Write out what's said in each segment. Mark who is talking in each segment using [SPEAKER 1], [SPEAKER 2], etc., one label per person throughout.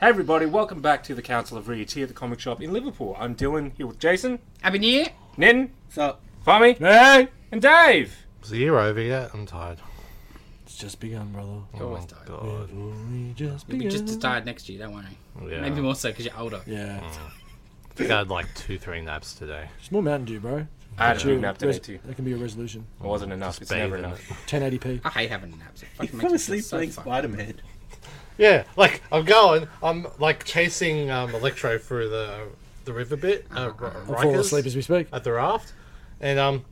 [SPEAKER 1] Hey everybody, welcome back to the Council of Reeds here at the comic shop in Liverpool. I'm Dylan here with Jason,
[SPEAKER 2] Happy New Year.
[SPEAKER 1] Nin,
[SPEAKER 2] So
[SPEAKER 1] Fami,
[SPEAKER 3] Hey!
[SPEAKER 1] and Dave.
[SPEAKER 4] Zero over yet. I'm tired.
[SPEAKER 3] It's just begun, brother.
[SPEAKER 4] Oh, God.
[SPEAKER 3] Only just
[SPEAKER 2] you'll be just as tired next year, don't worry.
[SPEAKER 4] Yeah.
[SPEAKER 2] Maybe more so because you're older.
[SPEAKER 3] Yeah.
[SPEAKER 1] Mm.
[SPEAKER 4] I think I had like two, three naps today.
[SPEAKER 3] Just more Mountain Dew, bro.
[SPEAKER 1] I had a
[SPEAKER 3] Chill.
[SPEAKER 1] big nap today
[SPEAKER 3] Res-
[SPEAKER 1] too.
[SPEAKER 3] That can be a resolution.
[SPEAKER 1] It wasn't enough.
[SPEAKER 4] Just
[SPEAKER 1] it's never
[SPEAKER 4] bathe in
[SPEAKER 1] enough.
[SPEAKER 3] 1080p.
[SPEAKER 2] I hate having naps. It fucking
[SPEAKER 5] Fell
[SPEAKER 2] makes me
[SPEAKER 5] asleep
[SPEAKER 2] feel
[SPEAKER 5] playing
[SPEAKER 2] so fucked.
[SPEAKER 5] Spider Man.
[SPEAKER 4] Yeah, like I'm going. I'm like chasing um, Electro through the the river bit. Uh, R-
[SPEAKER 3] I'm falling
[SPEAKER 4] Rikers
[SPEAKER 3] asleep as we speak.
[SPEAKER 4] at the raft, and um,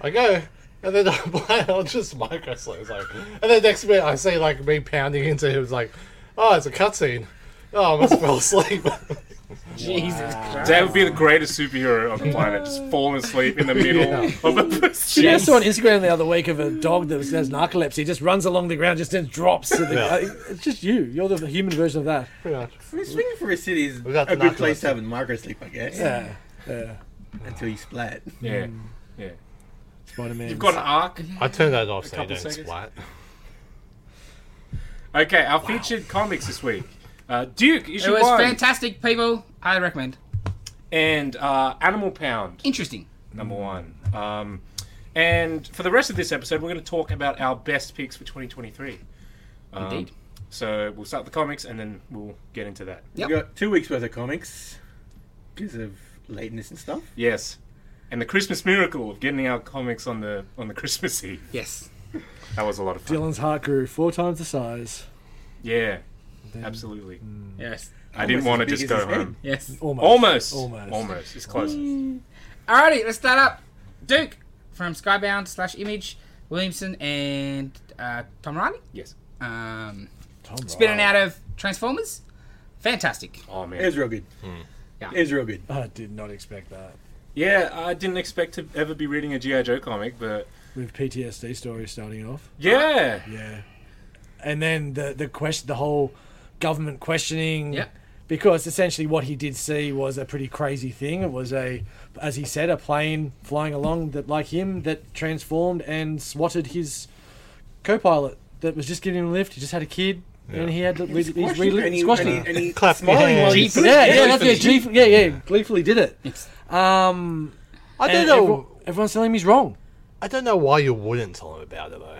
[SPEAKER 4] I go. And then I'm like, I'll just micro slows like, and then next minute I see like me pounding into him, it's like, oh, it's a cutscene. Oh, I must fall asleep.
[SPEAKER 2] Jesus Christ.
[SPEAKER 1] Dave would be the greatest superhero on the planet, just falling asleep in the middle of a
[SPEAKER 3] Did you saw on Instagram the other week of a dog that was- has narcolepsy, just runs along the ground, just then drops. To the,
[SPEAKER 4] Yeah.
[SPEAKER 3] uh, it's just you. You're the human version of that.
[SPEAKER 4] Pretty much.
[SPEAKER 5] Swinging for a city is
[SPEAKER 4] We got
[SPEAKER 5] a
[SPEAKER 4] the
[SPEAKER 5] good place
[SPEAKER 4] narcolepsy.
[SPEAKER 5] to have a micro sleep, I guess.
[SPEAKER 3] Yeah. Yeah.
[SPEAKER 5] Until you splat.
[SPEAKER 1] Yeah, yeah.
[SPEAKER 3] Spider Man.
[SPEAKER 1] You've got an arc.
[SPEAKER 4] I turned that off so you
[SPEAKER 1] couple
[SPEAKER 4] don't
[SPEAKER 1] seconds.
[SPEAKER 4] splat.
[SPEAKER 1] Okay, our featured comics this week. Uh, Duke
[SPEAKER 2] It
[SPEAKER 1] issue
[SPEAKER 2] was
[SPEAKER 1] one
[SPEAKER 2] fantastic, people. I recommend.
[SPEAKER 1] and uh, Animal Pound
[SPEAKER 2] Interesting.
[SPEAKER 1] number one. Um, and for the rest of this episode, we're going to talk about our best picks for 2023. Um,
[SPEAKER 2] Indeed.
[SPEAKER 1] So we'll start with the comics and then we'll get into that.
[SPEAKER 2] Yep.
[SPEAKER 5] We got two weeks worth of comics because of lateness and stuff.
[SPEAKER 1] Yes. And the Christmas miracle of getting our comics on the on the Christmas Eve.
[SPEAKER 2] Yes.
[SPEAKER 1] That was a lot of fun.
[SPEAKER 3] Dylan's heart grew four times the size.
[SPEAKER 1] Yeah. Absolutely.
[SPEAKER 2] Yes.
[SPEAKER 1] I didn't
[SPEAKER 5] Almost
[SPEAKER 1] want to
[SPEAKER 5] as big
[SPEAKER 1] just
[SPEAKER 5] as
[SPEAKER 1] go
[SPEAKER 5] his head. Mm.
[SPEAKER 1] home.
[SPEAKER 2] Yes.
[SPEAKER 3] Almost.
[SPEAKER 1] Almost.
[SPEAKER 3] Almost.
[SPEAKER 1] Almost. It's close.
[SPEAKER 2] Alrighty, let's start up. Duke from Skybound slash Image, Williamson and uh, Tom Riley.
[SPEAKER 1] Yes.
[SPEAKER 2] Um,
[SPEAKER 3] Tom
[SPEAKER 2] spinning
[SPEAKER 3] Riley.
[SPEAKER 2] out of Transformers. Fantastic.
[SPEAKER 1] Oh
[SPEAKER 5] It
[SPEAKER 1] man.
[SPEAKER 5] was real good.
[SPEAKER 2] Hmm. Yeah.
[SPEAKER 5] It was real good.
[SPEAKER 3] I did not expect that.
[SPEAKER 1] Yeah, I didn't expect to ever be reading a GI Joe comic, but
[SPEAKER 3] With PTSD story starting off.
[SPEAKER 1] yeah.
[SPEAKER 3] Yeah. And then the the question, the whole government questioning.
[SPEAKER 2] Yeah.
[SPEAKER 3] Because essentially, what he did see was a pretty crazy thing. It was a, as he said, a plane flying along that, like him, that transformed and swatted his co-pilot that was just giving him a lift. He just had a kid, and he had to, he's
[SPEAKER 5] Squashed
[SPEAKER 3] relit-
[SPEAKER 5] it, and he-
[SPEAKER 3] squashed
[SPEAKER 5] and he-
[SPEAKER 3] him.
[SPEAKER 5] and he
[SPEAKER 4] Clap your
[SPEAKER 5] smiling while he
[SPEAKER 4] hands.
[SPEAKER 5] put it
[SPEAKER 3] Yeah,
[SPEAKER 5] down.
[SPEAKER 3] yeah, that's it. Gleef- yeah, yeah, gleefully did it.
[SPEAKER 2] It's
[SPEAKER 3] Um,
[SPEAKER 4] I don't
[SPEAKER 3] and
[SPEAKER 4] know.
[SPEAKER 3] everyone- everyone's telling him he's wrong.
[SPEAKER 4] I don't know why you wouldn't tell him about it though.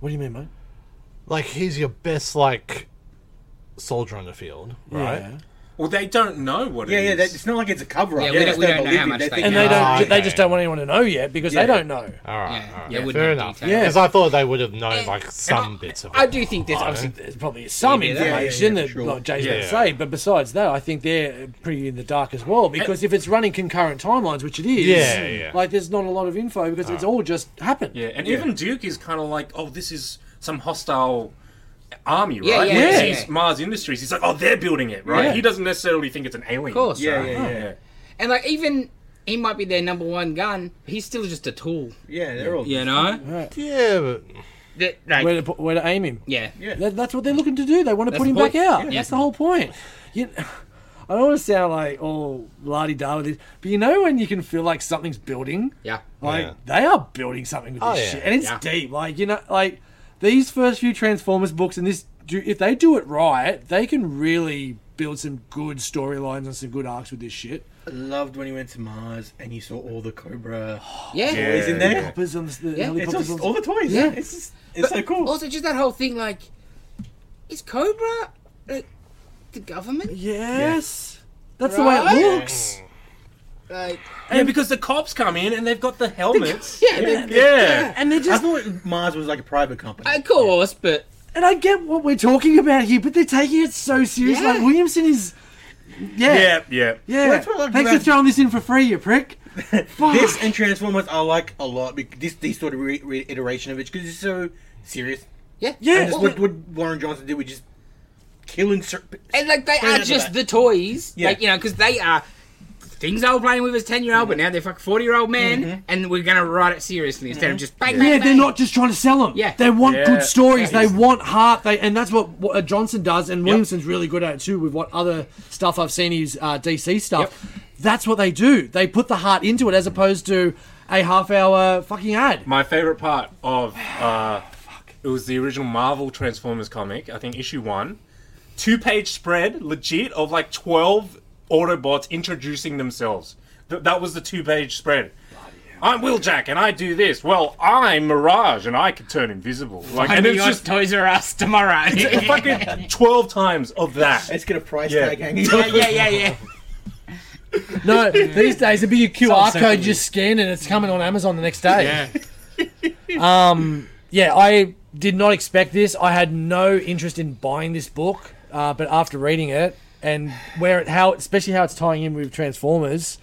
[SPEAKER 3] What do you mean, mate?
[SPEAKER 4] like he's your best like soldier on the field, right?
[SPEAKER 3] Yeah.
[SPEAKER 1] Well, they don't know what
[SPEAKER 5] Yeah,
[SPEAKER 1] it
[SPEAKER 5] yeah.
[SPEAKER 1] is.
[SPEAKER 5] That, it's not like it's a cover up.
[SPEAKER 2] Yeah, we don't- we don't know how much they
[SPEAKER 3] And
[SPEAKER 2] know.
[SPEAKER 3] they don't.
[SPEAKER 4] Ah,
[SPEAKER 3] They
[SPEAKER 4] okay.
[SPEAKER 3] just don't want anyone to know yet because
[SPEAKER 5] Yeah.
[SPEAKER 3] they don't know.
[SPEAKER 4] All right,
[SPEAKER 2] Yeah,
[SPEAKER 4] all right.
[SPEAKER 2] yeah, wouldn't
[SPEAKER 4] fair
[SPEAKER 2] have
[SPEAKER 4] enough.
[SPEAKER 2] details.
[SPEAKER 4] Because I thought they would have known
[SPEAKER 2] And-
[SPEAKER 4] like
[SPEAKER 2] and
[SPEAKER 4] some
[SPEAKER 2] I-
[SPEAKER 4] bits of it.
[SPEAKER 2] I do think there's
[SPEAKER 4] I don't
[SPEAKER 2] obviously
[SPEAKER 4] know.
[SPEAKER 3] there's probably some
[SPEAKER 2] Yeah, yeah, yeah,
[SPEAKER 3] information
[SPEAKER 5] yeah,
[SPEAKER 3] that
[SPEAKER 5] sure.
[SPEAKER 3] like Jay's going
[SPEAKER 4] Yeah.
[SPEAKER 3] to say, but besides that, I think they're pretty in the dark as well because if it's running concurrent timelines, which it is,
[SPEAKER 4] Yeah, yeah.
[SPEAKER 3] like there's not a lot of info because it's all just happened.
[SPEAKER 1] Yeah, and even Duke is kind of like, oh, this is some hostile army, right?
[SPEAKER 2] Yeah, yeah,
[SPEAKER 1] When he
[SPEAKER 3] yeah,
[SPEAKER 1] sees
[SPEAKER 2] yeah.
[SPEAKER 1] Mars Industries, he's like, oh, they're building it, right?
[SPEAKER 3] Yeah.
[SPEAKER 1] He doesn't necessarily think it's an alien.
[SPEAKER 2] of course.
[SPEAKER 5] Yeah,
[SPEAKER 2] right?
[SPEAKER 5] yeah, yeah.
[SPEAKER 2] And like even he might be their number one gun, he's still just a tool.
[SPEAKER 5] Yeah, they're all.
[SPEAKER 2] You know?
[SPEAKER 4] Yeah, but
[SPEAKER 2] That- like-
[SPEAKER 3] Where to, put- where to aim him?
[SPEAKER 2] yeah.
[SPEAKER 5] Yeah.
[SPEAKER 3] That, that's what they're looking to do. They want to put
[SPEAKER 2] the
[SPEAKER 3] him
[SPEAKER 2] point.
[SPEAKER 3] back out.
[SPEAKER 2] Yeah.
[SPEAKER 3] That's the whole point. You, I don't want to sound like all lardy da with this, but you know when you can feel like something's building.
[SPEAKER 2] Yeah.
[SPEAKER 3] Like
[SPEAKER 4] Yeah.
[SPEAKER 3] they are building something with this
[SPEAKER 4] Oh, yeah.
[SPEAKER 3] shit, and it's
[SPEAKER 2] Yeah.
[SPEAKER 3] deep. Like you know, like these first few Transformers books, and this do if they do it right, they can really build some good storylines and some good arcs with this shit.
[SPEAKER 5] I loved when he went to Mars and you saw all the Cobra
[SPEAKER 2] Yeah.
[SPEAKER 1] Yeah.
[SPEAKER 5] toys in there.
[SPEAKER 3] Hoppers on the, the
[SPEAKER 2] Yeah.
[SPEAKER 5] It's
[SPEAKER 3] helicopters
[SPEAKER 5] all,
[SPEAKER 3] on
[SPEAKER 5] all the toys.
[SPEAKER 3] Yeah.
[SPEAKER 5] Yeah, it's just, it's so cool.
[SPEAKER 2] Also just that whole thing like is Cobra like the government?
[SPEAKER 3] yes, that's the
[SPEAKER 2] Right?
[SPEAKER 3] way it
[SPEAKER 5] Mm.
[SPEAKER 3] looks.
[SPEAKER 2] Like
[SPEAKER 1] Yeah, because the cops come in and they've got the helmets.
[SPEAKER 2] Yeah, the-
[SPEAKER 1] yeah.
[SPEAKER 3] And they
[SPEAKER 5] I
[SPEAKER 3] just
[SPEAKER 5] thought Mars was like a private company.
[SPEAKER 2] of course, but
[SPEAKER 3] and I get what we're talking about here, but they're taking it so serious.
[SPEAKER 2] Yeah.
[SPEAKER 3] Like Williamson is, yeah, yeah.
[SPEAKER 1] Yeah, yeah.
[SPEAKER 5] that's what I like
[SPEAKER 3] Thanks for
[SPEAKER 5] about-
[SPEAKER 3] throwing this in for free, you prick. Fuck.
[SPEAKER 5] This and Transformers I like a lot. Because this, this sort of re- reiteration of it because it's so serious.
[SPEAKER 2] yeah.
[SPEAKER 3] Yeah.
[SPEAKER 5] And just what, what Warren Johnson did was just killing. Ser-
[SPEAKER 2] And like they
[SPEAKER 5] Straight out
[SPEAKER 2] are
[SPEAKER 5] the
[SPEAKER 2] just
[SPEAKER 5] back.
[SPEAKER 2] the toys.
[SPEAKER 5] Yeah.
[SPEAKER 2] Like, you know, because they are things I was playing with as ten year old, but now they're fucking forty year old man and we're gonna write it seriously instead of just bang, bang,
[SPEAKER 3] Yeah, they're
[SPEAKER 2] bang.
[SPEAKER 3] not just trying to sell them.
[SPEAKER 2] Yeah.
[SPEAKER 3] they want
[SPEAKER 1] Yeah.
[SPEAKER 3] good stories. They want heart. They and that's what, what uh, Johnson does, and Williamson's really good at it too. With what other stuff I've seen his uh, DC stuff, that's what they do. They put the heart into it as opposed to a half-hour fucking ad.
[SPEAKER 1] My favorite part of uh, it was the original Marvel Transformers comic, I think issue one, two page spread, legit, of like 12 Autobots introducing themselves. Th- that was the two page spread. I'm Wheeljack and I do this. Well, I'm Mirage and I can turn invisible. Like,
[SPEAKER 2] And
[SPEAKER 1] and it's
[SPEAKER 2] your
[SPEAKER 1] just
[SPEAKER 2] Toys R Us tomorrow.
[SPEAKER 1] it's fucking 12 times of that.
[SPEAKER 5] Let's get a price
[SPEAKER 1] Yeah.
[SPEAKER 5] tag hanging
[SPEAKER 2] yeah, yeah, yeah, yeah.
[SPEAKER 3] No, these days it'd be a QR code
[SPEAKER 2] secondly.
[SPEAKER 3] you scan and it's coming on Amazon the next day. um, yeah, I did not expect this. I had no interest in buying this book, uh, but after reading it and where it, how, especially how it's tying in with Transformers,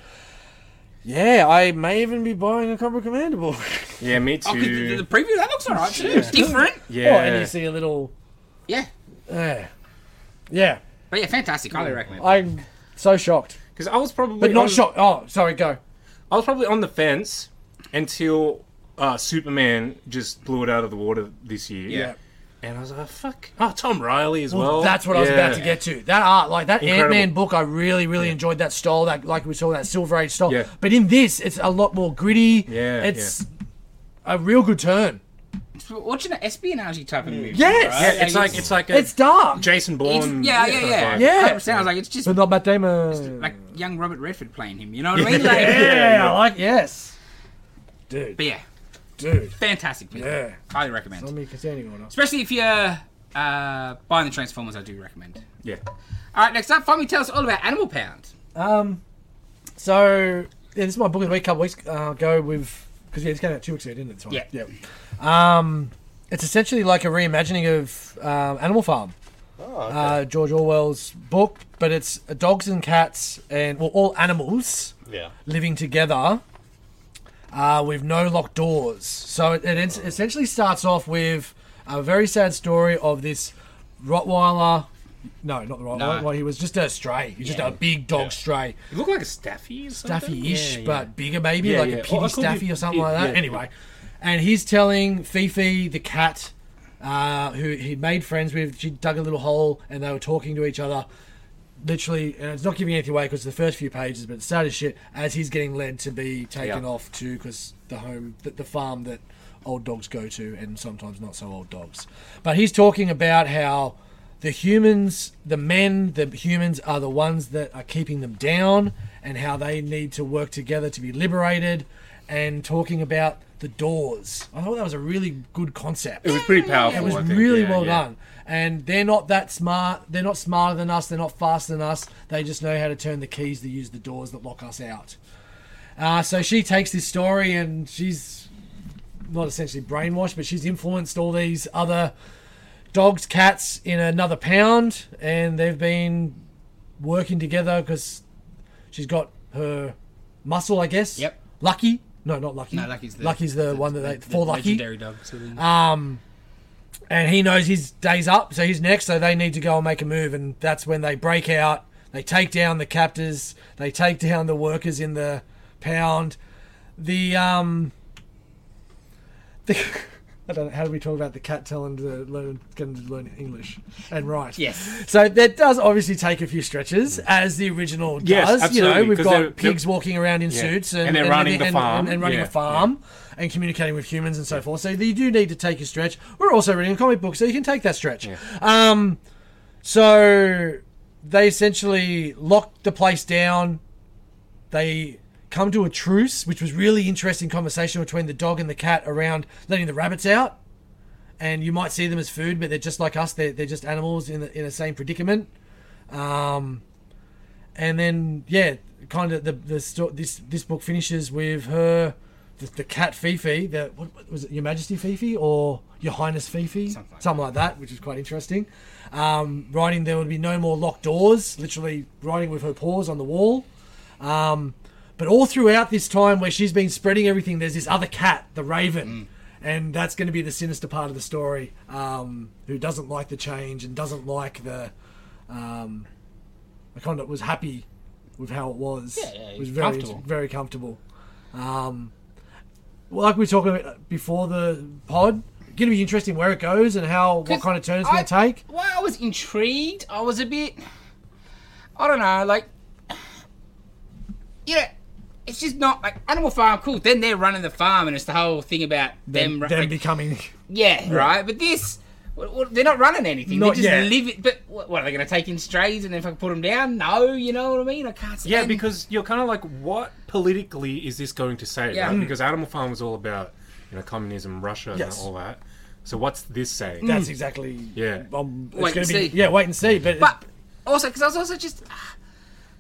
[SPEAKER 3] yeah, I may even be buying a Cobra Commander book.
[SPEAKER 1] Yeah, me
[SPEAKER 2] Oh, 'cause the, the
[SPEAKER 1] too.
[SPEAKER 2] preview that looks alright too. It's different.
[SPEAKER 3] Oh, and
[SPEAKER 1] Yeah.
[SPEAKER 3] you see a little,
[SPEAKER 2] Yeah,
[SPEAKER 3] uh, yeah,
[SPEAKER 2] but yeah, fantastic. Highly recommend.
[SPEAKER 3] I'm so shocked,
[SPEAKER 1] Because I was probably.
[SPEAKER 3] but
[SPEAKER 1] on-
[SPEAKER 3] not shocked. Oh, sorry, go.
[SPEAKER 1] I was probably on the fence until uh, Superman just blew it out of the water this year.
[SPEAKER 2] Yeah.
[SPEAKER 1] And I was like, fuck. Oh, Tom Riley as well.
[SPEAKER 3] Well, that's what I was
[SPEAKER 1] Yeah.
[SPEAKER 3] about to get to. That art, like that Ant
[SPEAKER 1] Incredible.
[SPEAKER 3] Man book, I really, really enjoyed that style. That, like we saw, that Silver Age style.
[SPEAKER 1] Yeah.
[SPEAKER 3] But in this, it's a lot more gritty.
[SPEAKER 1] Yeah,
[SPEAKER 3] it's a real good turn.
[SPEAKER 2] It's watching an espionage type
[SPEAKER 1] Mm.
[SPEAKER 2] of movie.
[SPEAKER 3] Yes!
[SPEAKER 2] right?
[SPEAKER 1] Yeah, it's like it's like a
[SPEAKER 3] It's dark,
[SPEAKER 1] Jason
[SPEAKER 2] it's-
[SPEAKER 1] Bourne.
[SPEAKER 2] yeah, yeah, yeah,
[SPEAKER 1] vibe.
[SPEAKER 3] Yeah.
[SPEAKER 2] Hundred percent. I was like, it's just
[SPEAKER 3] but not Matt Damon.
[SPEAKER 2] like young Robert Redford playing him. You know what I mean?
[SPEAKER 3] yeah,
[SPEAKER 2] Like,
[SPEAKER 1] yeah.
[SPEAKER 3] I like yes, dude,
[SPEAKER 2] but yeah,
[SPEAKER 3] dude,
[SPEAKER 2] fantastic. Movie.
[SPEAKER 3] yeah.
[SPEAKER 2] highly recommend.
[SPEAKER 3] Let me continue on.
[SPEAKER 2] Especially if you're uh, buying the Transformers, I do recommend.
[SPEAKER 1] Yeah.
[SPEAKER 2] All right, next up, finally tell us all about Animal Pound.
[SPEAKER 3] Um, so yeah, this is my book of the week. A couple weeks uh, ago, with because yeah, this came out two weeks ago, didn't it? This one?
[SPEAKER 2] Yeah.
[SPEAKER 3] yeah. Um, it's essentially like a reimagining of um, Animal Farm,
[SPEAKER 4] Oh, okay.
[SPEAKER 3] uh, George Orwell's book, but it's dogs and cats and well, all animals
[SPEAKER 4] yeah.
[SPEAKER 3] living together uh, with no locked doors. So it, it ens- essentially starts off with a very sad story of this Rottweiler. No, not the Rottweiler.
[SPEAKER 2] No.
[SPEAKER 3] Well, he was just a stray. He was
[SPEAKER 2] Yeah.
[SPEAKER 3] just a big dog
[SPEAKER 4] Yeah.
[SPEAKER 3] stray.
[SPEAKER 1] You look like a Staffy or something.
[SPEAKER 3] Staffy-ish,
[SPEAKER 1] Yeah, yeah.
[SPEAKER 3] but bigger maybe,
[SPEAKER 1] Yeah,
[SPEAKER 3] like
[SPEAKER 1] yeah.
[SPEAKER 3] a
[SPEAKER 1] Or
[SPEAKER 3] pity
[SPEAKER 1] I called
[SPEAKER 3] Staffy
[SPEAKER 1] you-
[SPEAKER 3] or something
[SPEAKER 1] yeah,
[SPEAKER 3] like that.
[SPEAKER 1] yeah.
[SPEAKER 3] Anyway, and he's telling Fifi the cat, uh, who he made friends with, she dug a little hole and they were talking to each other. Literally, and it's not giving anything away because the first few pages, but it's sad as shit. As he's getting led to be taken
[SPEAKER 1] Yeah.
[SPEAKER 3] off to because the home, the, the farm that old dogs go to, and sometimes not so old dogs. But he's talking about how the humans, the men, the humans are the ones that are keeping them down and how they need to work together to be liberated and talking about the doors. I thought that was a really good concept.
[SPEAKER 1] It was pretty powerful.
[SPEAKER 3] It was
[SPEAKER 1] I think.
[SPEAKER 3] really
[SPEAKER 1] Yeah,
[SPEAKER 3] well
[SPEAKER 1] yeah.
[SPEAKER 3] done. And they're not that smart. They're not smarter than us. They're not faster than us. They just know how to turn the keys to use the doors that lock us out. Uh, so she takes this story and she's not essentially brainwashed, but she's influenced all these other dogs, cats in another pound, and they've been working together because she's got her muscle, I guess.
[SPEAKER 2] Yep.
[SPEAKER 3] Lucky. No, not Lucky.
[SPEAKER 2] No, Lucky's the
[SPEAKER 3] Lucky's the, one that they
[SPEAKER 2] the
[SPEAKER 3] for Lucky.
[SPEAKER 2] legendary dog. So the-
[SPEAKER 3] Um, and he knows his day's up, so he's next. So they need to go and make a move, and that's when they break out. They take down the captors. They take down the workers in the pound. The um, the, I don't know, how do we talk about the cat telling to learn, getting to learn English and write?
[SPEAKER 2] yes.
[SPEAKER 3] So that does obviously take a few stretches, as the original does.
[SPEAKER 1] Yes,
[SPEAKER 3] You know,
[SPEAKER 1] absolutely,
[SPEAKER 3] we've
[SPEAKER 1] 'cause
[SPEAKER 3] got
[SPEAKER 1] they're-
[SPEAKER 3] pigs
[SPEAKER 1] they're-
[SPEAKER 3] walking around in
[SPEAKER 1] Yeah.
[SPEAKER 3] suits,
[SPEAKER 1] And they're running the
[SPEAKER 3] and-
[SPEAKER 1] farm.
[SPEAKER 3] and, and running
[SPEAKER 1] Yeah,
[SPEAKER 3] a farm, and communicating with humans and so forth. So you do need to take a stretch. We're also reading a comic book, so you can take that stretch. Um, so they essentially lock the place down. They come to a truce, which was really interesting conversation between the dog and the cat around letting the rabbits out and you might see them as food, but they're just like us. They're, they're just animals in the, in the same predicament. Um, and then yeah, kind of the the sto- this this book finishes with her, the, the cat Fifi. The what, what was it, Your Majesty Fifi or Your Highness Fifi?
[SPEAKER 2] Something like
[SPEAKER 3] like that, which is quite interesting. Um, writing there would be no more locked doors. Literally writing with her paws on the wall. Um, but all throughout this time where she's been spreading everything, there's this other cat, the
[SPEAKER 2] Mm.
[SPEAKER 3] Raven. And that's going to be the sinister part of the story, um, who doesn't like the change and doesn't like the. Um, the conduct was happy with how it was.
[SPEAKER 2] Yeah, yeah,
[SPEAKER 3] It
[SPEAKER 2] he's
[SPEAKER 3] was very,
[SPEAKER 2] comfortable.
[SPEAKER 3] very comfortable. Um, well, like we were talking about before the pod, going to be interesting where it goes and how what
[SPEAKER 2] 'Cause
[SPEAKER 3] kind of turn it's
[SPEAKER 2] I-
[SPEAKER 3] going to take.
[SPEAKER 2] Well, I was intrigued. I was a bit. I don't know, like. You know, it's just not like Animal Farm. Cool. Then they're running the farm, and it's the whole thing about them.
[SPEAKER 3] Them,
[SPEAKER 2] like,
[SPEAKER 3] becoming
[SPEAKER 2] yeah, right. But this, Well, well, they're not running anything.
[SPEAKER 3] Not
[SPEAKER 2] they just
[SPEAKER 3] yet.
[SPEAKER 2] live it. But what, what are they going to take in strays and then fucking put them down? No, you know what I mean. I can't. Stand
[SPEAKER 1] Yeah, because you're kind of like, what politically is this going to say?
[SPEAKER 2] Yeah.
[SPEAKER 1] Right? Because Animal Farm was all about, you know, communism, Russia,
[SPEAKER 3] Yes.
[SPEAKER 1] and all that. So what's this saying?
[SPEAKER 3] That's exactly.
[SPEAKER 1] Yeah.
[SPEAKER 3] Um, it's
[SPEAKER 2] Mm. Wait
[SPEAKER 3] gonna
[SPEAKER 2] and
[SPEAKER 3] be,
[SPEAKER 2] see.
[SPEAKER 3] Yeah, wait and see. But,
[SPEAKER 2] But also, because I was also just.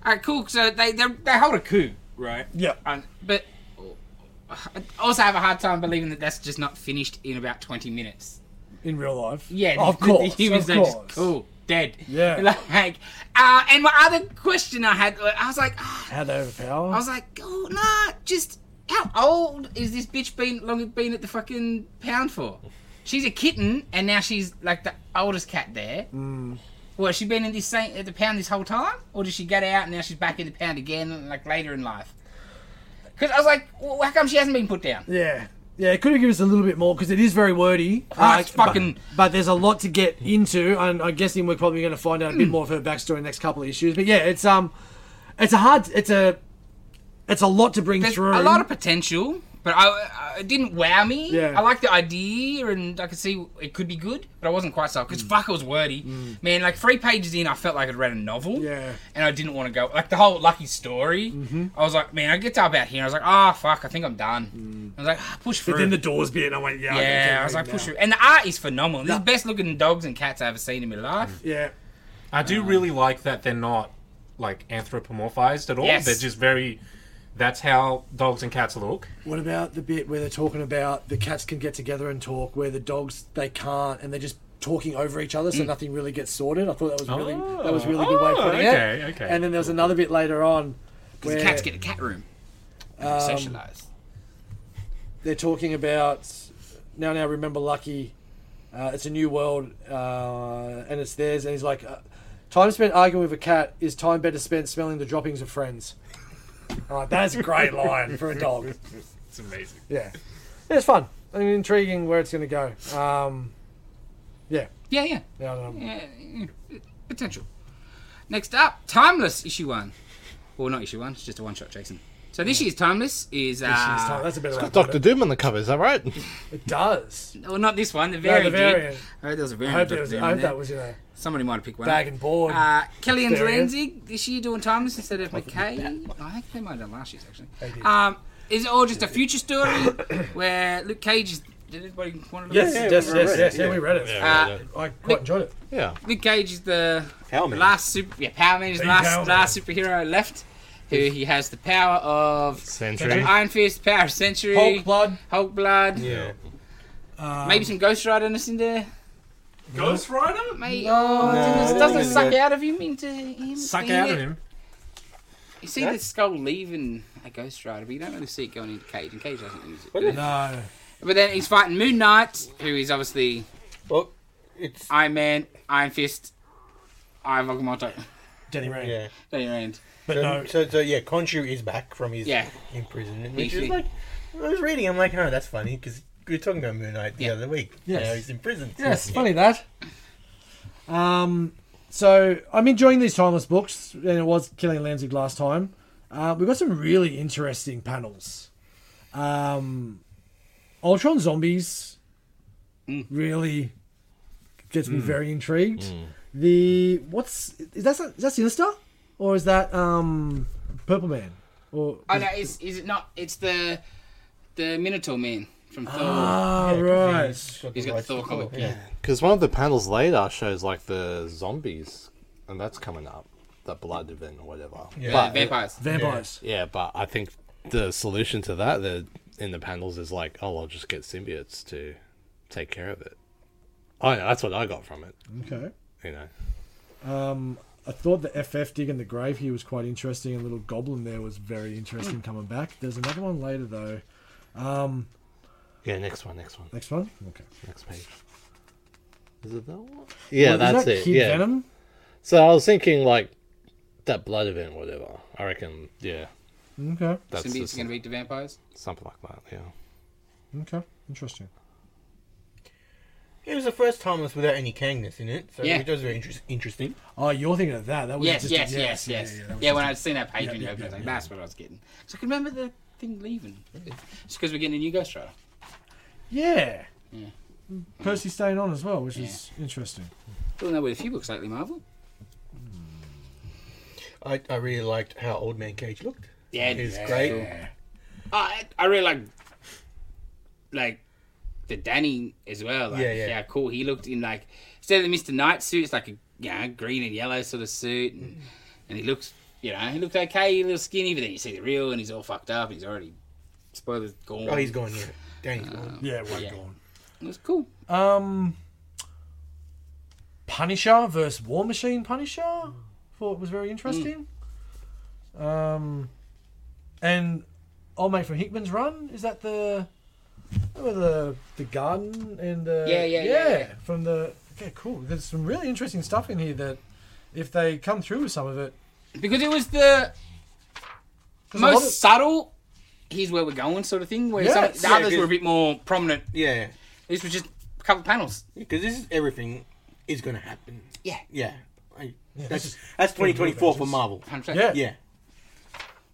[SPEAKER 2] all right, cool. So they they, they hold a coup, right?
[SPEAKER 3] yeah,
[SPEAKER 2] And, but I also have a hard time believing that that's just not finished in about twenty minutes.
[SPEAKER 3] in real life.
[SPEAKER 2] Yeah,
[SPEAKER 3] of
[SPEAKER 2] the,
[SPEAKER 3] course.
[SPEAKER 2] the humans
[SPEAKER 3] of
[SPEAKER 2] are
[SPEAKER 3] course.
[SPEAKER 2] just cool, dead.
[SPEAKER 3] Yeah.
[SPEAKER 2] Like, uh, and my other question I had, I was like, ah,
[SPEAKER 3] How they overpower.
[SPEAKER 2] I was like, oh nah, just how old is this bitch been long been at the fucking pound for? She's a kitten, and now she's like the oldest cat there. Mm. Well, has she been in this same at the pound this whole time, or did she get out and now she's back in the pound again, like later in life? Because I was like, well, how come she hasn't been put down?
[SPEAKER 3] Yeah. Yeah, it could have given us a little bit more because it is very wordy.
[SPEAKER 2] Ah, it's
[SPEAKER 3] but-
[SPEAKER 2] fucking-
[SPEAKER 3] But, there's a lot to get into, and I'm guessing we're probably going to find
[SPEAKER 2] Hmm.
[SPEAKER 3] out a bit more of her backstory in the next couple of issues. But yeah, it's um, it's a hard, it's a, it's a lot to bring
[SPEAKER 2] There's
[SPEAKER 3] through.
[SPEAKER 2] a lot of potential, but I, I it didn't wow me.
[SPEAKER 3] Yeah.
[SPEAKER 2] I like the idea, and I could see it could be good, but I wasn't quite so
[SPEAKER 3] Mm.
[SPEAKER 2] because fuck, it was wordy. Man, like three pages in, I felt like I'd read a novel.
[SPEAKER 3] Yeah. Mm-hmm.
[SPEAKER 2] and I didn't want to go like the whole lucky story. I was like, man, I get to about here, I was like, ah, fuck, I think I'm done. I was like, ah, push through.
[SPEAKER 3] Mm. But then the doors bit, and I went, yeah.
[SPEAKER 2] yeah, I was like, push through. And the art is phenomenal. This is the best looking dogs and cats I ever seen in my life.
[SPEAKER 3] Yeah,
[SPEAKER 1] I do really like that they're not like anthropomorphized at all.
[SPEAKER 2] Yes.
[SPEAKER 1] They're just very. That's how dogs and cats look.
[SPEAKER 3] What about the bit where they're talking about the cats can get together and talk, where the dogs they can't, and they're just talking over each other, so nothing really gets sorted. I thought that was really that was a really good way of
[SPEAKER 1] Mm. Oh,
[SPEAKER 3] putting
[SPEAKER 1] okay,
[SPEAKER 3] it.
[SPEAKER 1] okay.
[SPEAKER 3] And then there was another bit later on
[SPEAKER 2] Because
[SPEAKER 3] where Um,
[SPEAKER 2] the cats get a cat room, and they socialize.
[SPEAKER 3] they're talking about now. Now remember, Lucky, uh, it's a new world uh, and it's theirs. And he's like, uh, time spent arguing with a cat is time better spent smelling the droppings of friends. All right, that's a great line for a dog.
[SPEAKER 1] It's amazing.
[SPEAKER 3] Yeah. Yeah, it's fun. I mean, intriguing where it's going to go. Um, yeah.
[SPEAKER 2] Yeah, yeah.
[SPEAKER 3] Yeah, I don't know.
[SPEAKER 2] Yeah, yeah, Eh, potential. Next up, Timeless issue one. Well, not issue one. It's just a one shot, Jason. So this year's Timeless is uh,
[SPEAKER 3] Jeez, Tom, that's a better way. to put
[SPEAKER 4] Doctor Doom on the cover, is that right?
[SPEAKER 3] It It does.
[SPEAKER 2] well, not this one. The
[SPEAKER 3] No,
[SPEAKER 2] variant.
[SPEAKER 3] the variant.
[SPEAKER 2] I heard there was a
[SPEAKER 3] I
[SPEAKER 2] variant.
[SPEAKER 3] hope, that
[SPEAKER 2] Dr.
[SPEAKER 3] was,
[SPEAKER 2] Doom
[SPEAKER 3] I
[SPEAKER 2] in
[SPEAKER 3] hope
[SPEAKER 2] there.
[SPEAKER 3] that was in a
[SPEAKER 2] Somebody might have picked one.
[SPEAKER 3] bag and board.
[SPEAKER 2] Uh, Kelly and
[SPEAKER 3] Variant.
[SPEAKER 2] Lanzig this year doing Timeless instead of McKay. I think they might have done last year's actually.
[SPEAKER 3] They did.
[SPEAKER 2] Um, is it all just a future story where Luke Cage is? Did everybody want to?
[SPEAKER 3] yes,
[SPEAKER 5] yeah,
[SPEAKER 3] yes,
[SPEAKER 5] we
[SPEAKER 3] yes,
[SPEAKER 5] read
[SPEAKER 3] yes.
[SPEAKER 5] it,
[SPEAKER 3] Yeah,
[SPEAKER 5] yeah.
[SPEAKER 3] we read it.
[SPEAKER 4] Yeah,
[SPEAKER 2] Uh,
[SPEAKER 4] yeah,
[SPEAKER 3] I quite enjoyed it.
[SPEAKER 4] yeah.
[SPEAKER 2] Luke Cage is the
[SPEAKER 5] Power Man.
[SPEAKER 2] last super yeah Power Man is the
[SPEAKER 3] The
[SPEAKER 2] last
[SPEAKER 3] Power Man.
[SPEAKER 2] last superhero left, who he has the power of
[SPEAKER 4] Century.
[SPEAKER 2] Iron Fist, Power of Century,
[SPEAKER 3] Hulk blood.
[SPEAKER 2] Hulk blood,
[SPEAKER 5] Yeah.
[SPEAKER 2] maybe some Ghost Riderness in there.
[SPEAKER 1] Ghost Rider?
[SPEAKER 2] Mate, oh,
[SPEAKER 5] No, I
[SPEAKER 2] doesn't,
[SPEAKER 5] don't
[SPEAKER 2] doesn't
[SPEAKER 5] think
[SPEAKER 2] it
[SPEAKER 5] it's
[SPEAKER 2] suck
[SPEAKER 5] good.
[SPEAKER 2] out of him into him.
[SPEAKER 1] Suck
[SPEAKER 2] being
[SPEAKER 1] out
[SPEAKER 2] it?
[SPEAKER 1] of him.
[SPEAKER 2] You see the skull leaving a Ghost Rider, but you don't really see it going into Cage, and Cage doesn't use it. does he?
[SPEAKER 3] No.
[SPEAKER 2] But then he's fighting Moon Knight, who is obviously
[SPEAKER 5] Well, it's
[SPEAKER 2] Iron Man, Iron Fist, Iron Vogelmoto.
[SPEAKER 3] Danny Rand.
[SPEAKER 5] yeah.
[SPEAKER 2] Danny Rand.
[SPEAKER 3] But
[SPEAKER 5] So,
[SPEAKER 3] no.
[SPEAKER 5] so, so yeah, Conchu is back from his
[SPEAKER 2] Yeah.
[SPEAKER 5] imprisonment, which
[SPEAKER 2] He-
[SPEAKER 5] is
[SPEAKER 2] he-
[SPEAKER 5] like I was reading. I'm like, oh, that's funny because we were talking about Moon Knight the
[SPEAKER 2] Yeah.
[SPEAKER 5] other week.
[SPEAKER 3] Yes.
[SPEAKER 5] Now he's in prison.
[SPEAKER 3] Yes, funny that. Um, so I'm enjoying these timeless books, and it was Killing Lanzig last time. Uh, we've got some really interesting panels. Um, Ultron Zombies really gets me very intrigued. The what's is that is that Sinister or is that um Purple Man or
[SPEAKER 2] Oh no, is is it not? It's the the Minotaur man from Thor.
[SPEAKER 3] ah right
[SPEAKER 2] He's got the Thor comic. Yeah.
[SPEAKER 4] Because one of the panels later shows like the zombies, and that's coming up, the blood event or whatever. Yeah,
[SPEAKER 2] Uh, vampires.
[SPEAKER 3] vampires?
[SPEAKER 4] yeah, but I think the solution to that, the in the panels, is like, oh, I'll just get symbiotes to take care of it. Oh, yeah, that's what I got from it.
[SPEAKER 3] Okay.
[SPEAKER 4] You know,
[SPEAKER 3] I thought the FF dig in the grave here was quite interesting, and little goblin there was very interesting
[SPEAKER 2] Hmm.
[SPEAKER 3] coming back. There's another one later though.
[SPEAKER 4] yeah. Next one, next one,
[SPEAKER 3] Next one, okay.
[SPEAKER 4] next page. Is it that one?
[SPEAKER 3] Well,
[SPEAKER 4] Yeah,
[SPEAKER 3] is
[SPEAKER 4] that's
[SPEAKER 3] that
[SPEAKER 4] it.
[SPEAKER 3] Kid
[SPEAKER 4] yeah.
[SPEAKER 3] Venom.
[SPEAKER 4] So I was thinking like that blood event, whatever. I reckon, yeah,
[SPEAKER 3] Okay,
[SPEAKER 4] that's
[SPEAKER 2] Symbiotes
[SPEAKER 4] just
[SPEAKER 2] are going to beat the vampires.
[SPEAKER 4] something like that. Yeah.
[SPEAKER 3] okay, interesting.
[SPEAKER 5] It was the first timeless without any Kangness in it, so
[SPEAKER 2] Yeah.
[SPEAKER 5] which was very interest- interesting.
[SPEAKER 3] Oh, you're thinking of that? That was
[SPEAKER 2] Yes,
[SPEAKER 3] just
[SPEAKER 2] yes,
[SPEAKER 3] a,
[SPEAKER 2] yes,
[SPEAKER 3] yeah,
[SPEAKER 2] yes.
[SPEAKER 3] Yeah,
[SPEAKER 2] Yeah,
[SPEAKER 3] that was
[SPEAKER 2] when
[SPEAKER 3] just
[SPEAKER 2] I'd seen that page
[SPEAKER 3] Yeah,
[SPEAKER 2] when you
[SPEAKER 3] yeah,
[SPEAKER 2] opened, it, I was
[SPEAKER 3] yeah,
[SPEAKER 2] like,
[SPEAKER 3] yeah.
[SPEAKER 2] that's what I was getting. So I can remember the thing leaving. It's because we're getting a new Ghost Rider.
[SPEAKER 3] a- yeah. Percy staying on as well, which is interesting.
[SPEAKER 2] Don't know with a few books lately, Marvel.
[SPEAKER 5] I, I really liked how Old Man Cage looked.
[SPEAKER 2] Yeah,
[SPEAKER 5] He's great.
[SPEAKER 2] I I really like like the Danny as well. Like,
[SPEAKER 5] Yeah, yeah.
[SPEAKER 2] How cool he looked in like instead of the Mister Knight suit, it's like a you know, green and yellow sort of suit, and, and he looks you know he looked okay, a little skinny, but then you see the real and he's all fucked up. He's already spoilers gone.
[SPEAKER 5] Oh, he's gone, yeah. Danny's
[SPEAKER 2] Um,
[SPEAKER 5] gone.
[SPEAKER 3] Yeah, well
[SPEAKER 2] Yeah.
[SPEAKER 3] gone.
[SPEAKER 2] It was cool.
[SPEAKER 3] Um, Punisher versus War Machine Punisher. Thought it was very interesting. Um, and Old Mate from Hickman's Run is that the where the the garden and the
[SPEAKER 2] Yeah, yeah, yeah, yeah.
[SPEAKER 3] from the yeah cool. There's some really interesting stuff in here that if they come through with some of it,
[SPEAKER 2] because it was the
[SPEAKER 3] 'cause a lot
[SPEAKER 2] most
[SPEAKER 3] of-
[SPEAKER 2] subtle. Here's where we're going, sort of thing. Where some,
[SPEAKER 3] Yes.
[SPEAKER 2] the
[SPEAKER 5] Yeah,
[SPEAKER 2] others
[SPEAKER 5] 'cause-
[SPEAKER 2] were a bit more prominent.
[SPEAKER 5] Yeah.
[SPEAKER 2] This was just a couple of panels.
[SPEAKER 5] Because this is everything is going to happen.
[SPEAKER 2] Yeah,
[SPEAKER 5] Yeah. I,
[SPEAKER 3] this
[SPEAKER 5] that's
[SPEAKER 3] is-
[SPEAKER 5] that's 2024 for Marvel.
[SPEAKER 2] 100%.
[SPEAKER 3] yeah,
[SPEAKER 5] Yeah.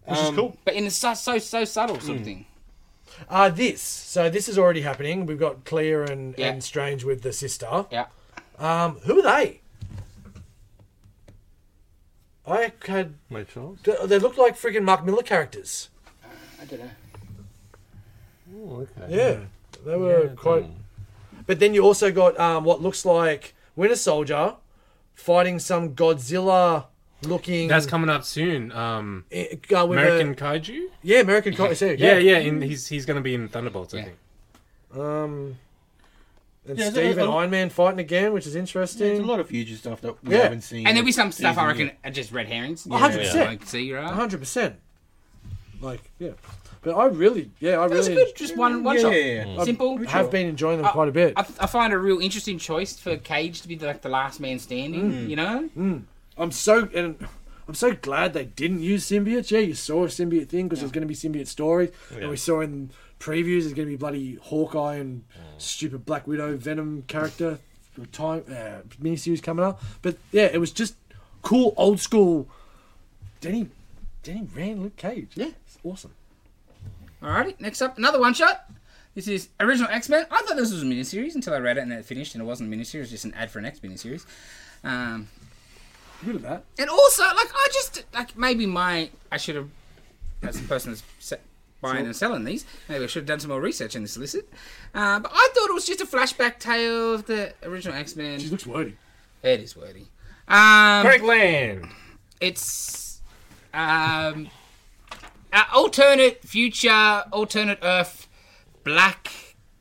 [SPEAKER 3] which is cool.
[SPEAKER 2] But in a so so, so subtle sort
[SPEAKER 5] Hmm.
[SPEAKER 2] of thing.
[SPEAKER 3] Uh, this so this is already happening. We've got Clear and,
[SPEAKER 2] Yeah.
[SPEAKER 3] and Strange with the sister.
[SPEAKER 2] Yeah.
[SPEAKER 3] Um, who are they? I had.
[SPEAKER 4] My child.
[SPEAKER 3] th- They look like freaking Mark Miller characters.
[SPEAKER 2] I don't know.
[SPEAKER 4] Oh, okay.
[SPEAKER 3] Yeah, they were quite. But then you also got um, what looks like Winter Soldier fighting some Godzilla-looking.
[SPEAKER 1] That's coming up soon. Um,
[SPEAKER 3] uh, uh, with
[SPEAKER 1] American
[SPEAKER 3] A,
[SPEAKER 1] Kaiju.
[SPEAKER 3] yeah, American. co- so,
[SPEAKER 1] Yeah,
[SPEAKER 3] Yeah,
[SPEAKER 1] yeah. In, he's he's going to be in Thunderbolts. I
[SPEAKER 2] Yeah.
[SPEAKER 1] think.
[SPEAKER 3] Um, and
[SPEAKER 5] Yeah, there's
[SPEAKER 3] Steve
[SPEAKER 5] a-
[SPEAKER 3] and
[SPEAKER 5] a-
[SPEAKER 3] Iron Man fighting again, which is
[SPEAKER 5] There's a
[SPEAKER 3] interesting.
[SPEAKER 5] lot of future stuff that we
[SPEAKER 3] Yeah.
[SPEAKER 5] haven't seen.
[SPEAKER 2] And there'll be some stuff I
[SPEAKER 5] Season
[SPEAKER 2] reckon
[SPEAKER 5] yet.
[SPEAKER 2] are just red herrings.
[SPEAKER 3] A hundred
[SPEAKER 2] Yeah.
[SPEAKER 3] percent.
[SPEAKER 2] Like, see, you're
[SPEAKER 3] One
[SPEAKER 2] right.
[SPEAKER 3] hundred percent. Like, yeah, but I really, yeah, I
[SPEAKER 2] That's
[SPEAKER 3] really
[SPEAKER 2] good. Just one one
[SPEAKER 5] Yeah,
[SPEAKER 2] shot.
[SPEAKER 5] yeah, yeah.
[SPEAKER 2] Simple.
[SPEAKER 3] have been enjoying them quite a bit.
[SPEAKER 2] I, I find a real interesting choice for Cage to be like the last man standing. You know.
[SPEAKER 3] I'm so and I'm so glad they didn't use symbiotes. Yeah, you saw a symbiote thing because there's going to be symbiote stories, and we saw in previews there's going to be bloody Hawkeye and stupid Black Widow Venom character time uh, miniseries coming up. But yeah, it was just cool old school. Denny, Denny Rand, Luke Cage. Yeah, it's awesome.
[SPEAKER 2] Alrighty. Next up, another one shot. This is original X Men. I thought this was a miniseries until I read it and then it finished, and it wasn't a miniseries. It was just an ad for an X miniseries. Um,
[SPEAKER 3] Good at that.
[SPEAKER 2] And also, like, I just like maybe my I should have as a person that's se- buying and selling these, maybe I should have done some more research in this solicit. Uh, but I thought it was just a flashback tale of the original X Men.
[SPEAKER 3] She looks wordy.
[SPEAKER 2] It is wordy. Um,
[SPEAKER 1] Greg Land.
[SPEAKER 2] it's um, a alternate future, alternate Earth, black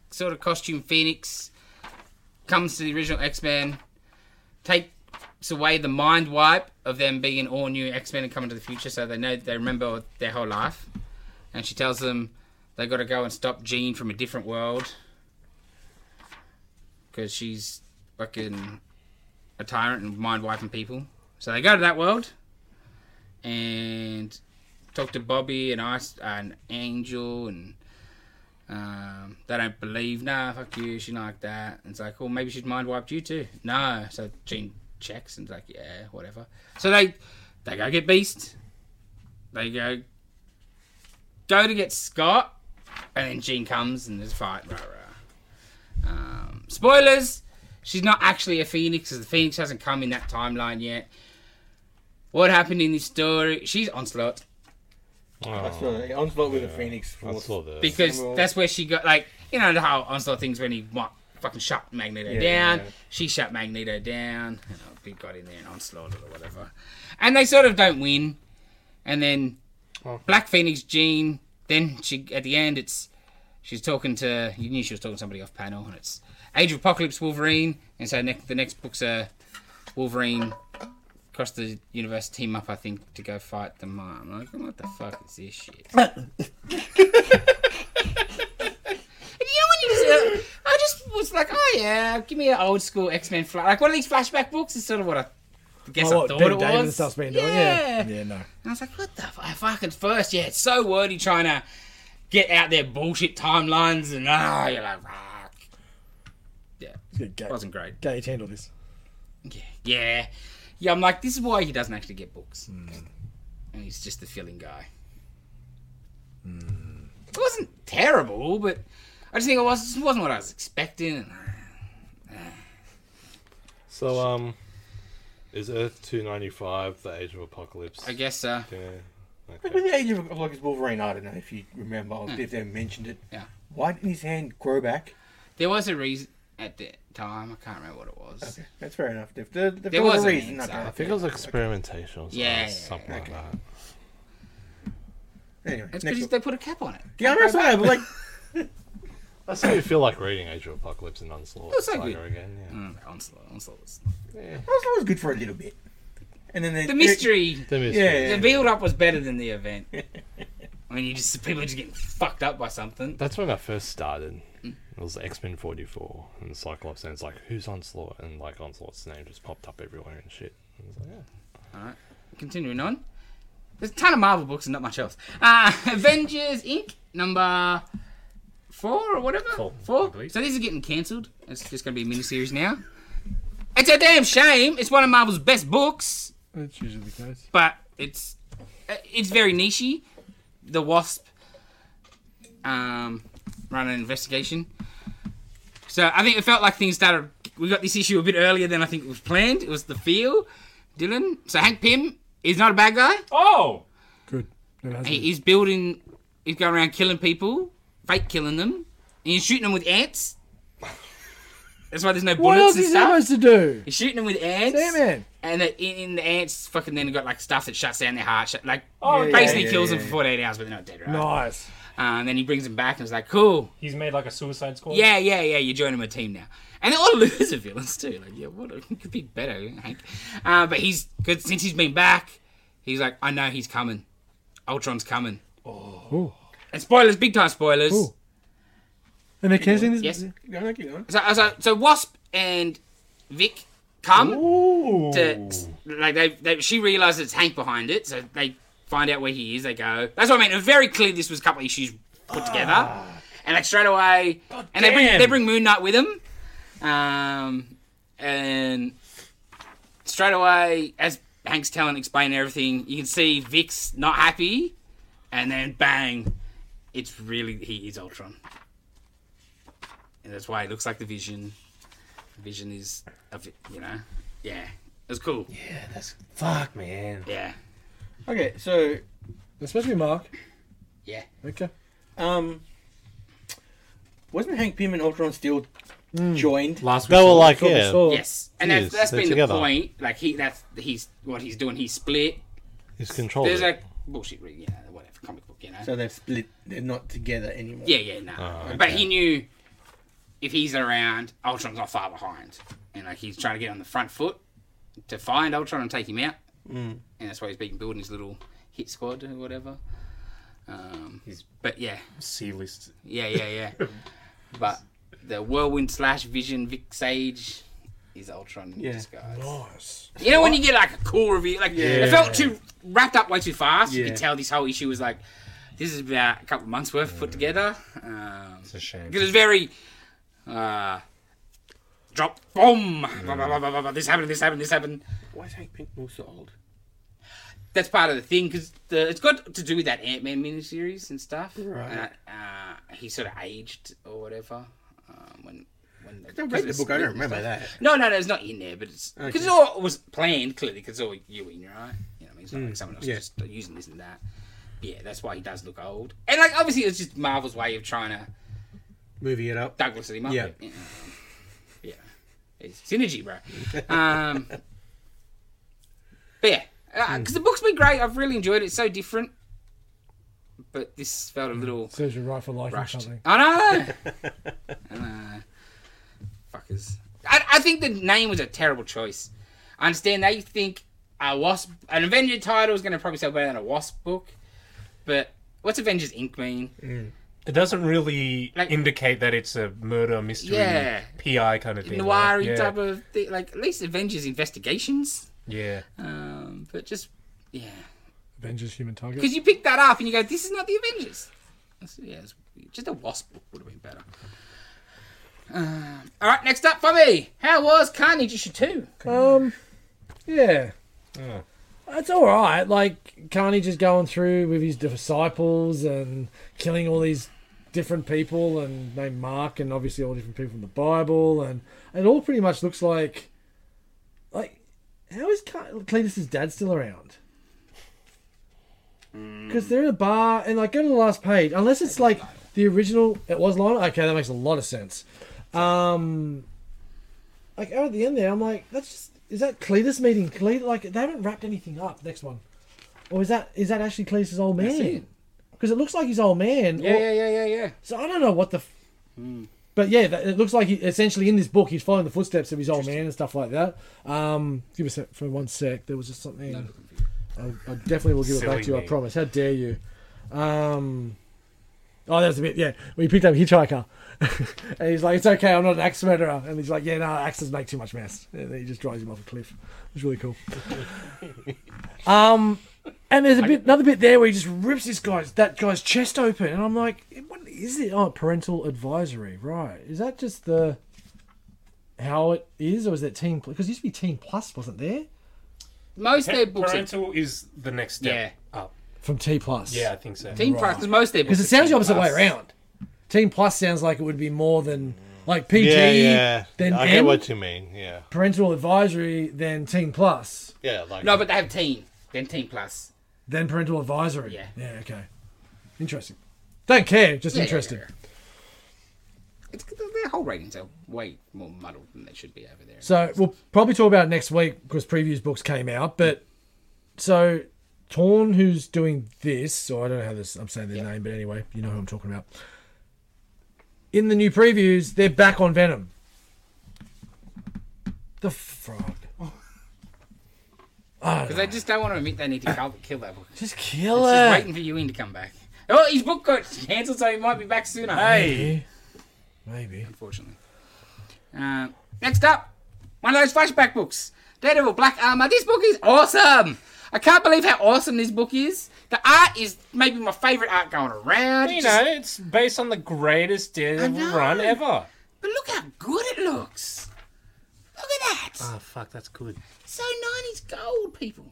[SPEAKER 2] sort of costume Phoenix comes to the original X Men, takes away the mind wipe of them being all new X Men and coming to the future, so they know they remember their whole life. And she tells them they got to go and stop Jean from a different world because she's fucking a tyrant and mind wiping people. So they go to that world and talk to Bobby and Ice and Angel and um, they don't believe. Nah, fuck you. She like that. And it's like, well, maybe she'd mind wiped you too. No. So Gene checks and is like, yeah, whatever. So they they go get Beast. They go go to get Scott, and then Gene comes and there's a fight. Rah, rah. Um, spoilers. She's not actually a phoenix, because the phoenix hasn't come in that timeline yet. What happened in this story? She's onslaught
[SPEAKER 5] I saw that. Oh, Onslaught with a Phoenix
[SPEAKER 4] Oh, I
[SPEAKER 5] Force.
[SPEAKER 4] saw that.
[SPEAKER 2] because
[SPEAKER 5] Emerald.
[SPEAKER 2] that's where she got like you know how onslaught things when he wa- fucking shut Magneto down. She shut Magneto down. And he got in there and onslaught it or whatever, and they sort of don't win. And then Black Phoenix Jean. Then she at the end it's she's talking to you knew she was talking to somebody off panel and it's Age of Apocalypse Wolverine. And so next the next book's a Wolverine across the universe team up I think to go fight the mom. I'm like what the fuck is this shit? You know when you just, uh, I just was like, oh yeah, give me an old school X Men flash. Like one of these flashback books is sort of what I guess I
[SPEAKER 3] Oh, what,
[SPEAKER 2] thought
[SPEAKER 3] Ben
[SPEAKER 2] it was.
[SPEAKER 3] David and stuff's been doing. Yeah,
[SPEAKER 2] And
[SPEAKER 3] yeah, no.
[SPEAKER 2] I was like, what the fuck? Fucking first, yeah, it's so wordy trying to get out their bullshit timelines and ah, you're like, fuck. Yeah,
[SPEAKER 3] He's gonna gate-
[SPEAKER 2] wasn't great.
[SPEAKER 3] Gate handle this.
[SPEAKER 2] Yeah, yeah, yeah. I'm like, this is why he doesn't actually get books,
[SPEAKER 5] Hmm.
[SPEAKER 2] and he's just the filling guy.
[SPEAKER 5] Hmm.
[SPEAKER 2] It wasn't terrible, but I just think it was it wasn't what I was expecting. And,
[SPEAKER 4] So, um, is Earth 295 the Age of Apocalypse?
[SPEAKER 2] I guess uh, so.
[SPEAKER 4] Yeah.
[SPEAKER 5] Like
[SPEAKER 4] Okay.
[SPEAKER 5] with the Age of Apocalypse Wolverine, I don't know if you remember or if they mentioned it.
[SPEAKER 2] Hmm. Yeah.
[SPEAKER 5] Why didn't his hand grow back?
[SPEAKER 2] There was a reason at the time. I can't remember what it was.
[SPEAKER 5] Okay, that's fair enough. If there, if there,
[SPEAKER 2] There
[SPEAKER 5] was
[SPEAKER 2] was
[SPEAKER 5] a
[SPEAKER 2] an
[SPEAKER 5] reason.
[SPEAKER 2] answer.
[SPEAKER 4] I
[SPEAKER 5] Okay.
[SPEAKER 4] think it was experimentation or something,
[SPEAKER 2] Yeah, yeah,
[SPEAKER 4] something
[SPEAKER 2] yeah.
[SPEAKER 4] like that.
[SPEAKER 5] Anyway,
[SPEAKER 2] That's
[SPEAKER 5] next
[SPEAKER 2] because
[SPEAKER 5] one.
[SPEAKER 2] they put a cap on it.
[SPEAKER 5] Yeah, I'm sorry, but like,
[SPEAKER 4] That's how you feel like reading Age of Apocalypse and Onslaught
[SPEAKER 2] That's so
[SPEAKER 4] Saga
[SPEAKER 2] good.
[SPEAKER 4] again. Yeah.
[SPEAKER 5] Hmm.
[SPEAKER 2] Mm, onslaught, onslaught. was-
[SPEAKER 5] Onslaught was good for a little bit, and then they,
[SPEAKER 2] The mystery,
[SPEAKER 4] Then it's-
[SPEAKER 5] Yeah, yeah.
[SPEAKER 2] the build up was better than the event. I mean, you just people are just getting fucked up by something.
[SPEAKER 4] That's when I first started. It was X Men 44 and Cyclops, and it's like, who's Onslaught? And like, Onslaught's name just popped up everywhere and shit. And it's like, yeah.
[SPEAKER 2] Continuing on, there's a ton of Marvel books and not much else. Uh, Avengers Inc. number four or whatever.
[SPEAKER 1] Four, I
[SPEAKER 2] Four.
[SPEAKER 1] believe.
[SPEAKER 2] So these are getting cancelled. It's just going to be a miniseries now. It's a damn shame. It's one of Marvel's best books.
[SPEAKER 3] That's usually the case.
[SPEAKER 2] but it's uh, it's very nichey. The Wasp um, run an investigation, so I think it felt like things started. We got this issue a bit earlier than I think was planned. It was the feel, Dylan. So Hank Pym is not a bad guy.
[SPEAKER 1] Oh,
[SPEAKER 3] Good. It has
[SPEAKER 2] He,
[SPEAKER 3] been.
[SPEAKER 2] he's building. He's going around killing people, fake killing them, and he's shooting them with ants. That's why there's no
[SPEAKER 3] What
[SPEAKER 2] bullets
[SPEAKER 3] else
[SPEAKER 2] and
[SPEAKER 3] is he
[SPEAKER 2] stuff.
[SPEAKER 3] supposed to do?
[SPEAKER 2] He's shooting them with ants.
[SPEAKER 3] Damn it.
[SPEAKER 2] And the, in, in the ants, fucking then got like stuff that shuts down their heart. Shut, like
[SPEAKER 1] Oh, yeah,
[SPEAKER 2] basically
[SPEAKER 5] yeah,
[SPEAKER 2] kills
[SPEAKER 5] yeah,
[SPEAKER 2] them for 48 hours, but they're not dead, right?
[SPEAKER 3] Nice.
[SPEAKER 2] Uh, and then he brings them back and is like, cool.
[SPEAKER 1] he's made like a Suicide Squad.
[SPEAKER 2] Yeah, yeah, yeah, you're joining my team now. And they're all loser villains too. Like, yeah, what a, could be better, Hank. Uh, but he's good since he's been back. He's like, I know he's coming. Ultron's coming.
[SPEAKER 3] Ooh.
[SPEAKER 2] And spoilers, big time spoilers.
[SPEAKER 3] Ooh. Am I canceling this?
[SPEAKER 2] Yes.
[SPEAKER 5] yeah, like, you know,
[SPEAKER 2] So, so, so Wasp and Vic come. to like they, they she realizes it's Hank behind it, so they find out where he is. They go. That's what I mean. It was Very clear, this was a couple of issues put together, and like straight away, and they bring
[SPEAKER 1] damn.
[SPEAKER 2] they bring Moon Knight with them, um, and straight away as Hank's telling explaining everything, you can see Vic's not happy, and then bang, it's really he is Ultron, and that's why he looks like the Vision. Vision is, a, vi- you know, yeah, it was cool.
[SPEAKER 5] yeah, that's fuck, man.
[SPEAKER 2] Yeah.
[SPEAKER 5] Okay, so
[SPEAKER 3] It's supposed to be Mark.
[SPEAKER 2] Yeah.
[SPEAKER 3] Okay.
[SPEAKER 5] um, wasn't Hank Pym and Ultron still Hmm. joined?
[SPEAKER 1] Last
[SPEAKER 4] They were like,
[SPEAKER 3] Thought we
[SPEAKER 4] yeah,
[SPEAKER 3] saw-
[SPEAKER 2] Yes, and that's,
[SPEAKER 4] Jeez,
[SPEAKER 2] that's
[SPEAKER 4] they're
[SPEAKER 2] been
[SPEAKER 4] together.
[SPEAKER 2] the point. Like he, that's he's what he's doing. He split.
[SPEAKER 4] he's controlled.
[SPEAKER 2] There's
[SPEAKER 4] it.
[SPEAKER 2] like bullshit, reading, you know, whatever comic book, you know.
[SPEAKER 5] So they've split. They're not together anymore.
[SPEAKER 2] yeah, yeah, no.
[SPEAKER 4] Oh,
[SPEAKER 2] But
[SPEAKER 4] okay.
[SPEAKER 2] he knew if he's around, Ultron's not far behind, and like he's trying to get on the front foot to find Ultron and take him out. Mm. And that's why he's been building his little hit squad or whatever. Um, but yeah,
[SPEAKER 1] C-list.
[SPEAKER 2] yeah, yeah, yeah. but the whirlwind slash Vision Vic Sage is Ultron in
[SPEAKER 5] Yeah.
[SPEAKER 2] disguise.
[SPEAKER 3] Nice.
[SPEAKER 2] You know when you get like a cool review, like it felt too wrapped up way too fast. You
[SPEAKER 5] Yeah.
[SPEAKER 2] could tell this whole issue was like this is about a couple of months worth put together. Um,
[SPEAKER 1] Mm. It's a shame.
[SPEAKER 2] because it's very uh, drop bomb. Blah, blah, blah, blah, blah, blah. This happened. This happened. This happened.
[SPEAKER 5] Why is Hank Pym so old?
[SPEAKER 2] That's part of the thing because it's got to do with that Ant Man miniseries and stuff.
[SPEAKER 5] Right.
[SPEAKER 2] Uh, uh, he sort of aged or whatever um, when when
[SPEAKER 5] I read the book. I don't remember
[SPEAKER 2] that.
[SPEAKER 5] that.
[SPEAKER 2] No, no, no, it's not in there, but it's because
[SPEAKER 5] Okay.
[SPEAKER 2] it all was planned clearly because it's all Ewing, right? You know, what I mean, it's not like someone else
[SPEAKER 5] Hmm, yeah.
[SPEAKER 2] just using this and that. Yeah, that's why he does look old, and like obviously it's just Marvel's way of trying to
[SPEAKER 5] Movie it up.
[SPEAKER 2] Douglas him up.
[SPEAKER 5] Yeah.
[SPEAKER 2] yeah, yeah, it's synergy, bro. Um, but yeah, because the book's been great. I've really enjoyed it. It's so different, but this felt a little
[SPEAKER 3] Serves you right for liking
[SPEAKER 2] rushed.
[SPEAKER 3] something.
[SPEAKER 2] I know. uh, fuckers. I, I think the name was a terrible choice. I understand they think a wasp, an Avenger title is going to probably sell better than a wasp book, but what's Avengers Inc. mean?
[SPEAKER 1] It doesn't really
[SPEAKER 2] Like-
[SPEAKER 1] indicate that it's a murder mystery,
[SPEAKER 2] Yeah.
[SPEAKER 1] PI kind of thing. right?
[SPEAKER 2] Noir
[SPEAKER 1] yeah.
[SPEAKER 2] type of thing. Like at least Avengers Investigations,
[SPEAKER 1] Yeah.
[SPEAKER 2] um, but just yeah,
[SPEAKER 3] Avengers Human Target.
[SPEAKER 2] because you pick that up and you go, this is not the Avengers. That's, yeah, it's, just a wasp book would have been better. Um, all right, next up for me, how was Carnage issue two?
[SPEAKER 3] Um, yeah.
[SPEAKER 1] Oh.
[SPEAKER 3] That's all right. Like Carnage is going through with his disciples and killing all these different people, and named Mark, and obviously all different people from the Bible, and it all pretty much looks like how is Car- Cletus's dad still around? Because they're in a bar, and like go to the last page, unless it's like the original. It was Lionel. Okay, that makes a lot of sense. Um, like out at the end there, I'm like, that's just is that Cletus meeting Cletus? Like they haven't wrapped anything up. Next one, or is that is that actually Cletus's old
[SPEAKER 2] That's
[SPEAKER 3] man?
[SPEAKER 2] it.
[SPEAKER 3] Because it looks like his old man.
[SPEAKER 2] Yeah,
[SPEAKER 3] or-
[SPEAKER 2] yeah, yeah, yeah, yeah. Hmm.
[SPEAKER 3] so I don't know what the. F- But yeah, that, it looks like he, essentially in this book he's following the footsteps of his old man and stuff like that. Um, give us a, for one sec. There was just something. I, I definitely will give it back
[SPEAKER 1] Silly
[SPEAKER 3] to you. I
[SPEAKER 1] me.
[SPEAKER 3] promise. How dare you? Um, oh, that's a bit. Yeah, we picked up hitchhiker, and he's like, "It's okay. I'm not an axe murderer." And he's like, "Yeah, no, axes make too much mess." And then he just drives him off a cliff. It was really cool. um, and there's a bit, another bit there where he just rips this guy's that guy's chest open, and I'm like, what is it? Oh, parental advisory, right? Is that just the how it is, or is that Teen? Because it used to be Teen Plus, wasn't there?
[SPEAKER 2] Most their books are
[SPEAKER 1] Parental is the next step up.
[SPEAKER 3] From T Plus,
[SPEAKER 1] Yeah, I think so.
[SPEAKER 2] Teen Plus, because most their books
[SPEAKER 3] because it
[SPEAKER 2] are
[SPEAKER 3] sounds the
[SPEAKER 2] teen
[SPEAKER 3] opposite
[SPEAKER 2] plus.
[SPEAKER 3] way around. Teen Plus sounds like it would be more than like PG,
[SPEAKER 4] yeah, yeah.
[SPEAKER 3] then
[SPEAKER 4] I get
[SPEAKER 3] M,
[SPEAKER 4] what you mean. Yeah,
[SPEAKER 3] parental advisory, then Teen Plus,
[SPEAKER 4] yeah. Like
[SPEAKER 2] No, but they have teen, then teen plus.
[SPEAKER 3] then parental advisory.
[SPEAKER 2] Yeah.
[SPEAKER 3] yeah, okay, interesting. Don't care, just
[SPEAKER 2] Yeah, yeah,
[SPEAKER 3] interesting.
[SPEAKER 2] yeah, yeah. It's, their whole ratings are way more muddled than they should be over there.
[SPEAKER 3] So we'll probably talk about it next week because previews books came out. But so Torn, who's doing this, or I don't know how this, I'm saying their name, but anyway, you know who I'm talking about. In the new previews, they're back on Venom. The frog. Ah,
[SPEAKER 2] Because they just don't want to admit they need to kill, kill that book.
[SPEAKER 3] Just kill
[SPEAKER 2] Just
[SPEAKER 3] it.
[SPEAKER 2] waiting for you in to come back. Oh, his book got cancelled, so he might be back sooner.
[SPEAKER 1] Hey,
[SPEAKER 3] Maybe.
[SPEAKER 2] Unfortunately. Uh, next up, one of those flashback books. Daredevil Black Armor. This book is awesome. I can't believe how awesome this book is. The art is maybe my favorite art going around.
[SPEAKER 1] you
[SPEAKER 2] It's just-
[SPEAKER 1] know, it's based on the greatest Daredevil
[SPEAKER 2] know.
[SPEAKER 1] run ever.
[SPEAKER 2] but look how good it looks. Look at that.
[SPEAKER 1] Oh fuck, that's good.
[SPEAKER 2] So 90s gold, people.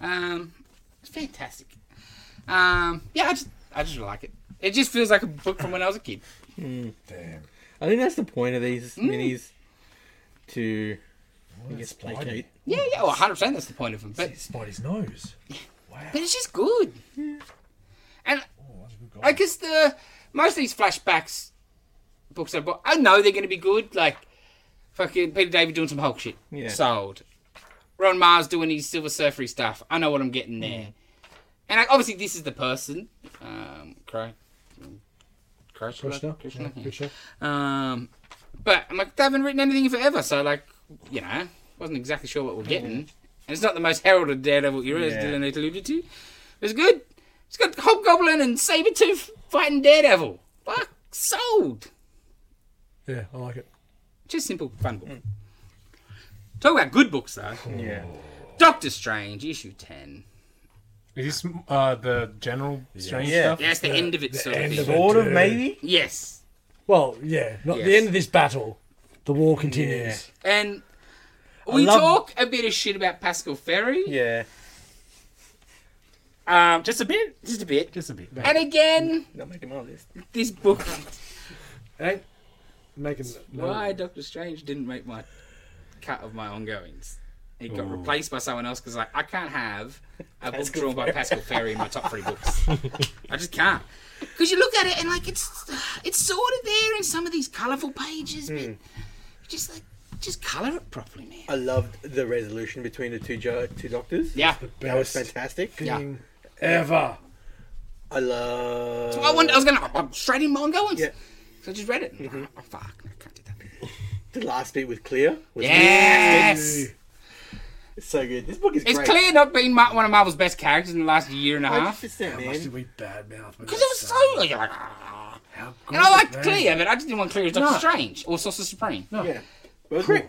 [SPEAKER 2] Um, it's fantastic. Um, yeah, I just, I just like it. It just feels like a book from when I was a kid.
[SPEAKER 5] I think that's the point of these
[SPEAKER 2] Hmm.
[SPEAKER 5] minis to I guess placate.
[SPEAKER 2] Yeah, yeah, well, 100% that's the point of them. But,
[SPEAKER 3] Spidey's nose.
[SPEAKER 2] but it's just good. And
[SPEAKER 3] Oh, that's a good guy.
[SPEAKER 2] I guess the most of these flashbacks books I bought, I know they're going to be good. Like fucking Peter David doing some Hulk shit,
[SPEAKER 5] Yeah.
[SPEAKER 2] sold. Ron Mars doing his Silver Surfery stuff. I know what I'm getting there. And like, obviously, this is the person, um, Cry,
[SPEAKER 3] Krishna.
[SPEAKER 2] Krishna, Krishna.
[SPEAKER 3] Yeah,
[SPEAKER 2] yeah.
[SPEAKER 3] Krishna.
[SPEAKER 2] Um, but I'm like, they haven't written anything in forever, so like, you know, wasn't exactly sure what we're getting. And it's not the most heralded Daredevil era, as
[SPEAKER 5] Yeah.
[SPEAKER 2] Dylan had alluded to. It's good. It's got Hobgoblin and Sabretooth fighting Daredevil. Fuck, sold.
[SPEAKER 3] Yeah, I like it.
[SPEAKER 2] Just simple, fun book. Talk about good books, though.
[SPEAKER 5] Yeah.
[SPEAKER 2] Doctor Strange, issue 10.
[SPEAKER 1] Is this uh, the general strange
[SPEAKER 5] Yeah.
[SPEAKER 1] stuff?
[SPEAKER 2] Yeah, it's the end of it, sort of
[SPEAKER 3] end
[SPEAKER 2] thing.
[SPEAKER 3] of it.
[SPEAKER 5] Sort of
[SPEAKER 3] Dude.
[SPEAKER 5] maybe?
[SPEAKER 2] Yes.
[SPEAKER 3] Well, yeah, not the
[SPEAKER 2] Yes.
[SPEAKER 3] end of this battle. The war continues.
[SPEAKER 2] And we
[SPEAKER 5] love-
[SPEAKER 2] talk a bit of shit about Pascal Ferry.
[SPEAKER 5] Yeah.
[SPEAKER 2] Um,
[SPEAKER 1] Just a bit.
[SPEAKER 2] just a bit.
[SPEAKER 1] Just a bit.
[SPEAKER 2] And again,
[SPEAKER 5] Not making my list.
[SPEAKER 2] this book
[SPEAKER 3] Hey, making.
[SPEAKER 2] why Doctor Strange didn't make my cut of my ongoings. It got replaced by someone else because like, I can't have a book drawn by Pascal Ferry in my top three books. I just can't. Because you look at it and like it's it's sort of there in some of these colourful pages, but just like just colour it properly, man.
[SPEAKER 5] I loved the resolution between the two jo- two doctors.
[SPEAKER 2] Yeah.
[SPEAKER 5] That was fantastic.
[SPEAKER 3] thing ever.
[SPEAKER 5] I love.
[SPEAKER 2] I, wonder, I was gonna I'm straight in my ongoings.
[SPEAKER 5] Yeah.
[SPEAKER 2] So I just read it. and, Oh fuck, no, I can't do that.
[SPEAKER 5] The last bit with Clear. Was
[SPEAKER 2] Yes.
[SPEAKER 5] It's so good. This book is
[SPEAKER 2] It's
[SPEAKER 5] great.
[SPEAKER 2] clear not being my, one of Marvel's best characters in the last year and a half.
[SPEAKER 5] 100%,
[SPEAKER 3] How much
[SPEAKER 5] man.
[SPEAKER 3] did we badmouth?
[SPEAKER 2] Because it was so like, ah. and I liked Clear, but I just didn't want Clear as Doctor
[SPEAKER 3] No.
[SPEAKER 2] Strange or Sorcerer Supreme.
[SPEAKER 5] Yeah. Well, it's great.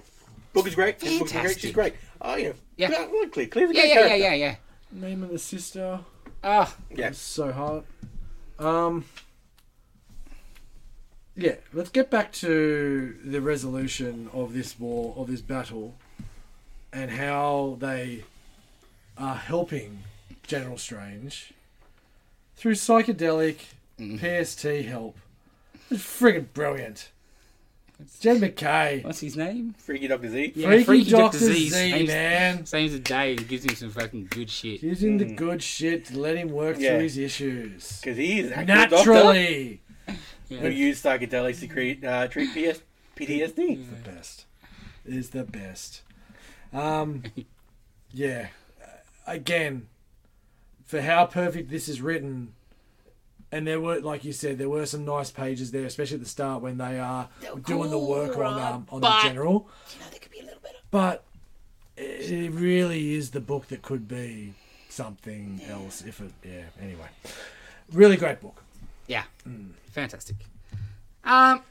[SPEAKER 5] Book is great. This book is great.
[SPEAKER 2] Fantastic.
[SPEAKER 5] She's great. Oh, yeah.
[SPEAKER 2] Yeah.
[SPEAKER 5] I like Clear. Clear's a
[SPEAKER 2] Yeah,
[SPEAKER 5] great
[SPEAKER 2] yeah, yeah,
[SPEAKER 5] character.
[SPEAKER 2] yeah, yeah.
[SPEAKER 3] Name of the sister.
[SPEAKER 2] Ah,
[SPEAKER 5] Yeah.
[SPEAKER 3] It's so hard. Um. Yeah, let's get back to the resolution of this war, of this battle, and how they are helping General Strange through psychedelic PST help. It's friggin' brilliant. Jed McKay.
[SPEAKER 2] What's his name?
[SPEAKER 5] Freaky Doctor Z.
[SPEAKER 2] Yeah,
[SPEAKER 3] Freaky,
[SPEAKER 2] Freaky Doctor
[SPEAKER 3] Doctor Z,
[SPEAKER 2] Z's name's-
[SPEAKER 3] man.
[SPEAKER 2] Same as the day. He gives him some fucking good shit.
[SPEAKER 3] Using the good shit to let him work
[SPEAKER 5] Yeah.
[SPEAKER 3] through his issues.
[SPEAKER 5] Because he is an actual doctor
[SPEAKER 3] Naturally.
[SPEAKER 5] who used psychedelics to create, uh, treat PS- PTSD.
[SPEAKER 2] Mm.
[SPEAKER 3] the best. Is the best. Um, yeah. Uh, Again, for how perfect this is written, and there were, like you said, there were some nice pages there, especially at the start when they are doing the work on um, on the general. But it it really is the book that could be something else. If it, yeah. Anyway, really great book.
[SPEAKER 2] Yeah.
[SPEAKER 3] Hmm.
[SPEAKER 2] Fantastic. Um,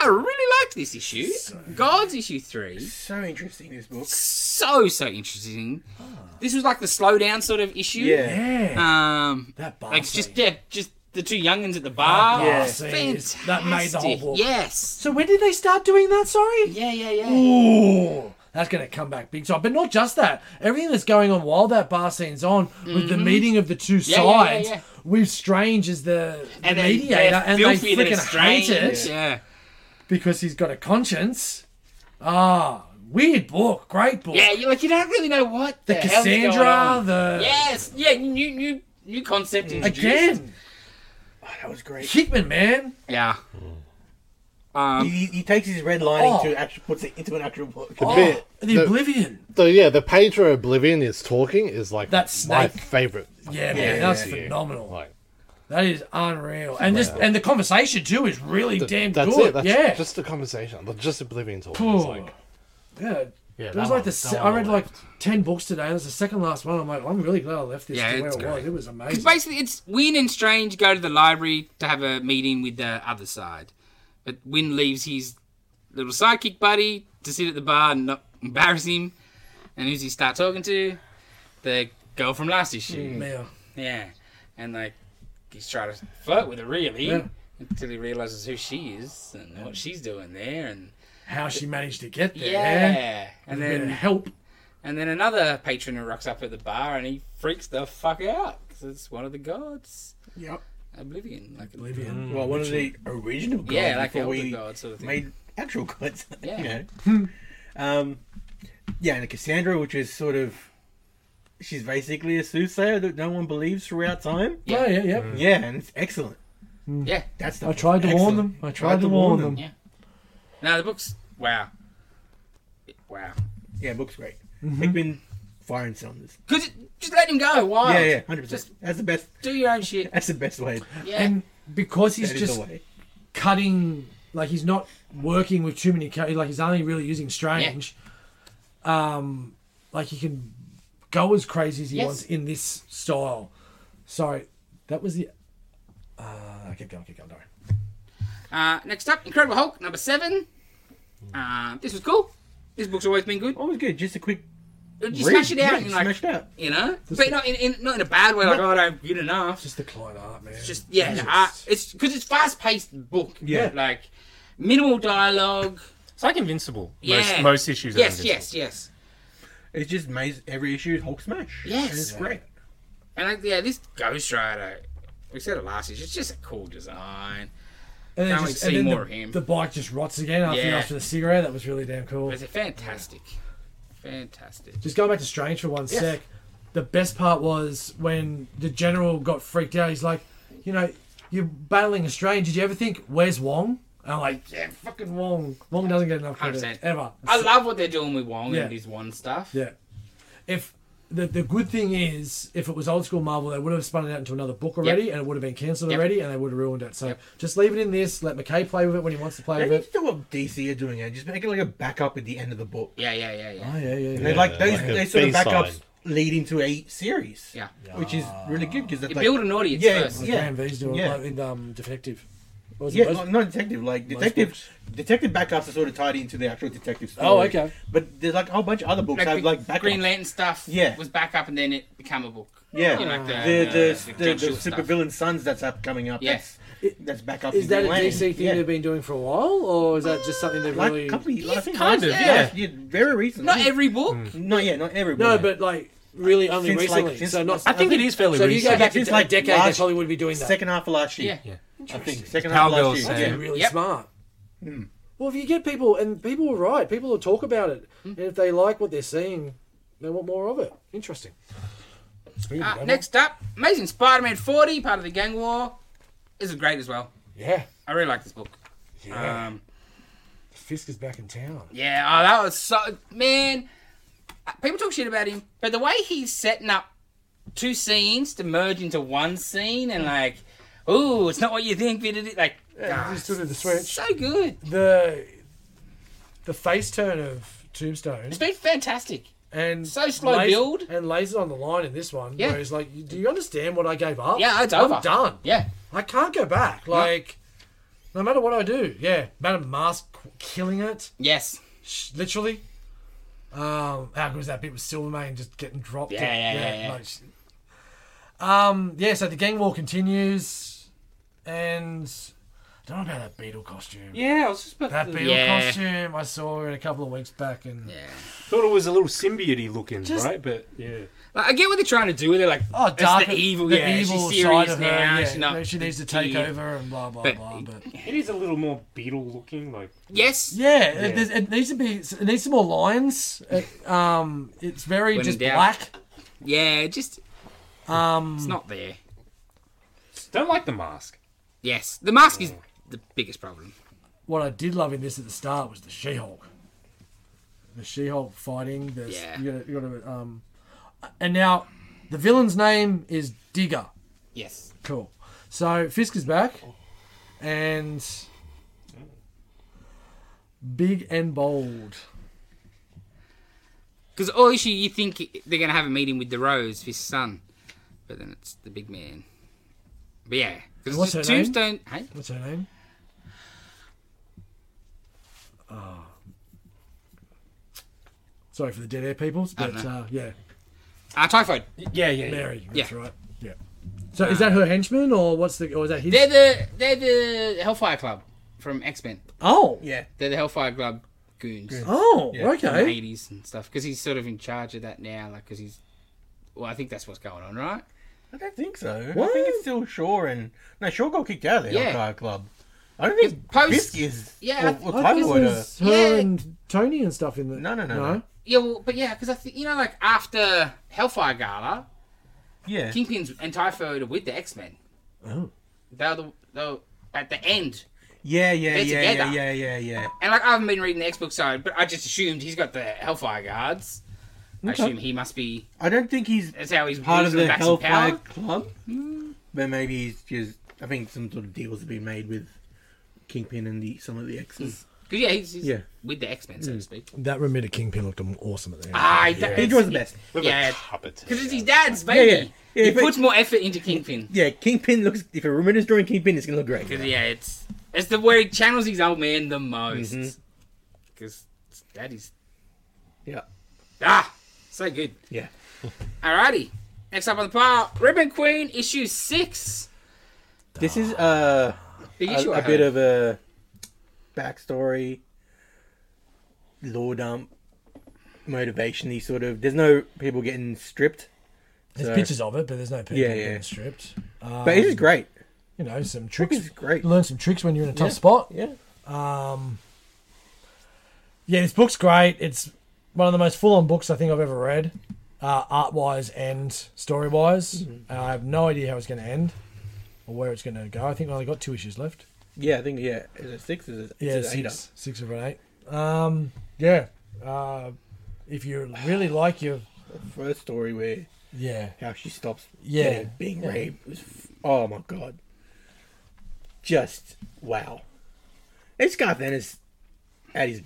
[SPEAKER 2] I really liked this issue. God's issue three.
[SPEAKER 5] So interesting, this book.
[SPEAKER 2] So so interesting. This was like the slow down sort of issue.
[SPEAKER 5] Yeah.
[SPEAKER 3] Ah. Yeah,
[SPEAKER 2] Um,
[SPEAKER 3] that bar.
[SPEAKER 2] like it's just yeah, just the two youngins at the bar.
[SPEAKER 3] bar
[SPEAKER 2] yeah.
[SPEAKER 3] scene is- that made the whole book.
[SPEAKER 2] Yes.
[SPEAKER 3] So when did they start doing that? Sorry.
[SPEAKER 2] Yeah yeah yeah.
[SPEAKER 3] Ooh, that's going to come back big time. But not just that. Everything that's going on while that bar scene's on, with the meeting of the two
[SPEAKER 2] Mm-hmm. Yeah, yeah, yeah,
[SPEAKER 3] sides,
[SPEAKER 2] yeah.
[SPEAKER 3] with Strange as the, the
[SPEAKER 2] And they-
[SPEAKER 3] mediator,
[SPEAKER 2] they're
[SPEAKER 3] and they
[SPEAKER 2] filthy, they're
[SPEAKER 3] freaking hate
[SPEAKER 2] strange.
[SPEAKER 3] it
[SPEAKER 2] Yeah.
[SPEAKER 3] because he's got a conscience. Ah, weird book, great book.
[SPEAKER 2] Yeah, you like you don't really know what
[SPEAKER 3] the
[SPEAKER 2] the, hell's going
[SPEAKER 3] Cassandra,
[SPEAKER 2] on.
[SPEAKER 3] the Mm.
[SPEAKER 2] Yes, yeah, new new new concept introduced.
[SPEAKER 3] again
[SPEAKER 5] Oh, that was great.
[SPEAKER 3] Hickman man.
[SPEAKER 2] Yeah.
[SPEAKER 3] Mm.
[SPEAKER 2] Um,
[SPEAKER 5] He, he takes his red lining
[SPEAKER 3] Oh.
[SPEAKER 5] to actually puts it into an actual book.
[SPEAKER 3] Oh,
[SPEAKER 4] bit-
[SPEAKER 3] the
[SPEAKER 4] the-
[SPEAKER 3] Oblivion.
[SPEAKER 4] So yeah, the page where Oblivion is talking is like
[SPEAKER 3] That
[SPEAKER 4] my
[SPEAKER 3] snake.
[SPEAKER 4] favorite.
[SPEAKER 3] Yeah, man, that's
[SPEAKER 4] yeah.
[SPEAKER 3] phenomenal.
[SPEAKER 4] Like
[SPEAKER 3] That is unreal. And this and the conversation too is really
[SPEAKER 4] th-
[SPEAKER 3] damn
[SPEAKER 4] that's
[SPEAKER 3] good.
[SPEAKER 4] it. That's
[SPEAKER 3] yeah.
[SPEAKER 4] just the conversation, like, just Oblivion talking.
[SPEAKER 3] Ooh.
[SPEAKER 4] It's like
[SPEAKER 3] yeah.
[SPEAKER 4] yeah,
[SPEAKER 3] It was like the se- I read like ten books today. It was the second last one. I'm like, I'm really glad I left this
[SPEAKER 2] Yeah,
[SPEAKER 3] to where
[SPEAKER 2] it's
[SPEAKER 3] it was.
[SPEAKER 2] great.
[SPEAKER 3] It was amazing.
[SPEAKER 2] Because basically, it's Win and Strange go to the library to have a meeting with the other side. But Win leaves his little sidekick buddy to sit at the bar and not embarrass him. And who's he start talking to? The girl from last issue.
[SPEAKER 3] Yeah.
[SPEAKER 2] Yeah. And like, he's trying to flirt with her, really.
[SPEAKER 3] Yeah.
[SPEAKER 2] Until he realizes who she is and what she's doing there. And
[SPEAKER 3] How she managed to get there?
[SPEAKER 2] yeah. And
[SPEAKER 3] And then
[SPEAKER 2] then
[SPEAKER 3] help.
[SPEAKER 2] and then another patron who rocks up at the bar and he freaks the fuck out. 'cause it's one of the gods.
[SPEAKER 3] Yep.
[SPEAKER 2] Oblivion, like
[SPEAKER 3] Oblivion.
[SPEAKER 5] Well, one of the original gods
[SPEAKER 2] Yeah, like the
[SPEAKER 5] before
[SPEAKER 2] elder
[SPEAKER 5] we
[SPEAKER 2] god sort of thing.
[SPEAKER 5] made actual gods.
[SPEAKER 2] Yeah.
[SPEAKER 5] you know. um, yeah, and the Cassandra, which is sort of, she's basically a soothsayer that no one believes throughout time.
[SPEAKER 2] Yeah.
[SPEAKER 3] Yeah. Yeah. Yep.
[SPEAKER 5] Yeah, Mm. and it's excellent.
[SPEAKER 2] yeah.
[SPEAKER 5] That's the
[SPEAKER 3] I tried to warn
[SPEAKER 5] excellent.
[SPEAKER 3] them. I tried, to warn them.
[SPEAKER 2] Yeah. No, the book's wow, wow.
[SPEAKER 5] Yeah, book's great. Hickman firing cylinders.
[SPEAKER 2] Cause it, just let him go. Why?
[SPEAKER 5] Yeah, yeah, hundred percent.
[SPEAKER 2] Just-
[SPEAKER 5] That's the best.
[SPEAKER 2] Do your own shit.
[SPEAKER 5] That's the best way.
[SPEAKER 2] Yeah.
[SPEAKER 3] And because he's
[SPEAKER 5] That is
[SPEAKER 3] just
[SPEAKER 5] the way.
[SPEAKER 3] cutting, like he's not working with too many. Ca- like he's only really using strange. Um, like he can go as crazy as he
[SPEAKER 2] Yes.
[SPEAKER 3] wants in this style. Sorry, that was the. Uh, keep going. Keep going. Sorry.
[SPEAKER 2] uh, next up, Incredible Hulk number seven. Uh, this was cool. This book's always been good.
[SPEAKER 5] Oh, it was good. Just a quick.
[SPEAKER 2] You
[SPEAKER 5] read.
[SPEAKER 2] smash it out
[SPEAKER 5] Yeah,
[SPEAKER 2] and
[SPEAKER 5] you
[SPEAKER 2] like
[SPEAKER 5] smash it out.
[SPEAKER 2] you know,
[SPEAKER 3] This-
[SPEAKER 2] but not in, in not in a bad way. Like oh, I don't get enough.
[SPEAKER 3] Just the client art, man.
[SPEAKER 2] just yeah,
[SPEAKER 3] Jesus.
[SPEAKER 2] the art- it's because it's fast paced book.
[SPEAKER 5] Yeah.
[SPEAKER 2] like minimal dialogue.
[SPEAKER 1] It's like Invincible.
[SPEAKER 2] Yeah.
[SPEAKER 1] Most, most issues. are
[SPEAKER 2] Yes,
[SPEAKER 1] Invincible.
[SPEAKER 2] yes, yes,
[SPEAKER 5] It's just amazing. Every issue is Hulk smash.
[SPEAKER 2] Yes.
[SPEAKER 5] And it's great.
[SPEAKER 2] and like, yeah, this Ghost Rider. We said it last issue. It's just a cool design.
[SPEAKER 3] and then
[SPEAKER 2] can't
[SPEAKER 3] just,
[SPEAKER 2] wait to
[SPEAKER 3] and
[SPEAKER 2] see
[SPEAKER 3] then
[SPEAKER 2] more of
[SPEAKER 3] the,
[SPEAKER 2] him.
[SPEAKER 3] the bike just rots again after
[SPEAKER 2] Yeah.
[SPEAKER 3] after the cigarette. That was really damn cool.
[SPEAKER 2] But it's fantastic, fantastic.
[SPEAKER 3] Just going back to Strange for one
[SPEAKER 2] Yes.
[SPEAKER 3] sec. The best part was when the general got freaked out. He's like, you know, you're battling a strange. Did you ever think, where's Wong? And I'm like, yeah, fucking Wong. Wong doesn't get enough credit
[SPEAKER 2] 100%.
[SPEAKER 3] ever.
[SPEAKER 2] I love what they're doing with Wong
[SPEAKER 3] Yeah.
[SPEAKER 2] and his one stuff.
[SPEAKER 3] Yeah. If the the good thing is, if it was old school Marvel, they would have spun it out into another book already, and it would have been cancelled
[SPEAKER 2] Yep.
[SPEAKER 3] already, and they would have ruined it. So
[SPEAKER 2] Yep.
[SPEAKER 3] just leave it in this. Let McKay play with it when he wants to play
[SPEAKER 5] Maybe
[SPEAKER 3] with it.
[SPEAKER 5] it's still what DC are doing. It just make it like a backup at the end of the book.
[SPEAKER 2] yeah, yeah, yeah, yeah.
[SPEAKER 3] Oh yeah, yeah,
[SPEAKER 5] They
[SPEAKER 3] yeah.
[SPEAKER 4] Yeah,
[SPEAKER 5] like those.
[SPEAKER 4] like a
[SPEAKER 5] they sort of
[SPEAKER 4] B-side.
[SPEAKER 5] backups lead into a series.
[SPEAKER 2] Yeah.
[SPEAKER 5] which is really good because
[SPEAKER 2] You
[SPEAKER 5] like,
[SPEAKER 2] build an audience
[SPEAKER 5] yeah,
[SPEAKER 2] first.
[SPEAKER 3] Like
[SPEAKER 5] yeah,
[SPEAKER 3] Graham V's doing
[SPEAKER 5] yeah.
[SPEAKER 3] like in um, Defective. What was it,
[SPEAKER 5] Yeah,
[SPEAKER 3] Buzz-
[SPEAKER 5] not, not detective. Like detective,
[SPEAKER 3] books.
[SPEAKER 5] detective backups are sort of tied into the actual detective story.
[SPEAKER 3] Oh, okay.
[SPEAKER 5] But there's like a whole bunch of other books
[SPEAKER 2] Like,
[SPEAKER 5] that have
[SPEAKER 2] the
[SPEAKER 5] like backups.
[SPEAKER 2] Green Lantern stuff.
[SPEAKER 5] Yeah.
[SPEAKER 2] was back up and then it became a book.
[SPEAKER 5] Yeah,
[SPEAKER 2] You know, like
[SPEAKER 5] the the
[SPEAKER 2] the-
[SPEAKER 5] the, the,
[SPEAKER 2] the Deadpool stuff.
[SPEAKER 5] supervillain sons that's up coming up.
[SPEAKER 2] Yes.
[SPEAKER 5] that's, that's back up.
[SPEAKER 3] Is
[SPEAKER 5] in
[SPEAKER 3] that a
[SPEAKER 5] Green Lantern.
[SPEAKER 3] DC thing
[SPEAKER 5] Yeah.
[SPEAKER 3] they've been doing for a while, or is that just something they've
[SPEAKER 5] Like
[SPEAKER 3] really?
[SPEAKER 5] couple, like, I think
[SPEAKER 2] kind
[SPEAKER 5] last-
[SPEAKER 2] of,
[SPEAKER 5] yeah.
[SPEAKER 2] yeah.
[SPEAKER 5] yeah, very recently.
[SPEAKER 2] Not every book.
[SPEAKER 5] No, yeah, not every.
[SPEAKER 3] No, but like really only
[SPEAKER 5] Since, like,
[SPEAKER 3] recently.
[SPEAKER 5] since-
[SPEAKER 3] so not.
[SPEAKER 1] I think it is fairly
[SPEAKER 3] so if you
[SPEAKER 1] recent.
[SPEAKER 3] go back
[SPEAKER 5] Since,
[SPEAKER 3] to
[SPEAKER 5] like,
[SPEAKER 3] like decade,
[SPEAKER 5] last-
[SPEAKER 3] they probably would be doing that.
[SPEAKER 5] second half of last year.
[SPEAKER 2] Yeah.
[SPEAKER 5] I think second
[SPEAKER 1] Power
[SPEAKER 5] half of
[SPEAKER 1] Girls,
[SPEAKER 5] last year. Hmm.
[SPEAKER 1] yeah.
[SPEAKER 3] Really
[SPEAKER 2] Yep.
[SPEAKER 3] smart. Well, if you get people, and people are right, people will talk about it.
[SPEAKER 5] Hmm.
[SPEAKER 3] And if they like what they're seeing, they want more of it. Interesting.
[SPEAKER 2] Uh, next up, Amazing Spider-Man 40, part of the Gang War. This is great as well.
[SPEAKER 3] Yeah.
[SPEAKER 2] I really like this book.
[SPEAKER 3] Yeah.
[SPEAKER 2] Um,
[SPEAKER 3] Fisk is back in town.
[SPEAKER 2] yeah, oh, that was so man. uh, People talk shit about him, but the way he's setting up two scenes to merge into one scene and like, ooh, it's not what you think. but it- Like,
[SPEAKER 3] Yeah,
[SPEAKER 2] ah,
[SPEAKER 3] just sort of the switch.
[SPEAKER 2] So good.
[SPEAKER 3] The the face turn of Tombstone
[SPEAKER 2] It's been fantastic.
[SPEAKER 3] and
[SPEAKER 2] so slow build.
[SPEAKER 3] and lasers on the line in this one.
[SPEAKER 2] Yeah.
[SPEAKER 3] Where he's like, "Do you understand what I gave up?
[SPEAKER 2] Yeah, it's
[SPEAKER 3] I'm
[SPEAKER 2] over.
[SPEAKER 3] done.
[SPEAKER 2] Yeah,
[SPEAKER 3] I can't go back. Like, no matter what I do, yeah. Madam Mask qu- killing it,
[SPEAKER 2] yes,
[SPEAKER 3] sh- literally. Um, how good was that bit with Silvermane just getting dropped?
[SPEAKER 2] Yeah, yeah, yeah, yeah.
[SPEAKER 3] like, sh- um, yeah. So the gang war continues, and I don't know about that beetle costume.
[SPEAKER 1] Yeah, I was just about
[SPEAKER 3] That
[SPEAKER 1] to.
[SPEAKER 3] beetle
[SPEAKER 2] Yeah.
[SPEAKER 3] costume I saw it a couple of weeks back, and
[SPEAKER 2] yeah.
[SPEAKER 1] Thought it was a little symbiote looking,
[SPEAKER 3] Just-
[SPEAKER 1] right? But yeah,
[SPEAKER 2] Like, I get what they're trying to do with it. Like,
[SPEAKER 3] oh,
[SPEAKER 2] it's
[SPEAKER 3] dark,
[SPEAKER 2] the evil,
[SPEAKER 3] the
[SPEAKER 2] yeah,
[SPEAKER 3] evil
[SPEAKER 2] she's
[SPEAKER 3] side
[SPEAKER 2] serious
[SPEAKER 3] of her.
[SPEAKER 2] now.
[SPEAKER 3] yeah,
[SPEAKER 2] she's not,
[SPEAKER 3] no, she needs to take
[SPEAKER 2] yeah.
[SPEAKER 3] over and blah blah
[SPEAKER 2] But-
[SPEAKER 3] blah. But
[SPEAKER 1] it is a little more beetle looking. Like
[SPEAKER 2] Yes,
[SPEAKER 3] Yeah, It, there's- it needs to be. It needs some more lines. It, um, it's very
[SPEAKER 2] When in
[SPEAKER 3] just
[SPEAKER 2] doubt.
[SPEAKER 3] black.
[SPEAKER 2] yeah, just it's
[SPEAKER 3] Um,
[SPEAKER 2] not there.
[SPEAKER 1] don't like the mask.
[SPEAKER 2] Yes, the mask is the biggest problem.
[SPEAKER 3] what I did love in this at the start was the She-Hulk. The She-Hulk fighting. The,
[SPEAKER 2] Yeah.
[SPEAKER 3] You got you to. Um, and now, the villain's name is Digger.
[SPEAKER 2] Yes,
[SPEAKER 3] Cool. So Fisk is back, and big and bold.
[SPEAKER 2] because all issue you think they're gonna have a meeting with the Rose, his son, but then it's the big man. But yeah, because
[SPEAKER 3] What's
[SPEAKER 2] it's just
[SPEAKER 3] her name?
[SPEAKER 2] Tombstone. Hey,
[SPEAKER 3] What's her name? Oh. Ah. Sorry for the dead air peoples,
[SPEAKER 2] I don't
[SPEAKER 3] but
[SPEAKER 2] know.
[SPEAKER 3] uh, yeah,
[SPEAKER 2] ah, Typhoid.
[SPEAKER 1] Yeah, yeah, yeah.
[SPEAKER 3] Mary. That's
[SPEAKER 2] Yeah.
[SPEAKER 3] right. Yeah. So
[SPEAKER 5] Uh,
[SPEAKER 3] is that her henchman or what's the or is that his?
[SPEAKER 2] They're the they're the Hellfire Club from X Men.
[SPEAKER 3] Oh.
[SPEAKER 5] Yeah.
[SPEAKER 2] They're the Hellfire Club goons.
[SPEAKER 3] Oh.
[SPEAKER 5] Yeah.
[SPEAKER 2] From the
[SPEAKER 3] Okay.
[SPEAKER 2] 80s and stuff because he's sort of in charge of that now like because he's well i think that's what's going on right
[SPEAKER 5] I don't think so. I
[SPEAKER 3] What?
[SPEAKER 5] think it's still Shaw and no Shaw got kicked out of the
[SPEAKER 2] Yeah.
[SPEAKER 5] Hellfire Club. I don't think
[SPEAKER 2] It's post-
[SPEAKER 5] Fisk is.
[SPEAKER 2] Yeah,
[SPEAKER 5] or, or
[SPEAKER 3] I think it
[SPEAKER 5] Typhoid are-
[SPEAKER 3] was her
[SPEAKER 2] Yeah.
[SPEAKER 3] and Tony and stuff in the.
[SPEAKER 5] No, no, no, no.
[SPEAKER 2] yeah well but yeah because i think you know like after hellfire gala
[SPEAKER 5] Yeah.
[SPEAKER 2] kingpin's and typhoid are with the x-men
[SPEAKER 3] Oh.
[SPEAKER 2] they're the they're at the end
[SPEAKER 5] Yeah, yeah,
[SPEAKER 2] They're
[SPEAKER 5] yeah,
[SPEAKER 2] together.
[SPEAKER 5] yeah, yeah, yeah, yeah.
[SPEAKER 2] and like i haven't been reading the x-book side but i just assumed he's got the hellfire guards i
[SPEAKER 3] Okay.
[SPEAKER 2] assume he must be
[SPEAKER 5] I don't think he's
[SPEAKER 2] that's how he's
[SPEAKER 5] part of
[SPEAKER 2] losing
[SPEAKER 5] the
[SPEAKER 2] back some
[SPEAKER 5] Hellfire
[SPEAKER 2] power.
[SPEAKER 5] Club, but maybe he's just. I think some sort of deals have been made with Kingpin and the some of the exes.
[SPEAKER 2] because yeah Mm. he's, he's
[SPEAKER 5] Yeah.
[SPEAKER 2] with the x-men so to speak
[SPEAKER 6] That Remitter Kingpin looked awesome at the end.
[SPEAKER 2] ah
[SPEAKER 5] He draws the best.
[SPEAKER 2] yeah
[SPEAKER 1] puppet.
[SPEAKER 2] because it's his dad's baby
[SPEAKER 5] yeah. Yeah,
[SPEAKER 2] he
[SPEAKER 5] but-
[SPEAKER 2] puts more effort into kingpin
[SPEAKER 5] Yeah, Kingpin looks. If a woman is drawing Kingpin, it's gonna look great.
[SPEAKER 2] Because yeah, it's it's the where he channels his old man the most. Because that is
[SPEAKER 5] Yeah,
[SPEAKER 2] ah so good.
[SPEAKER 5] yeah.
[SPEAKER 2] Alrighty, next up on the pile, Ribbon Queen issue six.
[SPEAKER 5] This is uh,
[SPEAKER 2] Big
[SPEAKER 5] a,
[SPEAKER 2] issue, I
[SPEAKER 5] a bit
[SPEAKER 2] heard.
[SPEAKER 5] of a backstory, lore dump, motivationy sort of. There's no people getting stripped,
[SPEAKER 3] There's
[SPEAKER 5] So-
[SPEAKER 3] pictures of it, but there's no people
[SPEAKER 5] Yeah, yeah.
[SPEAKER 3] being stripped. Um,
[SPEAKER 5] but it is great.
[SPEAKER 3] You know, some
[SPEAKER 5] Book
[SPEAKER 3] tricks.
[SPEAKER 5] is great.
[SPEAKER 3] Learn some tricks when you're in a tough spot.
[SPEAKER 5] Yeah,
[SPEAKER 3] Um, yeah, this book's great. It's one of the most full-on books I think I've ever read, uh, art-wise and story-wise.
[SPEAKER 5] Mm-hmm.
[SPEAKER 3] And I have no idea how it's going to end or where it's going to go. I think I only got two issues left.
[SPEAKER 5] yeah. I think yeah. Is it six? Is it,
[SPEAKER 3] Yeah,
[SPEAKER 5] is it eight?
[SPEAKER 3] six, six of an eight. Um, yeah. Uh, if you really like your,
[SPEAKER 5] First story where
[SPEAKER 3] yeah,
[SPEAKER 5] how she stops
[SPEAKER 3] Yeah.
[SPEAKER 5] getting- being raped was f- oh my god just wow and Scott Dennis at his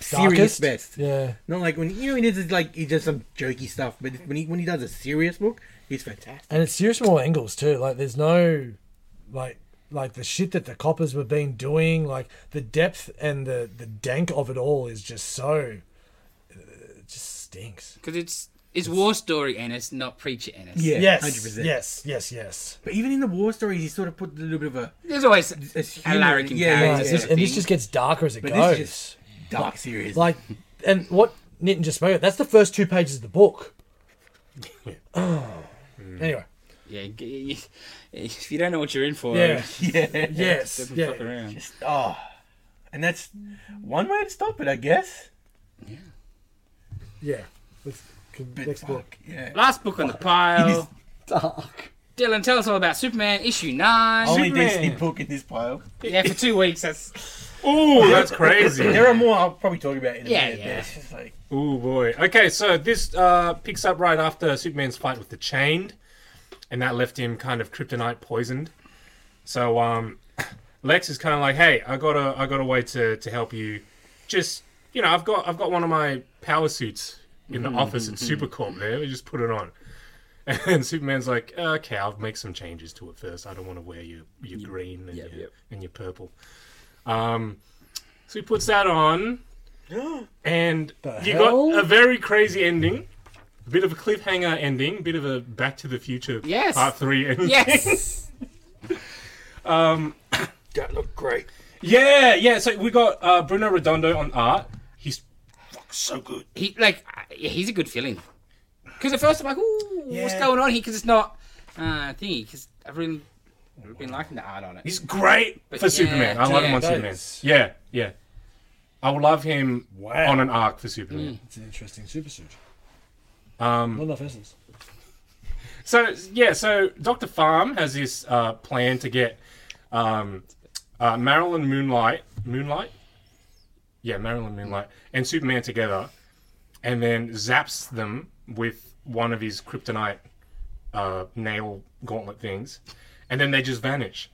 [SPEAKER 5] serious
[SPEAKER 3] Darkest?
[SPEAKER 5] best
[SPEAKER 3] yeah.
[SPEAKER 5] not like when you know he does his, like he does some jokey stuff but when he when he does a serious book he's fantastic
[SPEAKER 3] And it's serious from all angles too. Like there's no like like the shit that the coppers were being doing, like the depth and the the dank of it all is just so it just stinks.
[SPEAKER 2] Because it's it's war story Ennis, not preacher Ennis.
[SPEAKER 5] yeah
[SPEAKER 3] yes.
[SPEAKER 5] 100%
[SPEAKER 3] Yes, yes, yes.
[SPEAKER 5] but even in the war stories he sort of put a little bit of a,
[SPEAKER 2] There's always
[SPEAKER 5] a humor-
[SPEAKER 2] Alaric and
[SPEAKER 5] yeah,
[SPEAKER 3] Yeah,
[SPEAKER 2] Karen
[SPEAKER 5] yeah,
[SPEAKER 3] it's
[SPEAKER 5] yeah.
[SPEAKER 3] just- and this just gets darker as it
[SPEAKER 5] But this
[SPEAKER 3] goes.
[SPEAKER 5] is just- dark serious
[SPEAKER 3] Like and what Nitin just spoke of, that's the first two pages of the book. Oh. Anyway.
[SPEAKER 2] Yeah, g- if you don't know what you're in for,
[SPEAKER 3] Yeah.
[SPEAKER 5] Yeah.
[SPEAKER 3] Yes.
[SPEAKER 2] don't
[SPEAKER 3] Yeah.
[SPEAKER 2] fuck around.
[SPEAKER 5] Oh, and that's one way to stop it, I guess.
[SPEAKER 3] Yeah. Let's
[SPEAKER 5] But
[SPEAKER 3] next book.
[SPEAKER 5] fuck, Yeah.
[SPEAKER 2] Last book on the pile.
[SPEAKER 3] Dark.
[SPEAKER 2] Dylan, tell us all about Superman issue nine.
[SPEAKER 5] Only
[SPEAKER 1] Superman.
[SPEAKER 5] decent book in this pile.
[SPEAKER 2] Oh. yeah, for two weeks. That's
[SPEAKER 1] Ooh, that's crazy.
[SPEAKER 5] There are more I'll probably talk about in a
[SPEAKER 2] Yeah,
[SPEAKER 5] minute. but
[SPEAKER 2] yeah.
[SPEAKER 5] It's just like,
[SPEAKER 1] Ooh boy. Okay, so this uh, picks up right after Superman's fight with the Chained, and that left him kind of kryptonite poisoned. So um, Lex is kind of like, "Hey, I got a I got a way to, to help you. Just you know, I've got I've got one of my power suits in
[SPEAKER 2] Mm-hmm,
[SPEAKER 1] the office at Supercorp. There, we just put it on." And Superman's like, "Okay, I'll make some changes to it first. I don't want to wear your your green and
[SPEAKER 2] Yep,
[SPEAKER 1] your
[SPEAKER 2] yep.
[SPEAKER 1] and your purple." Um, so he puts that on. And you
[SPEAKER 3] hell?
[SPEAKER 1] got a very crazy ending, bit of a cliffhanger ending, bit of a Back to the Future
[SPEAKER 2] Yes.
[SPEAKER 1] Part Three ending.
[SPEAKER 2] yes.
[SPEAKER 5] that looked great.
[SPEAKER 1] yeah, yeah. So we got uh, Bruno Redondo on art. He's
[SPEAKER 5] So good.
[SPEAKER 2] he like I- yeah, he's a good feeling. Because at first I'm like, ooh, what's going on here? Because it's not uh thingy. Because I've really been liking the art on it.
[SPEAKER 1] he's great for
[SPEAKER 2] Yeah,
[SPEAKER 1] Superman. I love him on
[SPEAKER 2] yeah,
[SPEAKER 1] Superman.
[SPEAKER 3] nice.
[SPEAKER 1] Yeah, yeah. I would love him
[SPEAKER 3] Wow.
[SPEAKER 1] on an arc for Superman.
[SPEAKER 2] Mm.
[SPEAKER 3] It's an interesting super suit.
[SPEAKER 1] Um,
[SPEAKER 3] Not enough essence.
[SPEAKER 1] So yeah, so Doctor Farm has this uh, plan to get um, uh, Marilyn Moonlight, Moonlight, yeah, Marilyn Moonlight, and Superman together, and then zaps them with one of his kryptonite uh, nail gauntlet things, and then they just vanish,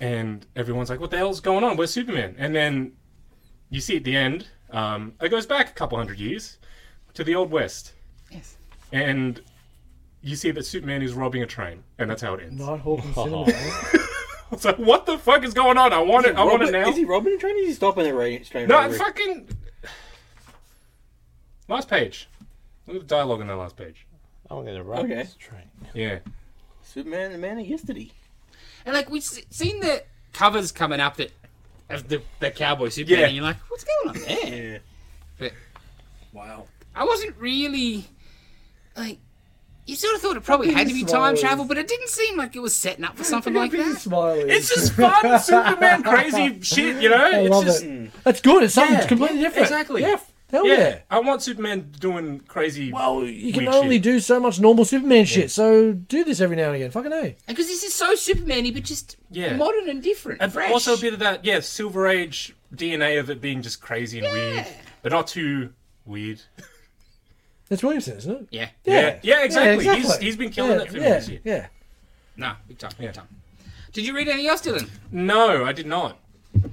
[SPEAKER 1] and everyone's like, "What the hell's going on? Where's Superman?" And then you see at the end, um, it goes back a couple hundred years to the Old West,
[SPEAKER 2] Yes.
[SPEAKER 1] and you see that Superman is robbing a train, and that's how it ends.
[SPEAKER 3] Nighthawk and Cinnamon.
[SPEAKER 1] It's like, what the fuck is going on? I want it. I want it now.
[SPEAKER 5] Is he robbing the train? Or is he stopping the train?
[SPEAKER 1] no, I'm fucking. Last page. Look at the dialogue in that last page.
[SPEAKER 4] I'm gonna run
[SPEAKER 5] Okay.
[SPEAKER 4] this train.
[SPEAKER 1] Yeah.
[SPEAKER 5] Superman, the man of yesterday.
[SPEAKER 2] And like we've se- seen the covers coming up that of the, the cowboy Superman,
[SPEAKER 1] Yeah.
[SPEAKER 2] and you're like, what's going on there?
[SPEAKER 5] Yeah.
[SPEAKER 3] wow.
[SPEAKER 2] I wasn't really like. You sort of thought it probably had to be time
[SPEAKER 3] Swallows.
[SPEAKER 2] travel, but it didn't seem like it was setting up for something like that.
[SPEAKER 3] Smiley.
[SPEAKER 1] It's just fun, Superman, crazy shit. You know,
[SPEAKER 3] I
[SPEAKER 1] it's
[SPEAKER 3] love
[SPEAKER 1] just
[SPEAKER 3] it. That's good. It's something
[SPEAKER 1] Yeah,
[SPEAKER 3] completely
[SPEAKER 1] yeah,
[SPEAKER 3] different.
[SPEAKER 1] exactly.
[SPEAKER 3] Yeah. f- Hell
[SPEAKER 1] yeah.
[SPEAKER 3] yeah.
[SPEAKER 1] I want Superman doing crazy.
[SPEAKER 3] Well, you can
[SPEAKER 1] Weird
[SPEAKER 3] only
[SPEAKER 1] shit.
[SPEAKER 3] do so much normal Superman shit, so do this every now and again. Fucking A.
[SPEAKER 2] Because this is so Superman-y, but just
[SPEAKER 1] Yeah.
[SPEAKER 2] modern and different.
[SPEAKER 1] and
[SPEAKER 2] fresh.
[SPEAKER 1] also a bit of that, yeah, Silver Age DNA of it being just crazy and weird, but not too weird.
[SPEAKER 3] That's Williamson, isn't it?
[SPEAKER 2] yeah,
[SPEAKER 1] Yeah, yeah, exactly.
[SPEAKER 3] exactly.
[SPEAKER 1] He's, he's been killing
[SPEAKER 3] yeah,
[SPEAKER 1] it for me
[SPEAKER 3] yeah,
[SPEAKER 1] this year.
[SPEAKER 3] yeah.
[SPEAKER 2] no, big time, big time. Did you read anything else, Dylan?
[SPEAKER 1] No, I did not.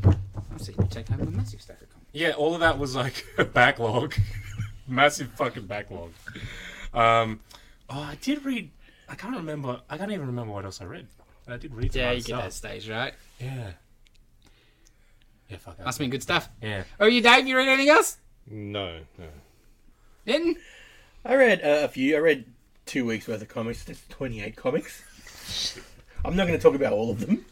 [SPEAKER 2] I see you take home a massive stack of comics.
[SPEAKER 1] Yeah, all of that was like a backlog, massive fucking backlog. Um, oh, I did read. I can't remember. I can't even remember what else I read. I did read. some
[SPEAKER 2] Yeah,
[SPEAKER 1] other
[SPEAKER 2] you get that
[SPEAKER 1] stuff.
[SPEAKER 2] stage right.
[SPEAKER 1] Yeah. Yeah, fuck that.
[SPEAKER 2] Must be good stuff.
[SPEAKER 1] Yeah.
[SPEAKER 2] Oh, you Dave? You read anything else?
[SPEAKER 4] No, no.
[SPEAKER 2] Didn't?
[SPEAKER 5] I read uh, a few. I read two weeks worth of comics. That's 28 comics. I'm not going to talk about all of them.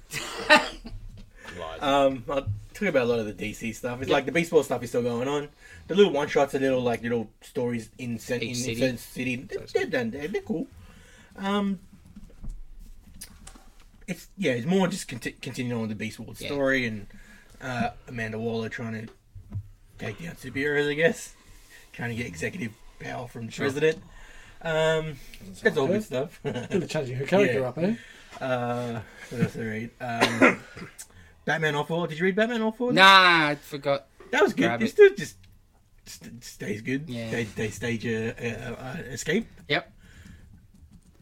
[SPEAKER 4] Lies.
[SPEAKER 5] Um, I'll talk about a lot of the DC stuff. It's like the baseball stuff is still going on. The little one shots and little like little stories in cent- in,
[SPEAKER 2] Each
[SPEAKER 5] in
[SPEAKER 2] city.
[SPEAKER 5] certain city. They're, they're done. They're, they're cool. Um, it's yeah. It's more just conti- continuing on with the Beast World
[SPEAKER 2] Yeah.
[SPEAKER 5] story and uh, Amanda Waller trying to take down superheroes. I guess trying to get executive power from the president. Um, that's all good stuff.
[SPEAKER 3] Really changing her character
[SPEAKER 5] Yeah.
[SPEAKER 3] up, eh?
[SPEAKER 5] uh, what else did I read? Um, Batman All Four. Did you read Batman All Four?
[SPEAKER 2] Nah, I forgot.
[SPEAKER 5] That was good.
[SPEAKER 2] Grab
[SPEAKER 5] It
[SPEAKER 2] it.
[SPEAKER 5] still just st- stays good.
[SPEAKER 2] Yeah.
[SPEAKER 5] They, they stage a, a, a, a escape.
[SPEAKER 2] Yep.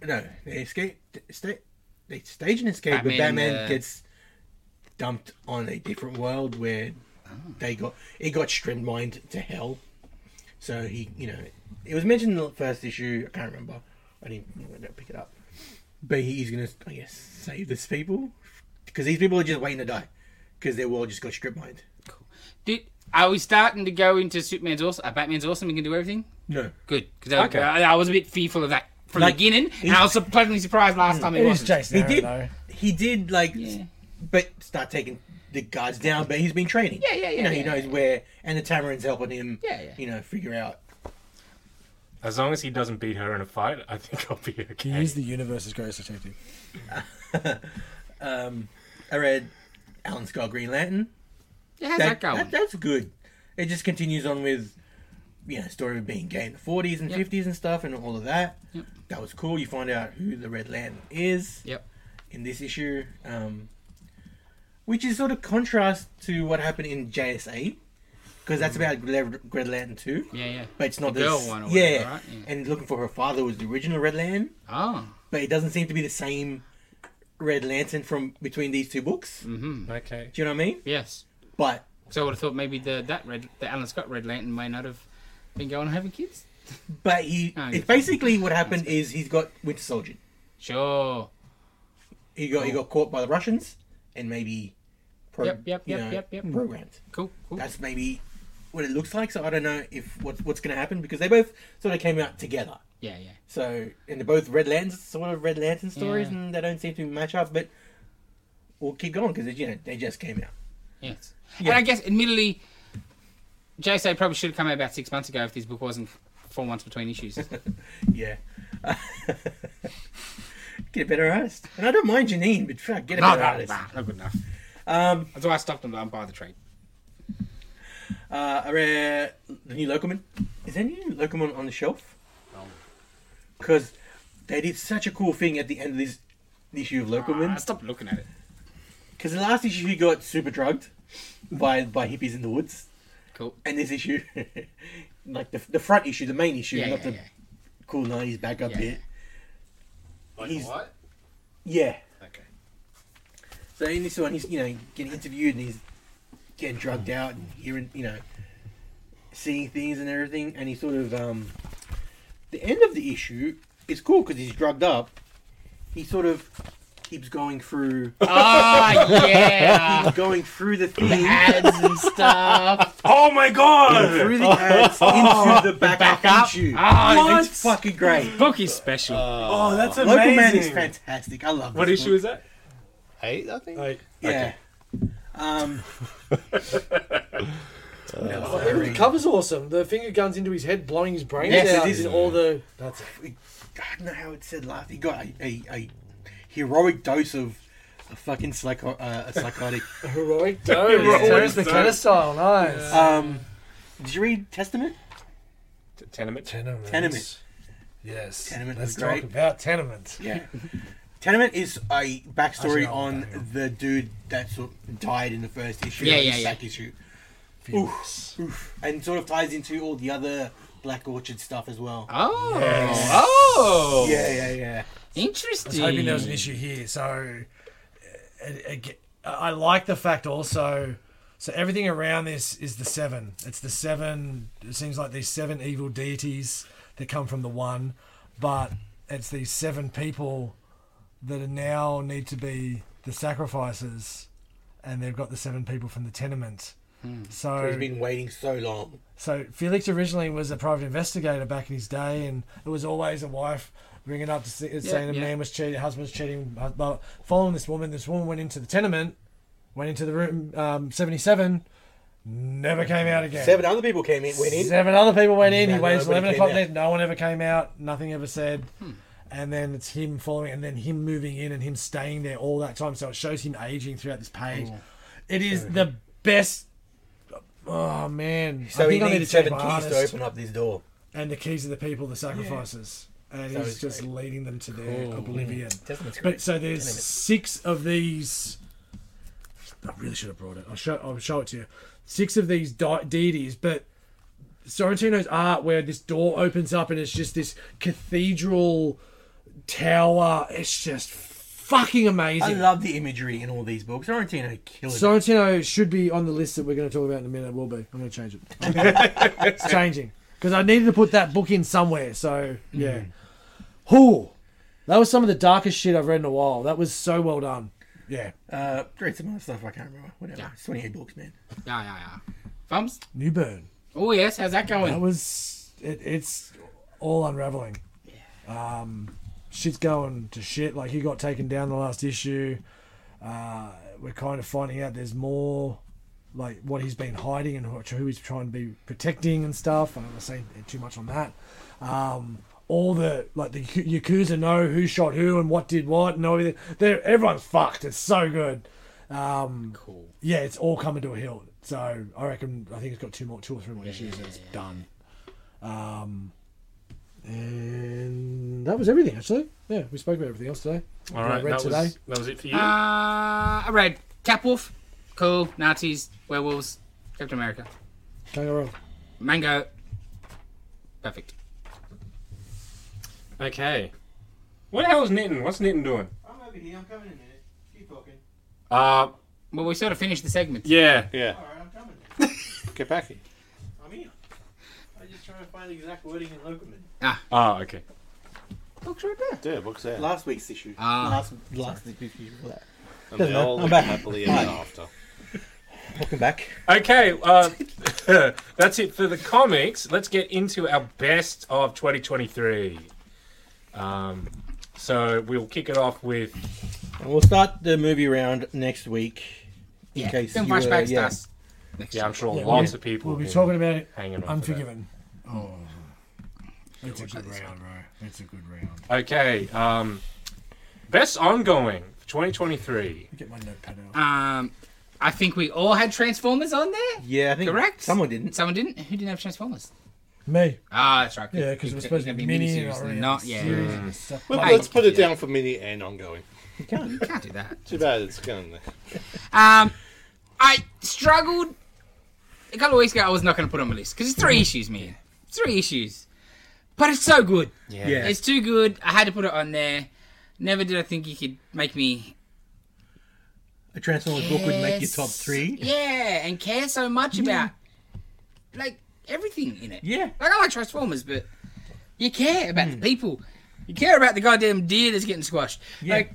[SPEAKER 5] No, they escape. Sta- they stage an escape,
[SPEAKER 2] Batman,
[SPEAKER 5] but Batman
[SPEAKER 2] uh,
[SPEAKER 5] gets dumped on a different world where
[SPEAKER 2] Oh.
[SPEAKER 5] they got it got streamlined to hell. So he, you know, it was mentioned in the first issue. I can't remember. I didn't, I didn't pick it up. But he's gonna, I guess, save these people because these people are just waiting to die because their world just got strip mined.
[SPEAKER 2] Did are we starting to go into Superman's awesome? Uh, Batman's awesome. We can do everything.
[SPEAKER 5] No,
[SPEAKER 2] Good, because I,
[SPEAKER 1] Okay.
[SPEAKER 2] I, I was a bit fearful of that from
[SPEAKER 5] Like,
[SPEAKER 2] the beginning, and I was su- pleasantly surprised last time it,
[SPEAKER 3] It is
[SPEAKER 2] wasn't.
[SPEAKER 3] Jason
[SPEAKER 5] He
[SPEAKER 3] Aaron,
[SPEAKER 5] did.
[SPEAKER 3] though.
[SPEAKER 5] he did like
[SPEAKER 2] Yeah.
[SPEAKER 5] but start taking the guards down but he's been training
[SPEAKER 2] Yeah, yeah, yeah,
[SPEAKER 5] you know he
[SPEAKER 2] yeah,
[SPEAKER 5] knows where and the tamarin's helping him
[SPEAKER 2] Yeah, yeah.
[SPEAKER 5] you know figure out
[SPEAKER 1] As long as he doesn't beat her in a fight, I think I'll be okay.
[SPEAKER 3] He is the universe's greatest detective.
[SPEAKER 5] Um, I read Alan Scott Green Lantern.
[SPEAKER 2] Yeah, how's that,
[SPEAKER 5] That-
[SPEAKER 2] going?
[SPEAKER 5] that- that's good. It just continues on with, you know, story of being gay in the 40s and
[SPEAKER 2] Yep.
[SPEAKER 5] 50s and stuff and all of that.
[SPEAKER 2] Yep.
[SPEAKER 5] That was cool. You find out who the Red Lantern is
[SPEAKER 2] Yep.
[SPEAKER 5] in this issue, um, which is sort of contrast to what happened in JSA, because that's about Red Red Lantern too.
[SPEAKER 2] Yeah, yeah.
[SPEAKER 5] But it's not
[SPEAKER 2] Mm. The
[SPEAKER 5] this,
[SPEAKER 2] girl one or
[SPEAKER 5] yeah,
[SPEAKER 2] whatever, right? Yeah.
[SPEAKER 5] And looking for her father was the original Red Lantern,
[SPEAKER 2] Oh,
[SPEAKER 5] but it doesn't seem to be the same Red Lantern from between these two books. Do
[SPEAKER 2] Mm-hmm.
[SPEAKER 1] Okay.
[SPEAKER 5] you know what I mean?
[SPEAKER 2] yes.
[SPEAKER 5] But
[SPEAKER 2] So I would have thought maybe the that red, the Alan Scott Red Lantern may not have been going and having kids.
[SPEAKER 5] but he,
[SPEAKER 2] Oh, yeah.
[SPEAKER 5] it's basically what happened is he's got Winter Soldier.
[SPEAKER 2] Sure.
[SPEAKER 5] He got he got caught by the Russians and maybe, pro,
[SPEAKER 2] Yep, yep,
[SPEAKER 5] you
[SPEAKER 2] yep,
[SPEAKER 5] know,
[SPEAKER 2] yep, yep.
[SPEAKER 5] programmed.
[SPEAKER 2] Cool, cool.
[SPEAKER 5] that's maybe what it looks like. So I don't know if what's what's going to happen because they both sort of came out together.
[SPEAKER 2] yeah, yeah.
[SPEAKER 5] So and they're both Red Lanterns, sort of Red Lantern stories,
[SPEAKER 2] Yeah.
[SPEAKER 5] and they don't seem to match up. But we'll keep going because you know they just came out.
[SPEAKER 2] Yes.
[SPEAKER 5] Yeah.
[SPEAKER 2] And I guess, admittedly, JSA probably should have come out about six months ago if this book wasn't four months between issues.
[SPEAKER 5] Yeah. get a better artist, and I don't mind Janine, but fuck, get a
[SPEAKER 2] no,
[SPEAKER 5] better
[SPEAKER 2] no,
[SPEAKER 5] artist.
[SPEAKER 2] nah, not good enough.
[SPEAKER 5] Um,
[SPEAKER 2] That's why I stopped them. I'm by the trade.
[SPEAKER 5] uh, I read the new Locomon. Is there any new Locomon on the shelf?
[SPEAKER 2] Um.
[SPEAKER 5] Because they did such a cool thing at the end of this issue of Locomon.
[SPEAKER 2] I stopped Ah, looking at it.
[SPEAKER 5] Because the last issue he got super drugged by by hippies in the woods,
[SPEAKER 2] Cool.
[SPEAKER 5] and this issue, like the, the front issue, the main issue,
[SPEAKER 2] Yeah, yeah,
[SPEAKER 5] not
[SPEAKER 2] yeah.
[SPEAKER 5] the cool nineties back up
[SPEAKER 2] Yeah,
[SPEAKER 5] bit.
[SPEAKER 4] Like
[SPEAKER 5] He's-
[SPEAKER 4] what?
[SPEAKER 5] Yeah.
[SPEAKER 4] Okay.
[SPEAKER 5] So in this one, he's you know getting interviewed and he's getting drugged out and hearing you know seeing things and everything, and he sort of um the end of the issue is cool because he's drugged up. He sort of keeps going through
[SPEAKER 2] Oh, yeah.
[SPEAKER 5] going through the thing.
[SPEAKER 2] Ads and stuff.
[SPEAKER 1] Oh my god!
[SPEAKER 5] through the ads into the back,
[SPEAKER 2] backup?
[SPEAKER 5] up issue.
[SPEAKER 2] Ah,
[SPEAKER 5] What?
[SPEAKER 2] it's-
[SPEAKER 5] it's fucking great.
[SPEAKER 2] Book is special.
[SPEAKER 3] Uh,
[SPEAKER 1] Oh, that's
[SPEAKER 5] Local
[SPEAKER 1] amazing.
[SPEAKER 5] Man is fantastic. I love
[SPEAKER 1] What
[SPEAKER 5] this
[SPEAKER 1] issue is that?
[SPEAKER 4] Eight, I think.
[SPEAKER 3] Like,
[SPEAKER 5] book. Yeah. Um,
[SPEAKER 7] The cover's awesome. The finger guns into his head, blowing his brains
[SPEAKER 5] Yes, it
[SPEAKER 7] out.
[SPEAKER 5] is.
[SPEAKER 7] in all the. That's it.
[SPEAKER 5] I don't know how it said last. He got a, a, a heroic dose of a fucking psycho, uh, a psychotic.
[SPEAKER 7] heroic dose.
[SPEAKER 1] Heroic
[SPEAKER 7] Terrence
[SPEAKER 1] dose.
[SPEAKER 7] McKenna style. Nice.
[SPEAKER 5] um, did you read Testament?
[SPEAKER 1] T- Tenement.
[SPEAKER 3] tenement.
[SPEAKER 5] Tenement.
[SPEAKER 3] Yes.
[SPEAKER 5] Tenement
[SPEAKER 3] Let's
[SPEAKER 5] was
[SPEAKER 3] talk
[SPEAKER 5] great.
[SPEAKER 3] about tenement.
[SPEAKER 5] Yeah. Tenement is a
[SPEAKER 3] Actually,
[SPEAKER 5] backstory
[SPEAKER 3] I'll
[SPEAKER 5] on
[SPEAKER 3] back up.
[SPEAKER 5] the dude that sort of died in the first issue.
[SPEAKER 2] Yeah,
[SPEAKER 5] of the
[SPEAKER 2] yeah,
[SPEAKER 5] Sack Issue.
[SPEAKER 3] Furious.
[SPEAKER 5] And sort of ties into all the other Black Orchid stuff as well.
[SPEAKER 2] Oh. Oh.
[SPEAKER 5] Yeah, yeah, yeah.
[SPEAKER 3] I was
[SPEAKER 2] Interesting.
[SPEAKER 3] hoping there was an issue here. So, uh, ag- I like the fact also. So everything around this is the seven. It's the seven. It seems like these seven evil deities that come from the one, but it's these seven people that are now need to be the sacrifices, and they've got the seven people from the tenement. So
[SPEAKER 5] He's been waiting so long.
[SPEAKER 3] So Felix originally was a private investigator back in his day, and it was always a wife ringing up to see, saying the
[SPEAKER 2] yeah.
[SPEAKER 3] man was cheating, husband was cheating. hus- But following this woman, this woman went into the tenement, went into the room um, seventy-seven, never came out again.
[SPEAKER 5] Seven other people came in, went in.
[SPEAKER 3] Seven other people went in. he
[SPEAKER 5] No,
[SPEAKER 3] waits
[SPEAKER 5] nobody
[SPEAKER 3] eleven
[SPEAKER 5] came
[SPEAKER 3] o'clock.
[SPEAKER 5] out.
[SPEAKER 3] there, No one ever came out. Nothing ever said. And then it's him following, and then him moving in, and him staying there all that time. So it shows him aging throughout this page. It is the best. Oh man!
[SPEAKER 5] So
[SPEAKER 3] I
[SPEAKER 5] he
[SPEAKER 3] think I need to
[SPEAKER 5] needs
[SPEAKER 3] check
[SPEAKER 5] seven
[SPEAKER 3] my
[SPEAKER 5] keys
[SPEAKER 3] artist.
[SPEAKER 5] to open up this door.
[SPEAKER 3] And the keys are the people, the sacrifices, and
[SPEAKER 5] So
[SPEAKER 3] he's
[SPEAKER 5] it's
[SPEAKER 3] just
[SPEAKER 5] great.
[SPEAKER 3] leading them to their oblivion.
[SPEAKER 5] Testament's
[SPEAKER 3] But so there's
[SPEAKER 5] Tenement.
[SPEAKER 3] six of these. I really should have brought it. I'll show. I'll show it to you. Six of these di- deities, but Sorrentino's art, where this door opens up and it's just this cathedral tower. It's just fucking
[SPEAKER 5] I
[SPEAKER 3] amazing.
[SPEAKER 5] love the imagery in all these books. Sorrentino killing it.
[SPEAKER 3] Sorrentino should be on the list that we're going to talk about in a minute. Will be. I'm going to change it. it's changing because I needed to put that book in somewhere. So yeah, Ooh, that was some of the darkest shit I've read in a while. That was so well done. Yeah,
[SPEAKER 5] Uh, read some other stuff I can't remember. Whatever.
[SPEAKER 2] Yeah.
[SPEAKER 5] It's 28 books, man.
[SPEAKER 2] Yeah, yeah, yeah. Thumbs?
[SPEAKER 3] Newburn.
[SPEAKER 2] Oh, yes. How's that
[SPEAKER 3] That
[SPEAKER 2] going?
[SPEAKER 3] was it, it's all unraveling. Um, shit's going to shit. Like he got taken down the last issue. Uh, we're kind of finding out there's more. like what he's been hiding and who who he's trying to be protecting and stuff. I don't want to say too much on that. Um, all the like the Yaku- Yakuza know who shot who and what did what and everything. They're, everyone's fucked. It's so good. Um,
[SPEAKER 2] Cool.
[SPEAKER 3] yeah, it's all coming to a hill. So I reckon I think it's got two more, two or three more issues, and it's done. Um, and that was everything actually. Yeah, we spoke about everything else today.
[SPEAKER 1] All right,
[SPEAKER 3] read
[SPEAKER 1] that
[SPEAKER 3] today.
[SPEAKER 1] was, that was it for you.
[SPEAKER 2] Uh, I read Capwolf, cool, Nazis, werewolves, Captain America,
[SPEAKER 3] Can't go wrong.
[SPEAKER 2] Mango, perfect.
[SPEAKER 1] okay. What the hell is Nitten? What's Nitten doing?
[SPEAKER 5] I'm over here. I'm coming in a minute. Keep talking.
[SPEAKER 1] Uh,
[SPEAKER 2] Well, we sort of finished the segment.
[SPEAKER 1] yeah.
[SPEAKER 4] Yeah,
[SPEAKER 5] All right, I'm coming.
[SPEAKER 4] get back here.
[SPEAKER 5] I'm here. I'm just trying to find the exact wording in Locoman.
[SPEAKER 1] Ah, okay.
[SPEAKER 2] Books right there.
[SPEAKER 4] Dude, books there.
[SPEAKER 5] Last week's issue.
[SPEAKER 2] Ah.
[SPEAKER 5] last last week's issue. for that.
[SPEAKER 4] And they all
[SPEAKER 5] I'm
[SPEAKER 4] live
[SPEAKER 5] back.
[SPEAKER 4] happily ever after.
[SPEAKER 5] Welcome back.
[SPEAKER 1] Okay, uh, that's it for the comics. Let's get into our best of 2023. Um, so we'll kick it off with
[SPEAKER 5] And we'll start the movie round next week. In
[SPEAKER 2] Yeah.
[SPEAKER 5] case
[SPEAKER 2] Film
[SPEAKER 5] you were-
[SPEAKER 2] flashbacks to
[SPEAKER 5] yeah.
[SPEAKER 2] us. Next
[SPEAKER 1] yeah, I'm
[SPEAKER 2] year.
[SPEAKER 1] sure
[SPEAKER 3] Yeah,
[SPEAKER 1] lots
[SPEAKER 3] we'll-
[SPEAKER 1] of people
[SPEAKER 3] We'll be
[SPEAKER 1] will
[SPEAKER 3] talking about it.
[SPEAKER 1] hanging on. for that.
[SPEAKER 3] Unforgiven. Oh, it's a good round, bro. It's a good round.
[SPEAKER 1] Okay, um, best ongoing for 2023.
[SPEAKER 3] Get my notepad out.
[SPEAKER 2] Um, I think we all had Transformers on there.
[SPEAKER 5] Yeah, I think
[SPEAKER 2] Correct.
[SPEAKER 5] someone didn't.
[SPEAKER 2] Someone didn't. Who didn't have Transformers?
[SPEAKER 3] Me.
[SPEAKER 2] Ah, that's right.
[SPEAKER 3] Yeah, because we're supposed to be mini,
[SPEAKER 2] miniseries,
[SPEAKER 3] and
[SPEAKER 2] not yeah.
[SPEAKER 4] Well,
[SPEAKER 2] Hey.
[SPEAKER 4] let's put it down for mini and ongoing.
[SPEAKER 2] You can't do that.
[SPEAKER 4] Too bad it's going there.
[SPEAKER 2] Um, I struggled a couple of weeks ago. I was not going to put it on my list because it's three issues, man. Three issues, but it's so good.
[SPEAKER 1] Yeah.
[SPEAKER 2] It's too good. I had to put it on there. Never did I think you could make me
[SPEAKER 5] A Transformers book would make your top
[SPEAKER 2] s-
[SPEAKER 5] three.
[SPEAKER 2] Yeah, and care so much about like everything in it.
[SPEAKER 5] Yeah. Hmm.
[SPEAKER 2] Like I like Transformers, but you care about the people. You care about the goddamn deer that's getting squashed.
[SPEAKER 5] Yeah. Hmm.
[SPEAKER 2] Like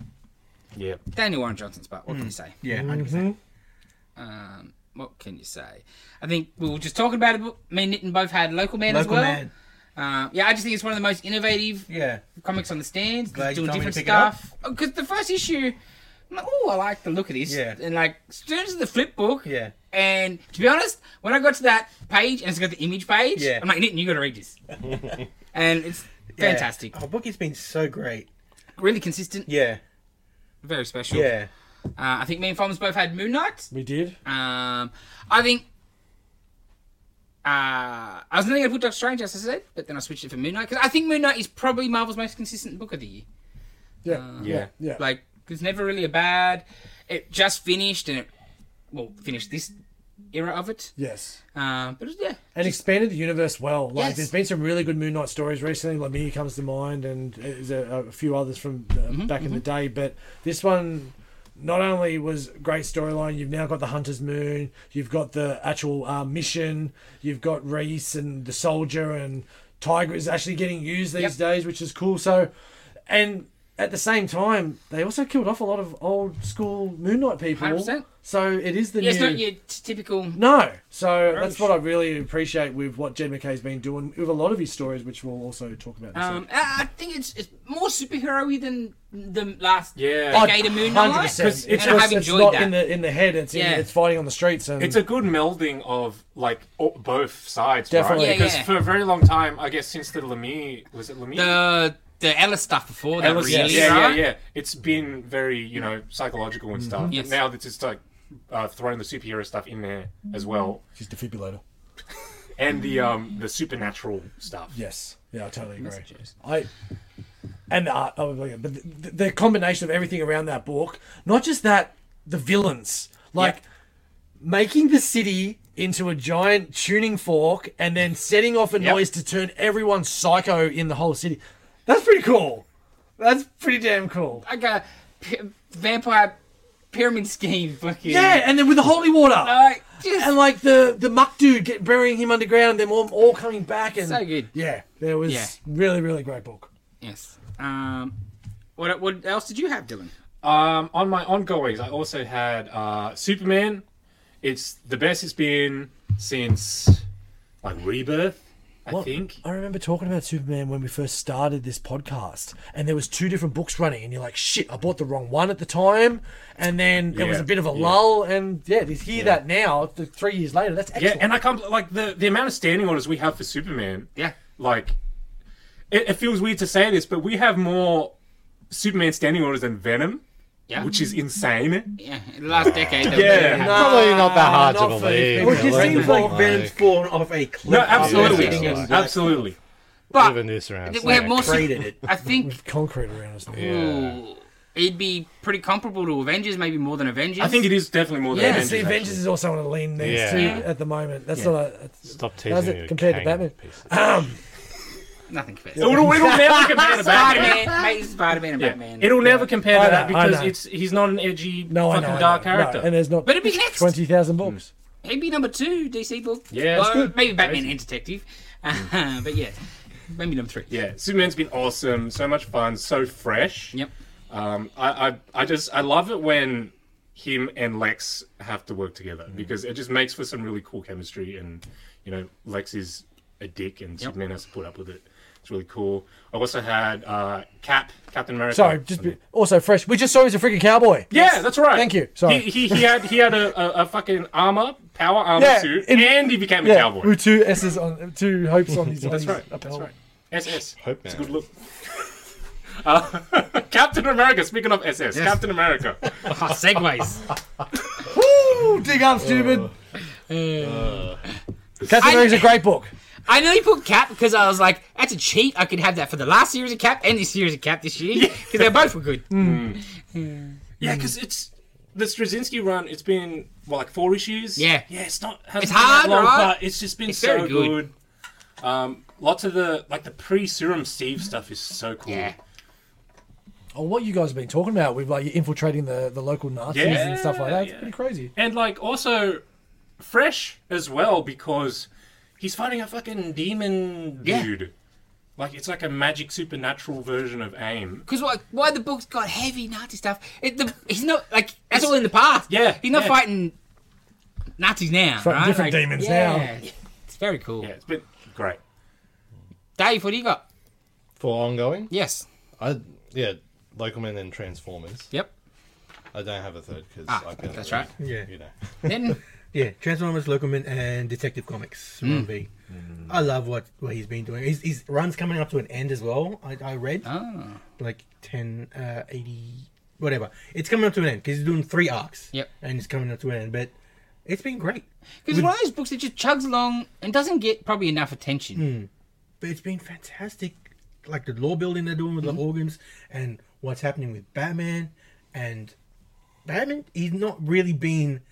[SPEAKER 1] Yeah.
[SPEAKER 2] Daniel Warren Johnson's part. What can you say?
[SPEAKER 5] Yeah, 100%.
[SPEAKER 2] Um, what can you say? I think we were just talking about it. but Me and Nitin both had local man
[SPEAKER 5] Local
[SPEAKER 2] as well.
[SPEAKER 5] man.
[SPEAKER 2] Uh, yeah, I just think it's one of the most innovative
[SPEAKER 5] Yeah.
[SPEAKER 2] comics on the stands,
[SPEAKER 5] Glad you
[SPEAKER 2] doing
[SPEAKER 5] told me to
[SPEAKER 2] different
[SPEAKER 5] pick it up.
[SPEAKER 2] stuff. Because the first issue, I'm like, oh, I like the look of this.
[SPEAKER 5] Yeah.
[SPEAKER 2] And like, as soon as the flip book.
[SPEAKER 5] Yeah.
[SPEAKER 2] And to be honest, when I got to that page and it's got the image page,
[SPEAKER 5] Yeah.
[SPEAKER 2] I'm like, Nitin, you got to read this. and it's fantastic.
[SPEAKER 5] Yeah. Our book has been so great.
[SPEAKER 2] Really consistent.
[SPEAKER 5] Yeah.
[SPEAKER 2] Very special.
[SPEAKER 5] Yeah.
[SPEAKER 2] Uh, I think me and Foms both had Moon Knight.
[SPEAKER 3] We did.
[SPEAKER 2] Um, I think. Uh, I was going to put Doctor Strange, as I said, but then I switched it for Moon Knight because I think Moon Knight is probably Marvel's most consistent book of the year.
[SPEAKER 3] Yeah.
[SPEAKER 1] Yeah.
[SPEAKER 3] yeah. Yeah.
[SPEAKER 2] Like, it's never really a bad. It just finished and it, well, finished this era of it.
[SPEAKER 3] yes.
[SPEAKER 2] Um, but it was- yeah,
[SPEAKER 3] and expanded the universe well. Like,
[SPEAKER 2] Yes.
[SPEAKER 3] there's been some really good Moon Knight stories recently. Lemire comes to mind, and there's a, a few others from uh,
[SPEAKER 2] Mm-hmm,
[SPEAKER 3] back in the day. But this one, not only was great storyline, you've now got the Hunter's Moon, you've got the actual uh, mission, you've got Reese and the soldier, and Tiger is actually getting used these
[SPEAKER 2] Yep.
[SPEAKER 3] days, which is cool. So, and at the same time, they also killed off a lot of old school Moon Knight people.
[SPEAKER 2] 100%.
[SPEAKER 3] So it is the
[SPEAKER 2] yeah it's
[SPEAKER 3] new.
[SPEAKER 2] not your t- typical.
[SPEAKER 3] No. So that's what I really appreciate with what Jed McKay's been doing with a lot of his stories, which we'll also talk about. This
[SPEAKER 2] Um, I I think it's, it's more superhero-y than the last
[SPEAKER 1] Yeah.
[SPEAKER 2] decade of Moon Knight.
[SPEAKER 3] 100%.
[SPEAKER 2] And
[SPEAKER 3] It's,
[SPEAKER 2] I have
[SPEAKER 3] just, it's
[SPEAKER 2] enjoyed
[SPEAKER 3] not
[SPEAKER 2] that.
[SPEAKER 3] in the in the head. It's
[SPEAKER 2] Yeah.
[SPEAKER 3] in, it's fighting on the streets and
[SPEAKER 1] It's a good melding of like o- both sides,
[SPEAKER 3] Definitely.
[SPEAKER 1] right?
[SPEAKER 3] Yeah,
[SPEAKER 1] Because
[SPEAKER 2] yeah.
[SPEAKER 1] for a very long time, I guess since the Lemmy was it Lemmy?
[SPEAKER 2] the the Ellis stuff before that,
[SPEAKER 1] Ellis-
[SPEAKER 2] really,
[SPEAKER 1] yeah,
[SPEAKER 2] right?
[SPEAKER 1] yeah, yeah. It's been very you know psychological and stuff.
[SPEAKER 2] Yes.
[SPEAKER 1] Now that it's like uh, throwing the superhero stuff in there as well,
[SPEAKER 3] she's defibrillator.
[SPEAKER 1] and the um the supernatural stuff.
[SPEAKER 3] Yes. Yeah, I totally agree.
[SPEAKER 2] Messages.
[SPEAKER 3] I and the art, oh, yeah, but the, the combination of everything around that book, not just that, the villains like making the city into a giant tuning fork and then setting off a
[SPEAKER 1] Yep.
[SPEAKER 3] noise to turn everyone psycho in the whole city. That's pretty cool. That's pretty damn cool.
[SPEAKER 2] like a p- vampire pyramid scheme. Fucking
[SPEAKER 3] Yeah, and then with the holy water.
[SPEAKER 2] like just
[SPEAKER 3] and like the the muck dude get, burying him underground, and them all, all coming back, and
[SPEAKER 2] So good.
[SPEAKER 3] Yeah, there was
[SPEAKER 2] Yeah.
[SPEAKER 3] really really great book.
[SPEAKER 2] yes. Um, what what else did you have, Dylan?
[SPEAKER 1] Um, on my ongoings, I also had uh, Superman. It's the best it's been since like Rebirth.
[SPEAKER 2] I
[SPEAKER 3] Well,
[SPEAKER 2] think.
[SPEAKER 3] I remember talking about Superman when we first started this podcast, and there was two different books running, and you're like, "Shit, I bought the wrong one at the time," and then it was
[SPEAKER 1] Yeah,
[SPEAKER 3] a bit of a
[SPEAKER 1] yeah.
[SPEAKER 3] lull, and yeah, to hear that now, th- three years later, that's
[SPEAKER 1] Yeah,
[SPEAKER 3] excellent.
[SPEAKER 1] and I can't bel- like the the amount of standing orders we have for Superman.
[SPEAKER 2] Yeah.
[SPEAKER 1] like it, it feels weird to say this, but we have more Superman standing orders than Venom,
[SPEAKER 2] Yeah.
[SPEAKER 1] which is insane.
[SPEAKER 2] Yeah. in The last decade. that
[SPEAKER 1] Yeah.
[SPEAKER 2] was-
[SPEAKER 4] Probably not that hard
[SPEAKER 3] not
[SPEAKER 4] to
[SPEAKER 3] for the
[SPEAKER 4] believe.
[SPEAKER 5] Well, it just
[SPEAKER 3] Like,
[SPEAKER 5] seems like Venom's fallen off a cliff.
[SPEAKER 1] No,
[SPEAKER 5] after
[SPEAKER 1] absolutely,
[SPEAKER 5] hitting him like-
[SPEAKER 1] absolutely.
[SPEAKER 2] But
[SPEAKER 4] Even this round,
[SPEAKER 2] we have more. Su-
[SPEAKER 5] Cratered it.
[SPEAKER 2] I think.
[SPEAKER 3] concrete around us. now.
[SPEAKER 4] Yeah.
[SPEAKER 2] Ooh, it'd be pretty comparable to Avengers, maybe more than Avengers.
[SPEAKER 1] I think it is definitely more than
[SPEAKER 3] Yeah,
[SPEAKER 1] Avengers,
[SPEAKER 3] see,
[SPEAKER 1] actually.
[SPEAKER 3] Avengers is also on a lean these
[SPEAKER 4] Yeah.
[SPEAKER 3] too
[SPEAKER 2] Yeah.
[SPEAKER 3] at the moment. That's
[SPEAKER 1] Yeah.
[SPEAKER 3] not a. It's,
[SPEAKER 4] Stop
[SPEAKER 3] How's
[SPEAKER 4] teasing
[SPEAKER 3] it
[SPEAKER 4] me
[SPEAKER 3] compared to
[SPEAKER 4] Kang
[SPEAKER 3] Batman?
[SPEAKER 4] piece of-
[SPEAKER 2] nothing compares.
[SPEAKER 1] It will, it'll never compare to Batman.
[SPEAKER 2] Spider-Man, mate, Spider-Man and
[SPEAKER 1] Yeah.
[SPEAKER 2] Batman.
[SPEAKER 1] It'll never compare to
[SPEAKER 3] I know,
[SPEAKER 1] that
[SPEAKER 3] I
[SPEAKER 1] because
[SPEAKER 3] know.
[SPEAKER 1] it's he's not an edgy
[SPEAKER 3] no, I know.
[SPEAKER 1] fucking
[SPEAKER 3] I know.
[SPEAKER 1] dark
[SPEAKER 3] No,
[SPEAKER 1] character.
[SPEAKER 3] and there's not
[SPEAKER 2] but it'd be next.
[SPEAKER 3] twenty thousand
[SPEAKER 1] Hmm.
[SPEAKER 3] books.
[SPEAKER 2] He'd be number two DC book.
[SPEAKER 1] Yeah, it's
[SPEAKER 2] Or
[SPEAKER 1] good.
[SPEAKER 2] Maybe Batman
[SPEAKER 1] Crazy.
[SPEAKER 2] and Detective. Uh, but yeah, maybe number three.
[SPEAKER 1] yeah, Superman's been awesome, so much fun, so fresh.
[SPEAKER 2] Yep.
[SPEAKER 1] Um, I, I I just I love it when him and Lex have to work together
[SPEAKER 3] Mm.
[SPEAKER 1] because it just makes for some really cool chemistry. And you know, Lex is a dick, and Superman has to put up with it. It's really cool. I also had uh, Cap, Captain America.
[SPEAKER 3] Sorry, just be, also fresh. We just saw he's a freaking cowboy.
[SPEAKER 1] Yeah, that's right.
[SPEAKER 3] Thank you. Sorry.
[SPEAKER 1] He, he, he had he had a, a, a fucking armor, power armor
[SPEAKER 3] Yeah,
[SPEAKER 1] suit,
[SPEAKER 3] in-
[SPEAKER 1] and he became a
[SPEAKER 3] Yeah,
[SPEAKER 1] cowboy.
[SPEAKER 3] with two S's on two hopes on his.
[SPEAKER 1] That's
[SPEAKER 3] on his
[SPEAKER 1] right. That's
[SPEAKER 3] lapel.
[SPEAKER 1] right. SS.
[SPEAKER 4] Hope
[SPEAKER 1] It's a
[SPEAKER 4] now.
[SPEAKER 1] good look. Uh, Captain America. Speaking of SS, Captain America.
[SPEAKER 2] Oh, segues.
[SPEAKER 3] Woo! Dig up, stupid. Uh, Captain America's a great book.
[SPEAKER 2] I nearly put Cap because I was like, that's a cheat. I could have that for the last series of Cap and this series of Cap this year because they both were good. Hmm.
[SPEAKER 1] Yeah, because it's the Straczynski run. It's been what, like four issues.
[SPEAKER 2] Yeah.
[SPEAKER 1] yeah. It's not. Hasn't
[SPEAKER 2] It's
[SPEAKER 1] been that
[SPEAKER 2] hard,
[SPEAKER 1] long,
[SPEAKER 2] right?
[SPEAKER 1] But it's just been
[SPEAKER 2] It's
[SPEAKER 1] so
[SPEAKER 2] very
[SPEAKER 1] good.
[SPEAKER 2] good.
[SPEAKER 1] Um, lots of the like the pre-serum Steve stuff is so cool.
[SPEAKER 2] Yeah.
[SPEAKER 3] Oh, what you guys have been talking about with like infiltrating the, the local Nazis
[SPEAKER 1] Yeah,
[SPEAKER 3] and stuff like that. It's
[SPEAKER 1] yeah.
[SPEAKER 3] pretty crazy.
[SPEAKER 1] and like also fresh as well because he's fighting a fucking demon
[SPEAKER 2] Yeah.
[SPEAKER 1] dude. Like it's like a magic supernatural version of AIM.
[SPEAKER 2] Because why, why the book's got heavy Nazi stuff? It, the, he's not like that's all in the past.
[SPEAKER 1] Yeah,
[SPEAKER 2] he's not
[SPEAKER 1] yeah.
[SPEAKER 2] fighting Nazis now.
[SPEAKER 3] Fighting
[SPEAKER 2] right?
[SPEAKER 3] different demons now.
[SPEAKER 2] yeah. It's very cool.
[SPEAKER 1] Yeah, it's been great.
[SPEAKER 2] Dave, what do you got?
[SPEAKER 4] For ongoing,
[SPEAKER 2] Yes.
[SPEAKER 4] I yeah, local men and Transformers.
[SPEAKER 2] Yep.
[SPEAKER 4] I don't have a third because
[SPEAKER 2] Ah,
[SPEAKER 4] I've been
[SPEAKER 2] that's
[SPEAKER 4] read,
[SPEAKER 2] right.
[SPEAKER 5] Yeah.
[SPEAKER 4] You know,
[SPEAKER 2] Then
[SPEAKER 5] Yeah, Transformers, Locoman, and Detective Comics. Run B. I love what, what he's been doing. His, his run's coming up to an end as well. I, I read
[SPEAKER 2] oh,
[SPEAKER 5] like 10, uh, 80, whatever. It's coming up to an end because he's doing three arcs.
[SPEAKER 2] Yep.
[SPEAKER 5] And it's coming up to an end, but it's been great.
[SPEAKER 2] because one of those books that just chugs along and doesn't get probably enough attention.
[SPEAKER 3] Hmm.
[SPEAKER 5] But it's been fantastic. Like the law building they're doing with the organs and what's happening with Batman. And Batman, he's not really been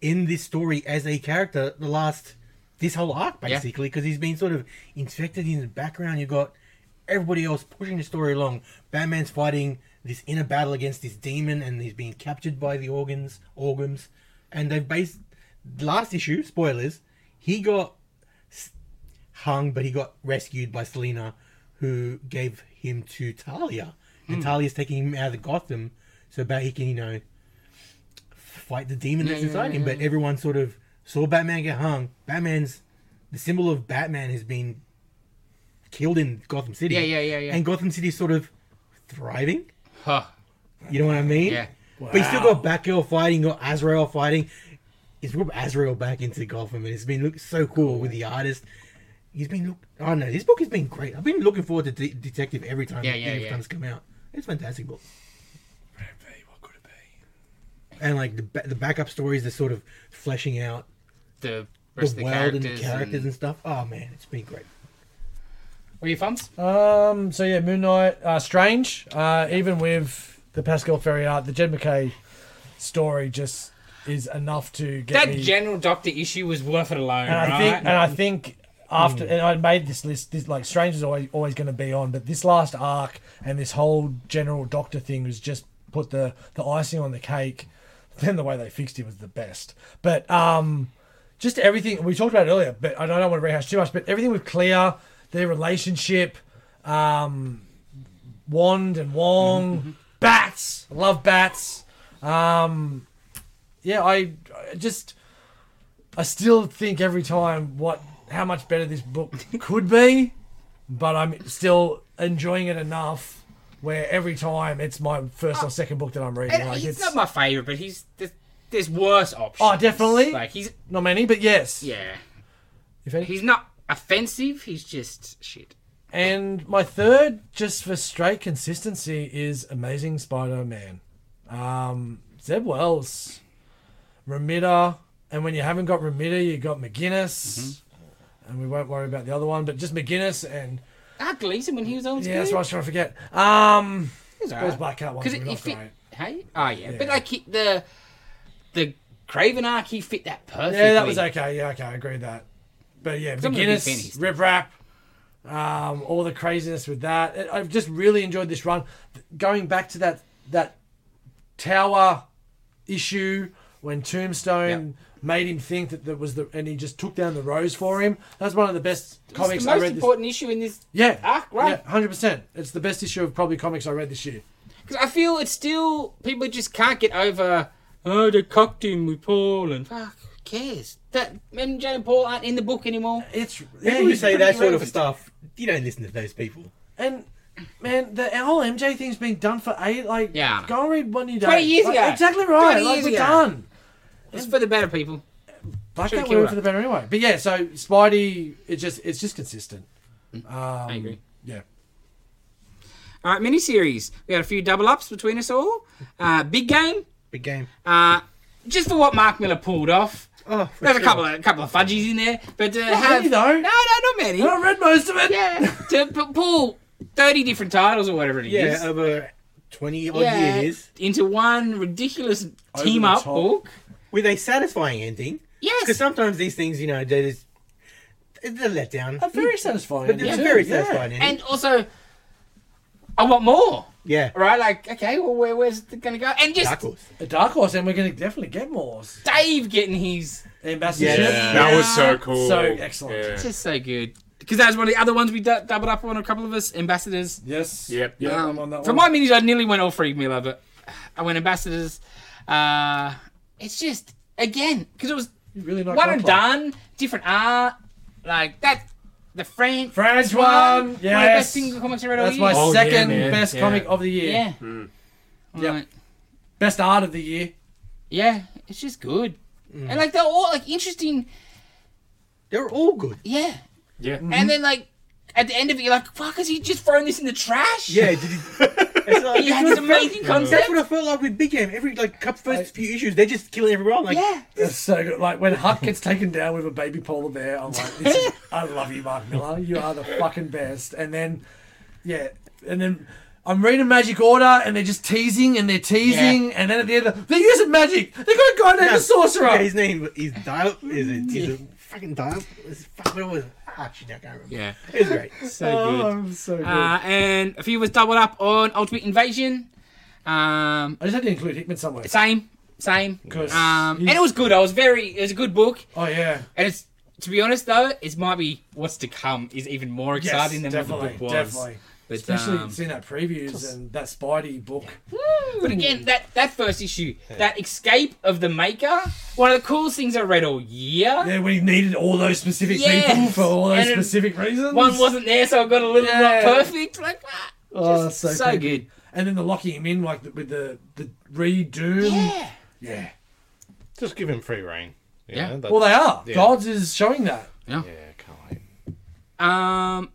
[SPEAKER 5] in this story as a character the last, this whole arc basically, because he's been sort of infected in the background. You've got everybody else pushing the story along. Batman's fighting this inner battle against this demon and he's being captured by the organs, organs. And they've based, last issue, spoilers, he got hung, but he got rescued by Selina, who gave him to Talia.
[SPEAKER 2] Hmm.
[SPEAKER 5] And Talia's taking him out of Gotham so that he can, you know, fight the demon that's inside him. But everyone sort of saw Batman get hung. Batman's the symbol of Batman has been killed in Gotham City.
[SPEAKER 2] Yeah, yeah, yeah, yeah.
[SPEAKER 5] And Gotham City's sort of thriving.
[SPEAKER 2] Huh.
[SPEAKER 5] You know what I mean?
[SPEAKER 2] Yeah.
[SPEAKER 5] But you still got Batgirl fighting, you got Azrael fighting. He's brought Azrael back into Gotham, and it's been look so cool with the artist. He's been look. Oh no, this book has been great. I've been looking forward to De- Detective every time.
[SPEAKER 2] Yeah, yeah,
[SPEAKER 5] every
[SPEAKER 2] yeah.
[SPEAKER 5] time it's come out. It's a fantastic book. And like the ba- the backup stories, they're sort of fleshing out
[SPEAKER 2] The rest of the
[SPEAKER 5] the world and the
[SPEAKER 2] characters.
[SPEAKER 5] characters and...
[SPEAKER 2] and-
[SPEAKER 5] stuff. Oh man, it's been great.
[SPEAKER 2] Were you funds?
[SPEAKER 3] Um, so yeah, Moon Knight, uh, Strange. Uh, even with the Pascal Ferry art, the Jed McKay story just is enough to get
[SPEAKER 2] That
[SPEAKER 3] me.
[SPEAKER 2] general doctor issue was worth it alone,
[SPEAKER 3] and I
[SPEAKER 2] right?
[SPEAKER 3] think, and I think after, and I made this list. This like Strange is always always going to be on, but this last arc and this whole General Doctor thing was just put the the icing on the cake. Then the way they fixed it was the best. But um, just everything we talked about it earlier. But I don't, I don't want to rehash too much. But everything with Clear, their relationship, um, Wand and
[SPEAKER 2] Mm-hmm,
[SPEAKER 3] Wong, bats. I love bats. Um, yeah, I, I just. I still think every time what how much better this book could be, but I'm still enjoying it enough where every time it's my first or second book that I'm reading.
[SPEAKER 2] Oh. And
[SPEAKER 3] like
[SPEAKER 2] he's
[SPEAKER 3] it's
[SPEAKER 2] not my favorite, but he's there's, there's worse options.
[SPEAKER 3] Oh, definitely.
[SPEAKER 2] Like he's
[SPEAKER 3] not many, but yes.
[SPEAKER 2] yeah,
[SPEAKER 3] If any.
[SPEAKER 2] he's not offensive. He's just shit.
[SPEAKER 3] And my third, just for straight consistency, is Amazing Spider-Man. Um, Zeb Wells, Remita, and when you haven't got Remita, you got McGuinness,
[SPEAKER 2] Mm-hmm.
[SPEAKER 3] and we won't worry about the other one, but just McGuinness and
[SPEAKER 2] Ah, Gleason when he was on. was
[SPEAKER 3] yeah, that's
[SPEAKER 2] good.
[SPEAKER 3] what I was trying to forget. Um,
[SPEAKER 2] He was
[SPEAKER 3] those
[SPEAKER 2] alright.
[SPEAKER 3] Black Cat ones
[SPEAKER 2] Because
[SPEAKER 3] were
[SPEAKER 2] it,
[SPEAKER 3] not
[SPEAKER 2] it fit.
[SPEAKER 3] great.
[SPEAKER 2] Hey, oh yeah. but like he, the the Craven arc, he fit that perfectly.
[SPEAKER 3] Yeah, that was okay. Yeah, okay, I agree with that. But yeah,
[SPEAKER 2] I'm not a big fan of
[SPEAKER 3] McGuinness,
[SPEAKER 2] his
[SPEAKER 3] Rip Rap, um, all the craziness with that. And I've just really enjoyed this run. Th- Going back to that that tower issue when Tombstone made him think that that was the and he just took down the rose for him. That's one of the best
[SPEAKER 2] It's
[SPEAKER 3] comics
[SPEAKER 2] the
[SPEAKER 3] I
[SPEAKER 2] most
[SPEAKER 3] read. This.
[SPEAKER 2] important issue in this.
[SPEAKER 3] Yeah,
[SPEAKER 2] arc, right?
[SPEAKER 3] Yeah, hundred percent. It's the best issue of probably comics I read this year.
[SPEAKER 2] Because I feel it's still people just can't get over. Oh, they cocked him with Paul and fuck. Who cares? That MJ and Paul aren't in the book anymore.
[SPEAKER 3] It's yeah,
[SPEAKER 5] People who
[SPEAKER 3] he's
[SPEAKER 5] say
[SPEAKER 3] pretty
[SPEAKER 5] that sort of
[SPEAKER 3] relevant.
[SPEAKER 5] stuff, you don't listen to those people.
[SPEAKER 3] And man, the whole MJ thing's been done for eight. Like,
[SPEAKER 2] Yeah.
[SPEAKER 3] go and read One New Day.
[SPEAKER 2] 20 years
[SPEAKER 3] Like,
[SPEAKER 2] ago.
[SPEAKER 3] Exactly right.
[SPEAKER 2] 20
[SPEAKER 3] Like
[SPEAKER 2] years
[SPEAKER 3] we're
[SPEAKER 2] ago.
[SPEAKER 3] done.
[SPEAKER 2] It's for the better, people.
[SPEAKER 3] Black
[SPEAKER 2] Should've
[SPEAKER 3] Cat
[SPEAKER 2] killed
[SPEAKER 3] went
[SPEAKER 2] her.
[SPEAKER 3] for the better anyway. But yeah, so Spidey, it just it's just consistent.
[SPEAKER 2] I agree.
[SPEAKER 3] Yeah.
[SPEAKER 2] All right, miniseries. We had a few double ups between us all. Uh, big game.
[SPEAKER 5] Big game.
[SPEAKER 2] Uh, just for what Mark Miller pulled off.
[SPEAKER 5] Oh, for
[SPEAKER 2] There's a
[SPEAKER 5] sure.
[SPEAKER 2] couple of a couple of fudgies in there, but uh, have
[SPEAKER 3] many, though.
[SPEAKER 2] no, no, not many.
[SPEAKER 3] And I read most of it.
[SPEAKER 2] yeah, to p- pull thirty different titles or whatever it is.
[SPEAKER 5] Yeah, uh, over 20 odd
[SPEAKER 2] Yeah,
[SPEAKER 5] years.
[SPEAKER 2] into one ridiculous
[SPEAKER 3] Over
[SPEAKER 2] team
[SPEAKER 3] the
[SPEAKER 2] up
[SPEAKER 3] top.
[SPEAKER 2] book.
[SPEAKER 5] With a satisfying ending.
[SPEAKER 2] Yes.
[SPEAKER 5] Because sometimes these things, you know, they're, just, they're let down.
[SPEAKER 3] A very satisfying.
[SPEAKER 5] But
[SPEAKER 3] ending
[SPEAKER 5] it's
[SPEAKER 3] too,
[SPEAKER 5] very
[SPEAKER 3] yeah.
[SPEAKER 5] satisfying ending.
[SPEAKER 2] And also, I want more.
[SPEAKER 5] yeah.
[SPEAKER 2] Right? Like, okay, well, where, where's it going to go? And just
[SPEAKER 5] Dark Horse.
[SPEAKER 3] A Dark Horse, and we're going to definitely get more
[SPEAKER 2] Dave getting his
[SPEAKER 3] ambassadorship.
[SPEAKER 1] Yeah. That was so cool.
[SPEAKER 3] So excellent.
[SPEAKER 1] Yeah.
[SPEAKER 2] just so good because that was one of the other ones we d- doubled up on. A couple of us ambassadors.
[SPEAKER 3] Yes.
[SPEAKER 1] Yep.
[SPEAKER 3] Yeah,
[SPEAKER 2] Um,
[SPEAKER 3] I'm on that
[SPEAKER 2] for
[SPEAKER 3] one.
[SPEAKER 2] my minis, I nearly went all free Miller, but I went ambassadors. Uh, it's just again because it was
[SPEAKER 3] You really not
[SPEAKER 2] one and done, different art, like that. The French,
[SPEAKER 3] French
[SPEAKER 2] one,
[SPEAKER 3] one.
[SPEAKER 2] one of the
[SPEAKER 3] Yes.
[SPEAKER 2] best single comics I read all
[SPEAKER 3] That's
[SPEAKER 2] year.
[SPEAKER 3] my
[SPEAKER 1] Oh, yeah,
[SPEAKER 3] second
[SPEAKER 1] man.
[SPEAKER 3] best
[SPEAKER 1] Yeah.
[SPEAKER 3] comic of the year.
[SPEAKER 2] yeah,
[SPEAKER 3] Yep.
[SPEAKER 2] Like,
[SPEAKER 3] Best art of the year.
[SPEAKER 2] yeah, it's just good, and like they're all like interesting,
[SPEAKER 5] They're all good.
[SPEAKER 2] yeah.
[SPEAKER 1] Yeah.
[SPEAKER 3] Mm-hmm.
[SPEAKER 2] And then like at the end of it, you're like, fuck, has he just thrown this in the trash?
[SPEAKER 5] Yeah. did you- it's like,
[SPEAKER 2] he had this amazing
[SPEAKER 5] that's
[SPEAKER 2] concept.
[SPEAKER 5] what I felt like with Big Game. Every like cup first few issues, they're just killing everyone. Like,
[SPEAKER 2] Yeah,
[SPEAKER 3] That's so good. Like when Huck gets taken down with a baby polar bear, I'm like, this is, I love you, Mark Miller. You are the fucking best. And then, yeah, and then I'm reading Magic Order, and they're just teasing and they're teasing, and then at the end, of, they're using magic. They got a guy named
[SPEAKER 5] Yeah,
[SPEAKER 3] the Sorcerer.
[SPEAKER 5] Yeah, his name is Dial. Is it? Is it fucking Dial? Is fuck what it was? Actually, I can't remember.
[SPEAKER 2] yeah,
[SPEAKER 5] It was great.
[SPEAKER 2] so good.
[SPEAKER 3] Oh, I'm so good.
[SPEAKER 2] Uh, and a few of us doubled up on Ultimate Invasion. Um,
[SPEAKER 3] I just had to include Hickman somewhere.
[SPEAKER 2] same, same.
[SPEAKER 3] 'Cause
[SPEAKER 2] Um, and
[SPEAKER 3] he's-
[SPEAKER 2] it was good. I was very. It was a good book.
[SPEAKER 3] Oh yeah,
[SPEAKER 2] And it's to be honest though, it might be what's to come is even more
[SPEAKER 3] yes,
[SPEAKER 2] exciting than what the
[SPEAKER 3] definitely,
[SPEAKER 2] book was.
[SPEAKER 3] definitely.
[SPEAKER 2] But,
[SPEAKER 3] Especially
[SPEAKER 2] um,
[SPEAKER 3] seeing that previews and that Spidey book.
[SPEAKER 2] Hmm. but again, that that first issue, that escape of the Maker, one of the coolest things I read all year.
[SPEAKER 3] Yeah, we needed all those specific
[SPEAKER 2] Yes.
[SPEAKER 3] people for all those
[SPEAKER 2] And it-
[SPEAKER 3] specific reasons.
[SPEAKER 2] One wasn't there, so I got a little
[SPEAKER 3] Yeah.
[SPEAKER 2] not perfect. Like, ah,
[SPEAKER 3] Oh,
[SPEAKER 2] just
[SPEAKER 3] so,
[SPEAKER 2] so,
[SPEAKER 3] creepy.
[SPEAKER 2] good.
[SPEAKER 3] And then the locking him in, like the, with the the redo.
[SPEAKER 2] Yeah.
[SPEAKER 3] Yeah.
[SPEAKER 4] Just give him free reign.
[SPEAKER 2] Yeah.
[SPEAKER 3] Well, they are.
[SPEAKER 4] Yeah.
[SPEAKER 3] Gods is showing that.
[SPEAKER 4] yeah, can't wait.
[SPEAKER 2] Um,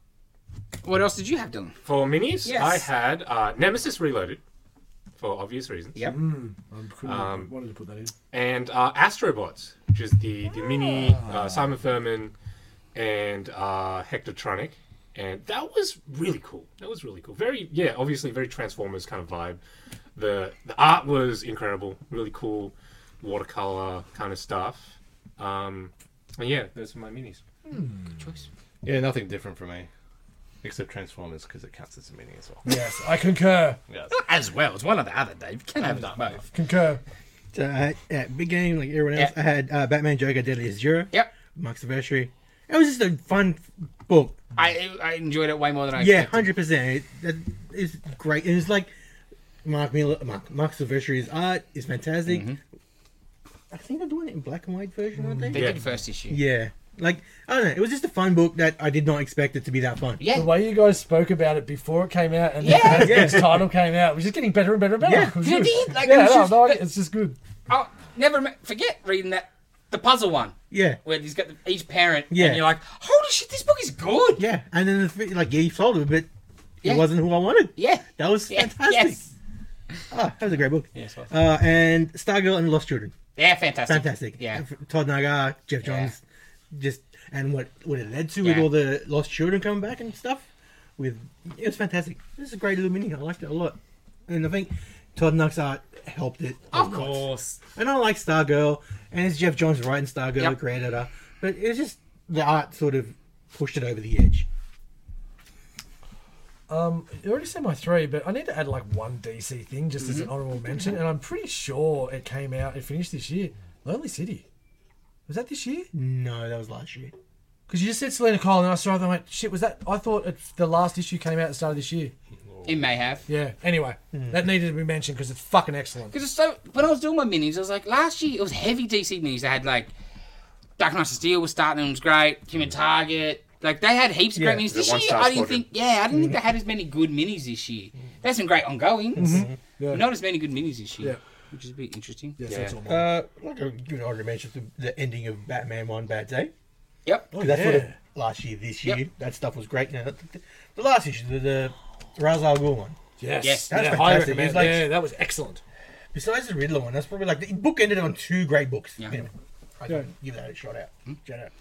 [SPEAKER 2] what else did you have, Dylan?
[SPEAKER 1] For minis,
[SPEAKER 2] Yes.
[SPEAKER 1] I had uh, Nemesis Reloaded, for obvious reasons.
[SPEAKER 2] Yep.
[SPEAKER 3] I couldn't
[SPEAKER 1] Um,
[SPEAKER 3] wanted to put that in.
[SPEAKER 1] and uh, Astrobots, which is the the mini uh, Simon Furman and uh, Hectortronic, and that was really cool. That was really cool. Very yeah, obviously very Transformers kind of vibe. The the art was incredible. Really cool watercolor kind of stuff. Um, and yeah, those are my minis.
[SPEAKER 2] Good choice.
[SPEAKER 4] Yeah, nothing different for me. Except Transformers because it counts as a mini as well.
[SPEAKER 3] Yes, I concur.
[SPEAKER 4] yes.
[SPEAKER 2] As well as one or the other, Dave. You can't have it both.
[SPEAKER 3] Concur.
[SPEAKER 5] So I had, yeah, Big Game, like everyone else,
[SPEAKER 2] Yeah.
[SPEAKER 5] I had uh, Batman, Joker, Deadliest Zero,
[SPEAKER 2] Yep.
[SPEAKER 5] Mark's Anniversary. It was just a fun f- book.
[SPEAKER 2] I I enjoyed it way more than I
[SPEAKER 5] Yeah,
[SPEAKER 2] expected.
[SPEAKER 5] hundred percent. That is great, and it's like Mark Miller, Mark, Mark Silvestri's art is
[SPEAKER 2] Mm-hmm.
[SPEAKER 5] fantastic. I think they're doing it in black and white version, aren't they?
[SPEAKER 2] They
[SPEAKER 1] Yeah.
[SPEAKER 2] did first issue.
[SPEAKER 5] Yeah, Like I don't know, it was just a fun book that I did not expect it to be that fun.
[SPEAKER 2] Yeah.
[SPEAKER 6] The way you guys spoke about it before it came out and
[SPEAKER 2] Yeah.
[SPEAKER 6] as its title came out was just getting better and better and better.
[SPEAKER 5] Yeah.
[SPEAKER 6] It was
[SPEAKER 2] You
[SPEAKER 6] good.
[SPEAKER 2] did, like, it
[SPEAKER 6] yeah,
[SPEAKER 2] was
[SPEAKER 6] no,
[SPEAKER 2] just-
[SPEAKER 6] no, I- it's just good.
[SPEAKER 2] I'll never ma- forget reading that the puzzle one
[SPEAKER 5] Yeah.
[SPEAKER 2] where he's got the, each parent.
[SPEAKER 5] Yeah.
[SPEAKER 2] And you're like, holy shit, this book is good.
[SPEAKER 5] Yeah. And then the thing, like yeah, you sold it, but
[SPEAKER 2] Yeah.
[SPEAKER 5] it wasn't who I wanted.
[SPEAKER 2] Yeah.
[SPEAKER 5] That was
[SPEAKER 2] Yeah,
[SPEAKER 5] fantastic.
[SPEAKER 2] Yes.
[SPEAKER 5] Ah, that was a great book.
[SPEAKER 2] Yes, it was.
[SPEAKER 5] Uh, and Stargirl and the Lost Children.
[SPEAKER 2] Yeah, fantastic.
[SPEAKER 5] Fantastic.
[SPEAKER 2] Yeah.
[SPEAKER 5] Todd Nagar, Jeff
[SPEAKER 2] Yeah.
[SPEAKER 5] Johns, just and what what it led to with
[SPEAKER 2] Yeah.
[SPEAKER 5] all the lost children coming back and stuff. With it was fantastic. This is a great little mini. I liked it a lot, and I think Todd Knox art helped it. a
[SPEAKER 2] Of
[SPEAKER 5] lot.
[SPEAKER 2] course.
[SPEAKER 5] And I like Stargirl, and it's Jeff Johns writing Stargirl,
[SPEAKER 2] Yep.
[SPEAKER 5] the created her. But it's just the art sort of pushed it over the edge.
[SPEAKER 6] Um, you already said my three, but I need to add like one DC thing just as an honorable mention, and I'm pretty sure it came out, it finished this year. Lonely City. Was that this year?
[SPEAKER 5] No, that was last year.
[SPEAKER 6] Because you just said Selena Kyle, and I saw it and I went, shit, was that? I thought it, the last issue came out at the start of this year.
[SPEAKER 2] It may have.
[SPEAKER 6] Yeah, anyway, that needed to be mentioned because it's fucking excellent.
[SPEAKER 2] Because it's so. When I was doing my minis, I was like, last year it was heavy DC minis. They had like Dark Knight of Steel was starting and was great. Human Target. Like they had heaps of great
[SPEAKER 5] Yeah,
[SPEAKER 2] minis
[SPEAKER 1] the
[SPEAKER 2] this
[SPEAKER 1] One
[SPEAKER 2] year.
[SPEAKER 1] Star
[SPEAKER 2] I didn't
[SPEAKER 1] Squadron.
[SPEAKER 2] think. Yeah, I didn't think they had as many good minis this year. They had some great ongoings.
[SPEAKER 5] Mm-hmm.
[SPEAKER 1] Mm-hmm.
[SPEAKER 6] Yeah.
[SPEAKER 2] Not as many good minis this year,
[SPEAKER 6] Yeah.
[SPEAKER 2] which is a bit interesting.
[SPEAKER 6] Yes, that's all mine.
[SPEAKER 5] Uh, like a good honorary mention to the ending of Batman One Bad Day.
[SPEAKER 2] Yep.
[SPEAKER 5] Because that's
[SPEAKER 6] yeah.
[SPEAKER 5] sort of last year, this year,
[SPEAKER 2] Oh, Yep.
[SPEAKER 5] that stuff was great. Now, the, the last issue, the, the Ra's al Ghul one.
[SPEAKER 6] yes,
[SPEAKER 2] yes,
[SPEAKER 5] that's
[SPEAKER 6] yeah, highly
[SPEAKER 5] fantastic.
[SPEAKER 6] recommend.
[SPEAKER 5] It's like-
[SPEAKER 6] yeah, that was excellent.
[SPEAKER 5] Besides the Riddler one, that's probably like the book ended on two great books.
[SPEAKER 2] Yeah. Hmm?
[SPEAKER 5] Anyway, I
[SPEAKER 6] Yeah.
[SPEAKER 5] can give that a shot out. Shout out.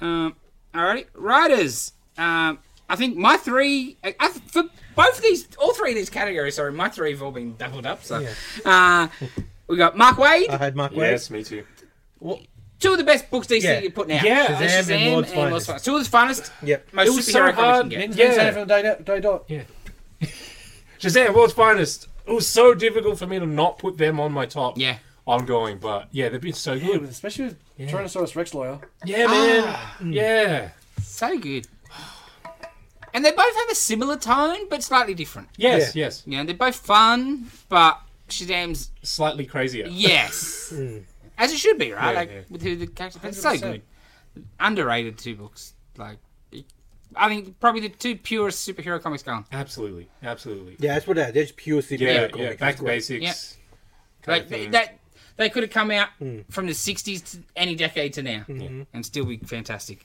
[SPEAKER 2] Um, alrighty, writers. Um, I think my three I, I, for both of these, all three of these categories. Sorry, my three have all been doubled up. So, uh, we got Mark Wade.
[SPEAKER 5] I had Mark Wade.
[SPEAKER 1] Yes, me too.
[SPEAKER 2] two of the best books DC
[SPEAKER 5] Yeah.
[SPEAKER 2] you put now.
[SPEAKER 1] Yeah,
[SPEAKER 2] Shazam,
[SPEAKER 5] Shazam and
[SPEAKER 2] and
[SPEAKER 5] Lord's
[SPEAKER 2] Lord's Finest. Two of the finest.
[SPEAKER 5] Yep.
[SPEAKER 2] Most
[SPEAKER 1] It was so
[SPEAKER 2] superhero comics you
[SPEAKER 1] hard.
[SPEAKER 2] can get.
[SPEAKER 1] Ninja-
[SPEAKER 6] Yeah.
[SPEAKER 1] Yeah.
[SPEAKER 6] Save from day, day dot.
[SPEAKER 1] Shazam, World's Finest. It was so difficult for me to not put them on my top.
[SPEAKER 2] Yeah.
[SPEAKER 1] Ongoing, but yeah, they've been so
[SPEAKER 6] Yeah, with-
[SPEAKER 1] good.
[SPEAKER 6] especially with Tyrannosaurus Rex lawyer.
[SPEAKER 1] Yeah, man.
[SPEAKER 2] Ah.
[SPEAKER 1] Yeah.
[SPEAKER 2] So good. And they both have a similar tone, but slightly different.
[SPEAKER 1] Yes, yes.
[SPEAKER 2] You know, they're both fun, but Shazam's
[SPEAKER 1] Slightly crazier.
[SPEAKER 2] yes,
[SPEAKER 1] Hmm.
[SPEAKER 2] as it should be, right?
[SPEAKER 1] Yeah,
[SPEAKER 2] like
[SPEAKER 1] yeah.
[SPEAKER 2] with who the character. It's so
[SPEAKER 1] 100%.
[SPEAKER 2] good. Underrated two books. Like, I think probably the two purest superhero comics going.
[SPEAKER 1] Absolutely, absolutely.
[SPEAKER 5] Yeah, that's what that. That's pure superhero
[SPEAKER 1] Yeah, yeah.
[SPEAKER 5] comics.
[SPEAKER 1] Back
[SPEAKER 5] That's
[SPEAKER 1] to
[SPEAKER 5] great.
[SPEAKER 1] basics. kind
[SPEAKER 2] Like
[SPEAKER 1] of thing.
[SPEAKER 2] that, they could have come out from the '60s to any decade to now, and still be fantastic.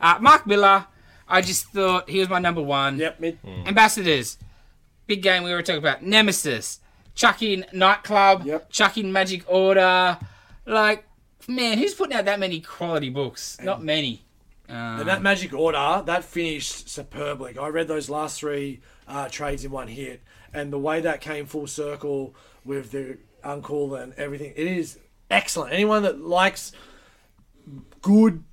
[SPEAKER 2] Uh, Mark Miller, I just thought he was my number one.
[SPEAKER 3] Yep, mid.
[SPEAKER 2] Ambassadors, big game we were talking about. Nemesis, Chucking Nightclub,
[SPEAKER 3] Yep.
[SPEAKER 2] Chucking Magic Order. Like, man, who's putting out that many quality books? Not many.
[SPEAKER 3] And that Magic Order, that finished superbly. I read those last three uh, trades in one hit, and the way that came full circle with the uncle and everything, it is excellent. Anyone that likes good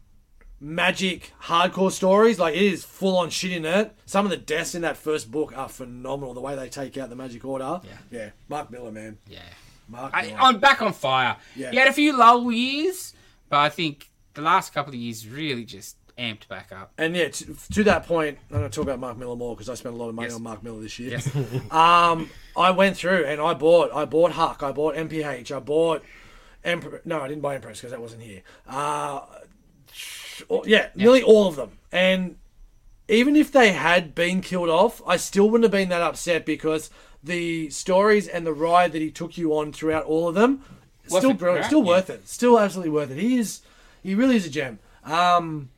[SPEAKER 3] magic hardcore stories, like it is full on shit in it. Some of the deaths in that first book are phenomenal. The way they take out the Magic Order, yeah, Mark Miller, man,
[SPEAKER 2] Yeah.
[SPEAKER 3] Mark
[SPEAKER 2] I,
[SPEAKER 3] Miller.
[SPEAKER 2] I'm back on fire.
[SPEAKER 3] Yeah.
[SPEAKER 2] He had a few lull years, but I think the last couple of years really just amped back up.
[SPEAKER 3] And yeah, to, to that point, I'm going to talk about Mark Miller more because I spent a lot of money
[SPEAKER 2] Yes.
[SPEAKER 3] on Mark Miller this year.
[SPEAKER 2] Yes.
[SPEAKER 3] um, I went through and I bought, I bought Huck, I bought MPH, I bought Emperor. No, I didn't buy Empress because that wasn't here. Uh, all- yeah, nearly all of them. And even if they had been killed off, I still wouldn't have been that upset because the stories and the ride that he took you on throughout all of them, still
[SPEAKER 2] it,
[SPEAKER 3] brilliant,
[SPEAKER 2] right?
[SPEAKER 3] still
[SPEAKER 2] Yeah.
[SPEAKER 3] worth it, still absolutely worth it. He is, he really is a gem. Um,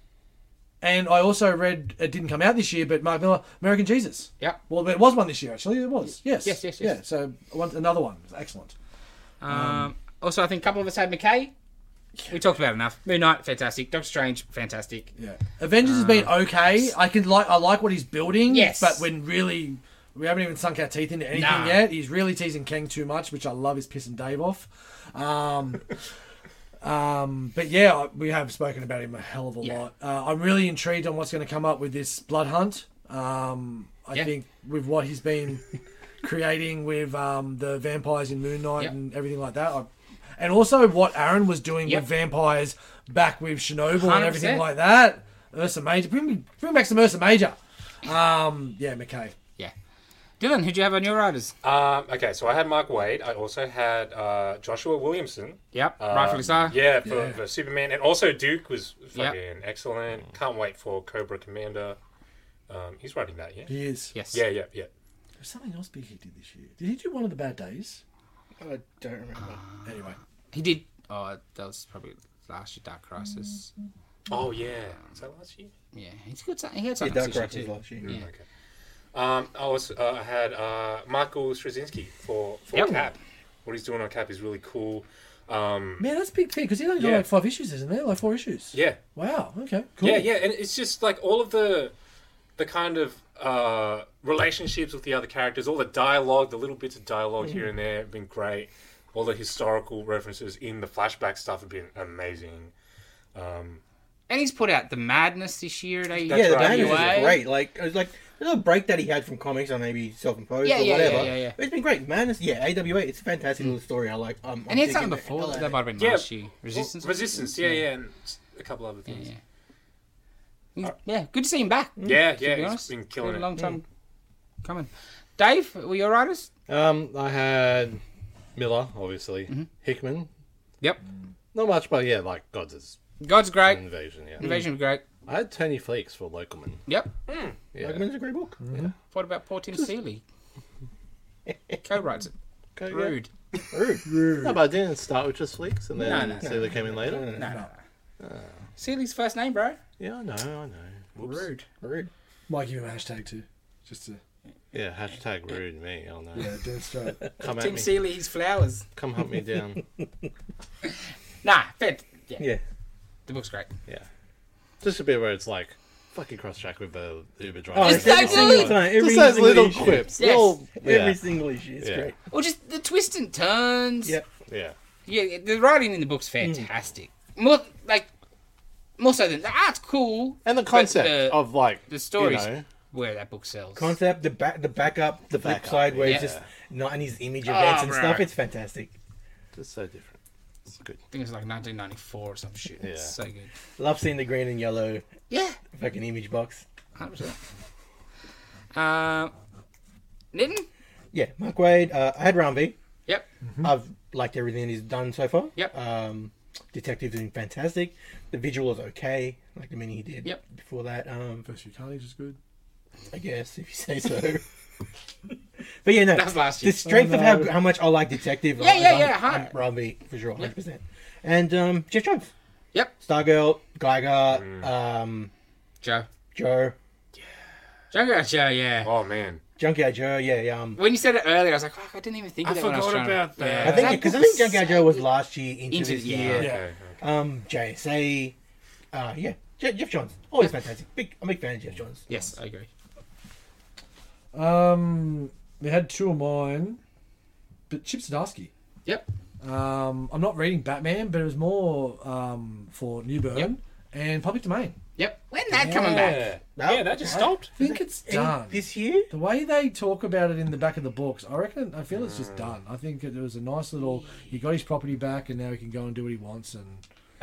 [SPEAKER 3] and I also read it didn't come out this year, but Mark Miller, American Jesus.
[SPEAKER 2] Yep.
[SPEAKER 3] Well, there was one this year actually. There was. Yes.
[SPEAKER 2] Yes, yes, yes.
[SPEAKER 3] Yeah. So one, another one. It's excellent.
[SPEAKER 2] Um, also, I think a couple of us had McKay. We talked about it enough. Moon Knight, fantastic. Doctor Strange, fantastic.
[SPEAKER 3] Yeah. Avengers has been okay. I can like I like what he's building.
[SPEAKER 2] Uh, Yes.
[SPEAKER 3] But when really we haven't even sunk our teeth into anything
[SPEAKER 2] Nah.
[SPEAKER 3] yet. He's really teasing Kang too much, which I love is pissing Dave off. Um Um, but yeah, I- we have spoken about him a hell of a
[SPEAKER 2] Yeah.
[SPEAKER 3] lot. Uh, I'm really intrigued on what's going to come up with this blood hunt. Um, I
[SPEAKER 2] Yeah.
[SPEAKER 3] think with what he's been creating with um, the vampires in Moon Knight
[SPEAKER 2] Yep.
[SPEAKER 3] and everything like that, I, and also what Aaron was doing
[SPEAKER 2] Yep.
[SPEAKER 3] with vampires back with Chernobyl and
[SPEAKER 2] 100%.
[SPEAKER 3] everything like that. Ursa Major, bring me, bring back some Ursa Major. Um, yeah, McKay.
[SPEAKER 2] Yeah. Dylan, who'd you have on your riders?
[SPEAKER 1] Um, okay, so I had Mark Wade. I also had uh, Joshua Williamson.
[SPEAKER 2] Yep,
[SPEAKER 1] Um,
[SPEAKER 2] rightfully so.
[SPEAKER 1] Yeah, for, for Superman, and also Duke was
[SPEAKER 2] Yep.
[SPEAKER 1] fucking excellent. Can't wait for Cobra Commander. Um, he's writing that, yeah.
[SPEAKER 5] He is.
[SPEAKER 2] Yes.
[SPEAKER 1] Yeah, yeah, yeah.
[SPEAKER 5] There's something else big he did this year. Did he do one of the bad days? I don't remember. Anyway,
[SPEAKER 2] He did. Oh, that was probably last year, Dark Crisis.
[SPEAKER 1] Oh yeah. Is that last year?
[SPEAKER 2] Yeah, he's good. He had
[SPEAKER 5] yeah,
[SPEAKER 2] something
[SPEAKER 5] Dark
[SPEAKER 2] this year
[SPEAKER 5] Crisis
[SPEAKER 2] too.
[SPEAKER 5] last year.
[SPEAKER 2] Yeah.
[SPEAKER 1] Okay. Um, I was uh, I had uh, Michael Straczynski for for
[SPEAKER 2] Yep.
[SPEAKER 1] Cap. What he's doing on Cap is really cool. Um,
[SPEAKER 5] Man, that's a big thing because he only got
[SPEAKER 1] Yeah.
[SPEAKER 5] like five issues, isn't there? Like four issues.
[SPEAKER 1] yeah,
[SPEAKER 5] Wow. Okay. Cool.
[SPEAKER 1] Yeah, yeah, and it's just like all of the the kind of uh, relationships with the other characters, all the dialogue, the little bits of dialog
[SPEAKER 2] Mm.
[SPEAKER 1] here and there have been great. All the historical references in the flashback stuff have been amazing.
[SPEAKER 2] And he's put out The Madness this year at AEW.
[SPEAKER 1] That's
[SPEAKER 5] yeah, the
[SPEAKER 1] right.
[SPEAKER 5] Daniels
[SPEAKER 2] Anyway.
[SPEAKER 5] is great. Like, it was like the little break that he had from comics or maybe self-imposed
[SPEAKER 2] Yeah,
[SPEAKER 5] or
[SPEAKER 2] yeah, yeah,
[SPEAKER 5] whatever.
[SPEAKER 2] yeah, yeah.
[SPEAKER 5] But It's been great, man. It's, yeah, AWA. It's a fantastic little story. I like. Um,
[SPEAKER 2] And he had something before that. That might have been
[SPEAKER 1] Yeah.
[SPEAKER 2] last year. Resistance.
[SPEAKER 1] Well, resistance, yeah, yeah, and s- a couple other things.
[SPEAKER 2] Yeah.
[SPEAKER 1] Yeah,
[SPEAKER 2] He's- yeah, good to see him back.
[SPEAKER 1] yeah,
[SPEAKER 2] to be
[SPEAKER 1] he's
[SPEAKER 2] honest.
[SPEAKER 1] been
[SPEAKER 2] Been
[SPEAKER 1] killing
[SPEAKER 2] a
[SPEAKER 1] it.
[SPEAKER 2] long time coming. Dave, were your riders?
[SPEAKER 4] Um, I had Miller, obviously.
[SPEAKER 2] Mm-hmm.
[SPEAKER 4] Hickman.
[SPEAKER 2] Yep.
[SPEAKER 4] Not much, but yeah, like Gods'
[SPEAKER 2] God's great.
[SPEAKER 1] Mm.
[SPEAKER 4] Invasion, yeah.
[SPEAKER 2] Invasion was great.
[SPEAKER 4] I had Tony Fleeks for Localman.
[SPEAKER 2] Yep.
[SPEAKER 4] Yeah.
[SPEAKER 5] Recommends a great book.
[SPEAKER 2] What about poor Tim Seeley? Co-writes it.
[SPEAKER 4] Okay, yeah.
[SPEAKER 2] Rude.
[SPEAKER 4] No, but I didn't start with just Fleeks and then
[SPEAKER 2] No, no,
[SPEAKER 4] Seeley came in later.
[SPEAKER 2] No, no, no.
[SPEAKER 4] Ah.
[SPEAKER 2] Seeley's first name, bro.
[SPEAKER 4] Yeah, I know, I know.
[SPEAKER 2] Rude.
[SPEAKER 5] Rude.
[SPEAKER 3] Might give him a hashtag too, just to
[SPEAKER 4] Yeah, hashtag rude me. Oh no.
[SPEAKER 3] yeah, demonstrate.
[SPEAKER 4] Come at
[SPEAKER 2] Tim
[SPEAKER 4] me.
[SPEAKER 2] Seeley, his flowers.
[SPEAKER 4] Come hunt me down.
[SPEAKER 2] Nah, fair. Yeah,
[SPEAKER 5] Yeah.
[SPEAKER 2] the book's great.
[SPEAKER 4] Yeah. Just a bit where it's like fucking cross track with the Uber driver.
[SPEAKER 5] Oh,
[SPEAKER 2] It's that
[SPEAKER 5] every single
[SPEAKER 2] good.
[SPEAKER 5] time, every
[SPEAKER 4] Just those
[SPEAKER 5] single
[SPEAKER 4] little
[SPEAKER 5] issue.
[SPEAKER 4] quips.
[SPEAKER 2] Yes.
[SPEAKER 4] Little,
[SPEAKER 5] Every
[SPEAKER 4] yeah,
[SPEAKER 5] single issue. It's
[SPEAKER 4] Yeah.
[SPEAKER 5] great.
[SPEAKER 2] Or just the twists and turns.
[SPEAKER 5] Yep.
[SPEAKER 4] yeah.
[SPEAKER 2] Yeah, the writing in the book's fantastic. More like more so than the art's cool.
[SPEAKER 4] And the concept
[SPEAKER 2] the-
[SPEAKER 4] of like
[SPEAKER 2] The stories
[SPEAKER 4] You know,
[SPEAKER 2] where that book sells.
[SPEAKER 5] Concept, the back, the backup, the flip
[SPEAKER 4] Backup,
[SPEAKER 5] side where it's
[SPEAKER 2] yeah.
[SPEAKER 5] just not in his image events and
[SPEAKER 2] bruh.
[SPEAKER 5] stuff. It's fantastic.
[SPEAKER 4] just so different. It's good.
[SPEAKER 2] I think it's like 1994 or some shit.
[SPEAKER 4] Yeah.
[SPEAKER 2] It's so good.
[SPEAKER 5] Love seeing the green and yellow
[SPEAKER 2] Yeah,
[SPEAKER 5] fucking image box.
[SPEAKER 2] 100%. Um, Nitten?
[SPEAKER 5] Yeah, Mark Wade. Uh, I had Round B.
[SPEAKER 2] Yep.
[SPEAKER 5] I've liked everything he's done so far.
[SPEAKER 2] Mm-hmm. Yep.
[SPEAKER 5] Um, Detective's been fantastic. The visual is okay, like the mini he did
[SPEAKER 2] Yep.
[SPEAKER 5] before that. Um,
[SPEAKER 3] First few carnage is good.
[SPEAKER 5] I guess if you say so. but yeah, no,
[SPEAKER 2] That was last
[SPEAKER 5] the
[SPEAKER 2] year.
[SPEAKER 5] strength of how, how much I like Detective.
[SPEAKER 2] Yeah,
[SPEAKER 5] like,
[SPEAKER 2] yeah,
[SPEAKER 5] I'm-
[SPEAKER 2] yeah, huh.
[SPEAKER 5] I'm Robbie for sure, hundred percent. And um, Jeff Jones,
[SPEAKER 2] Yep.
[SPEAKER 5] Stargirl, Geiger,
[SPEAKER 3] Mm.
[SPEAKER 5] um,
[SPEAKER 2] Joe.
[SPEAKER 5] Joe,
[SPEAKER 2] Junkyard Joe, yeah.
[SPEAKER 1] Oh man,
[SPEAKER 5] Junkyard Joe. Yeah, yeah. Um,
[SPEAKER 2] When you said it earlier, I was like, fuck, I didn't even think
[SPEAKER 1] I
[SPEAKER 2] of that. when was
[SPEAKER 1] forgot
[SPEAKER 2] trying to-
[SPEAKER 1] about that.
[SPEAKER 5] I think
[SPEAKER 2] That
[SPEAKER 5] because I
[SPEAKER 2] book
[SPEAKER 5] think
[SPEAKER 2] was
[SPEAKER 5] Junkyard Joe was last year into,
[SPEAKER 2] Into-
[SPEAKER 5] this
[SPEAKER 2] yeah.
[SPEAKER 5] year.
[SPEAKER 2] Yeah.
[SPEAKER 1] okay,
[SPEAKER 5] Um, JSA, uh, yeah, Je- Jeff Johns, always fantastic. Big, I'm a big fan of Jeff Johns.
[SPEAKER 2] Yes, I agree.
[SPEAKER 3] Um, we had two of mine, but Chip Zdarsky.
[SPEAKER 2] Yep.
[SPEAKER 3] Um, I'm not reading Batman, but it was more um, for Newburn
[SPEAKER 2] Yep.
[SPEAKER 3] and Public Domain.
[SPEAKER 2] Yep. When that coming back?
[SPEAKER 1] Yeah, yeah, that just stopped.
[SPEAKER 3] I think it's done.
[SPEAKER 5] this year.
[SPEAKER 3] The way they talk about it in the back of the books, I reckon, I feel it's just done. I think it was a nice little. He got his property back, and now he can go and do what he wants. And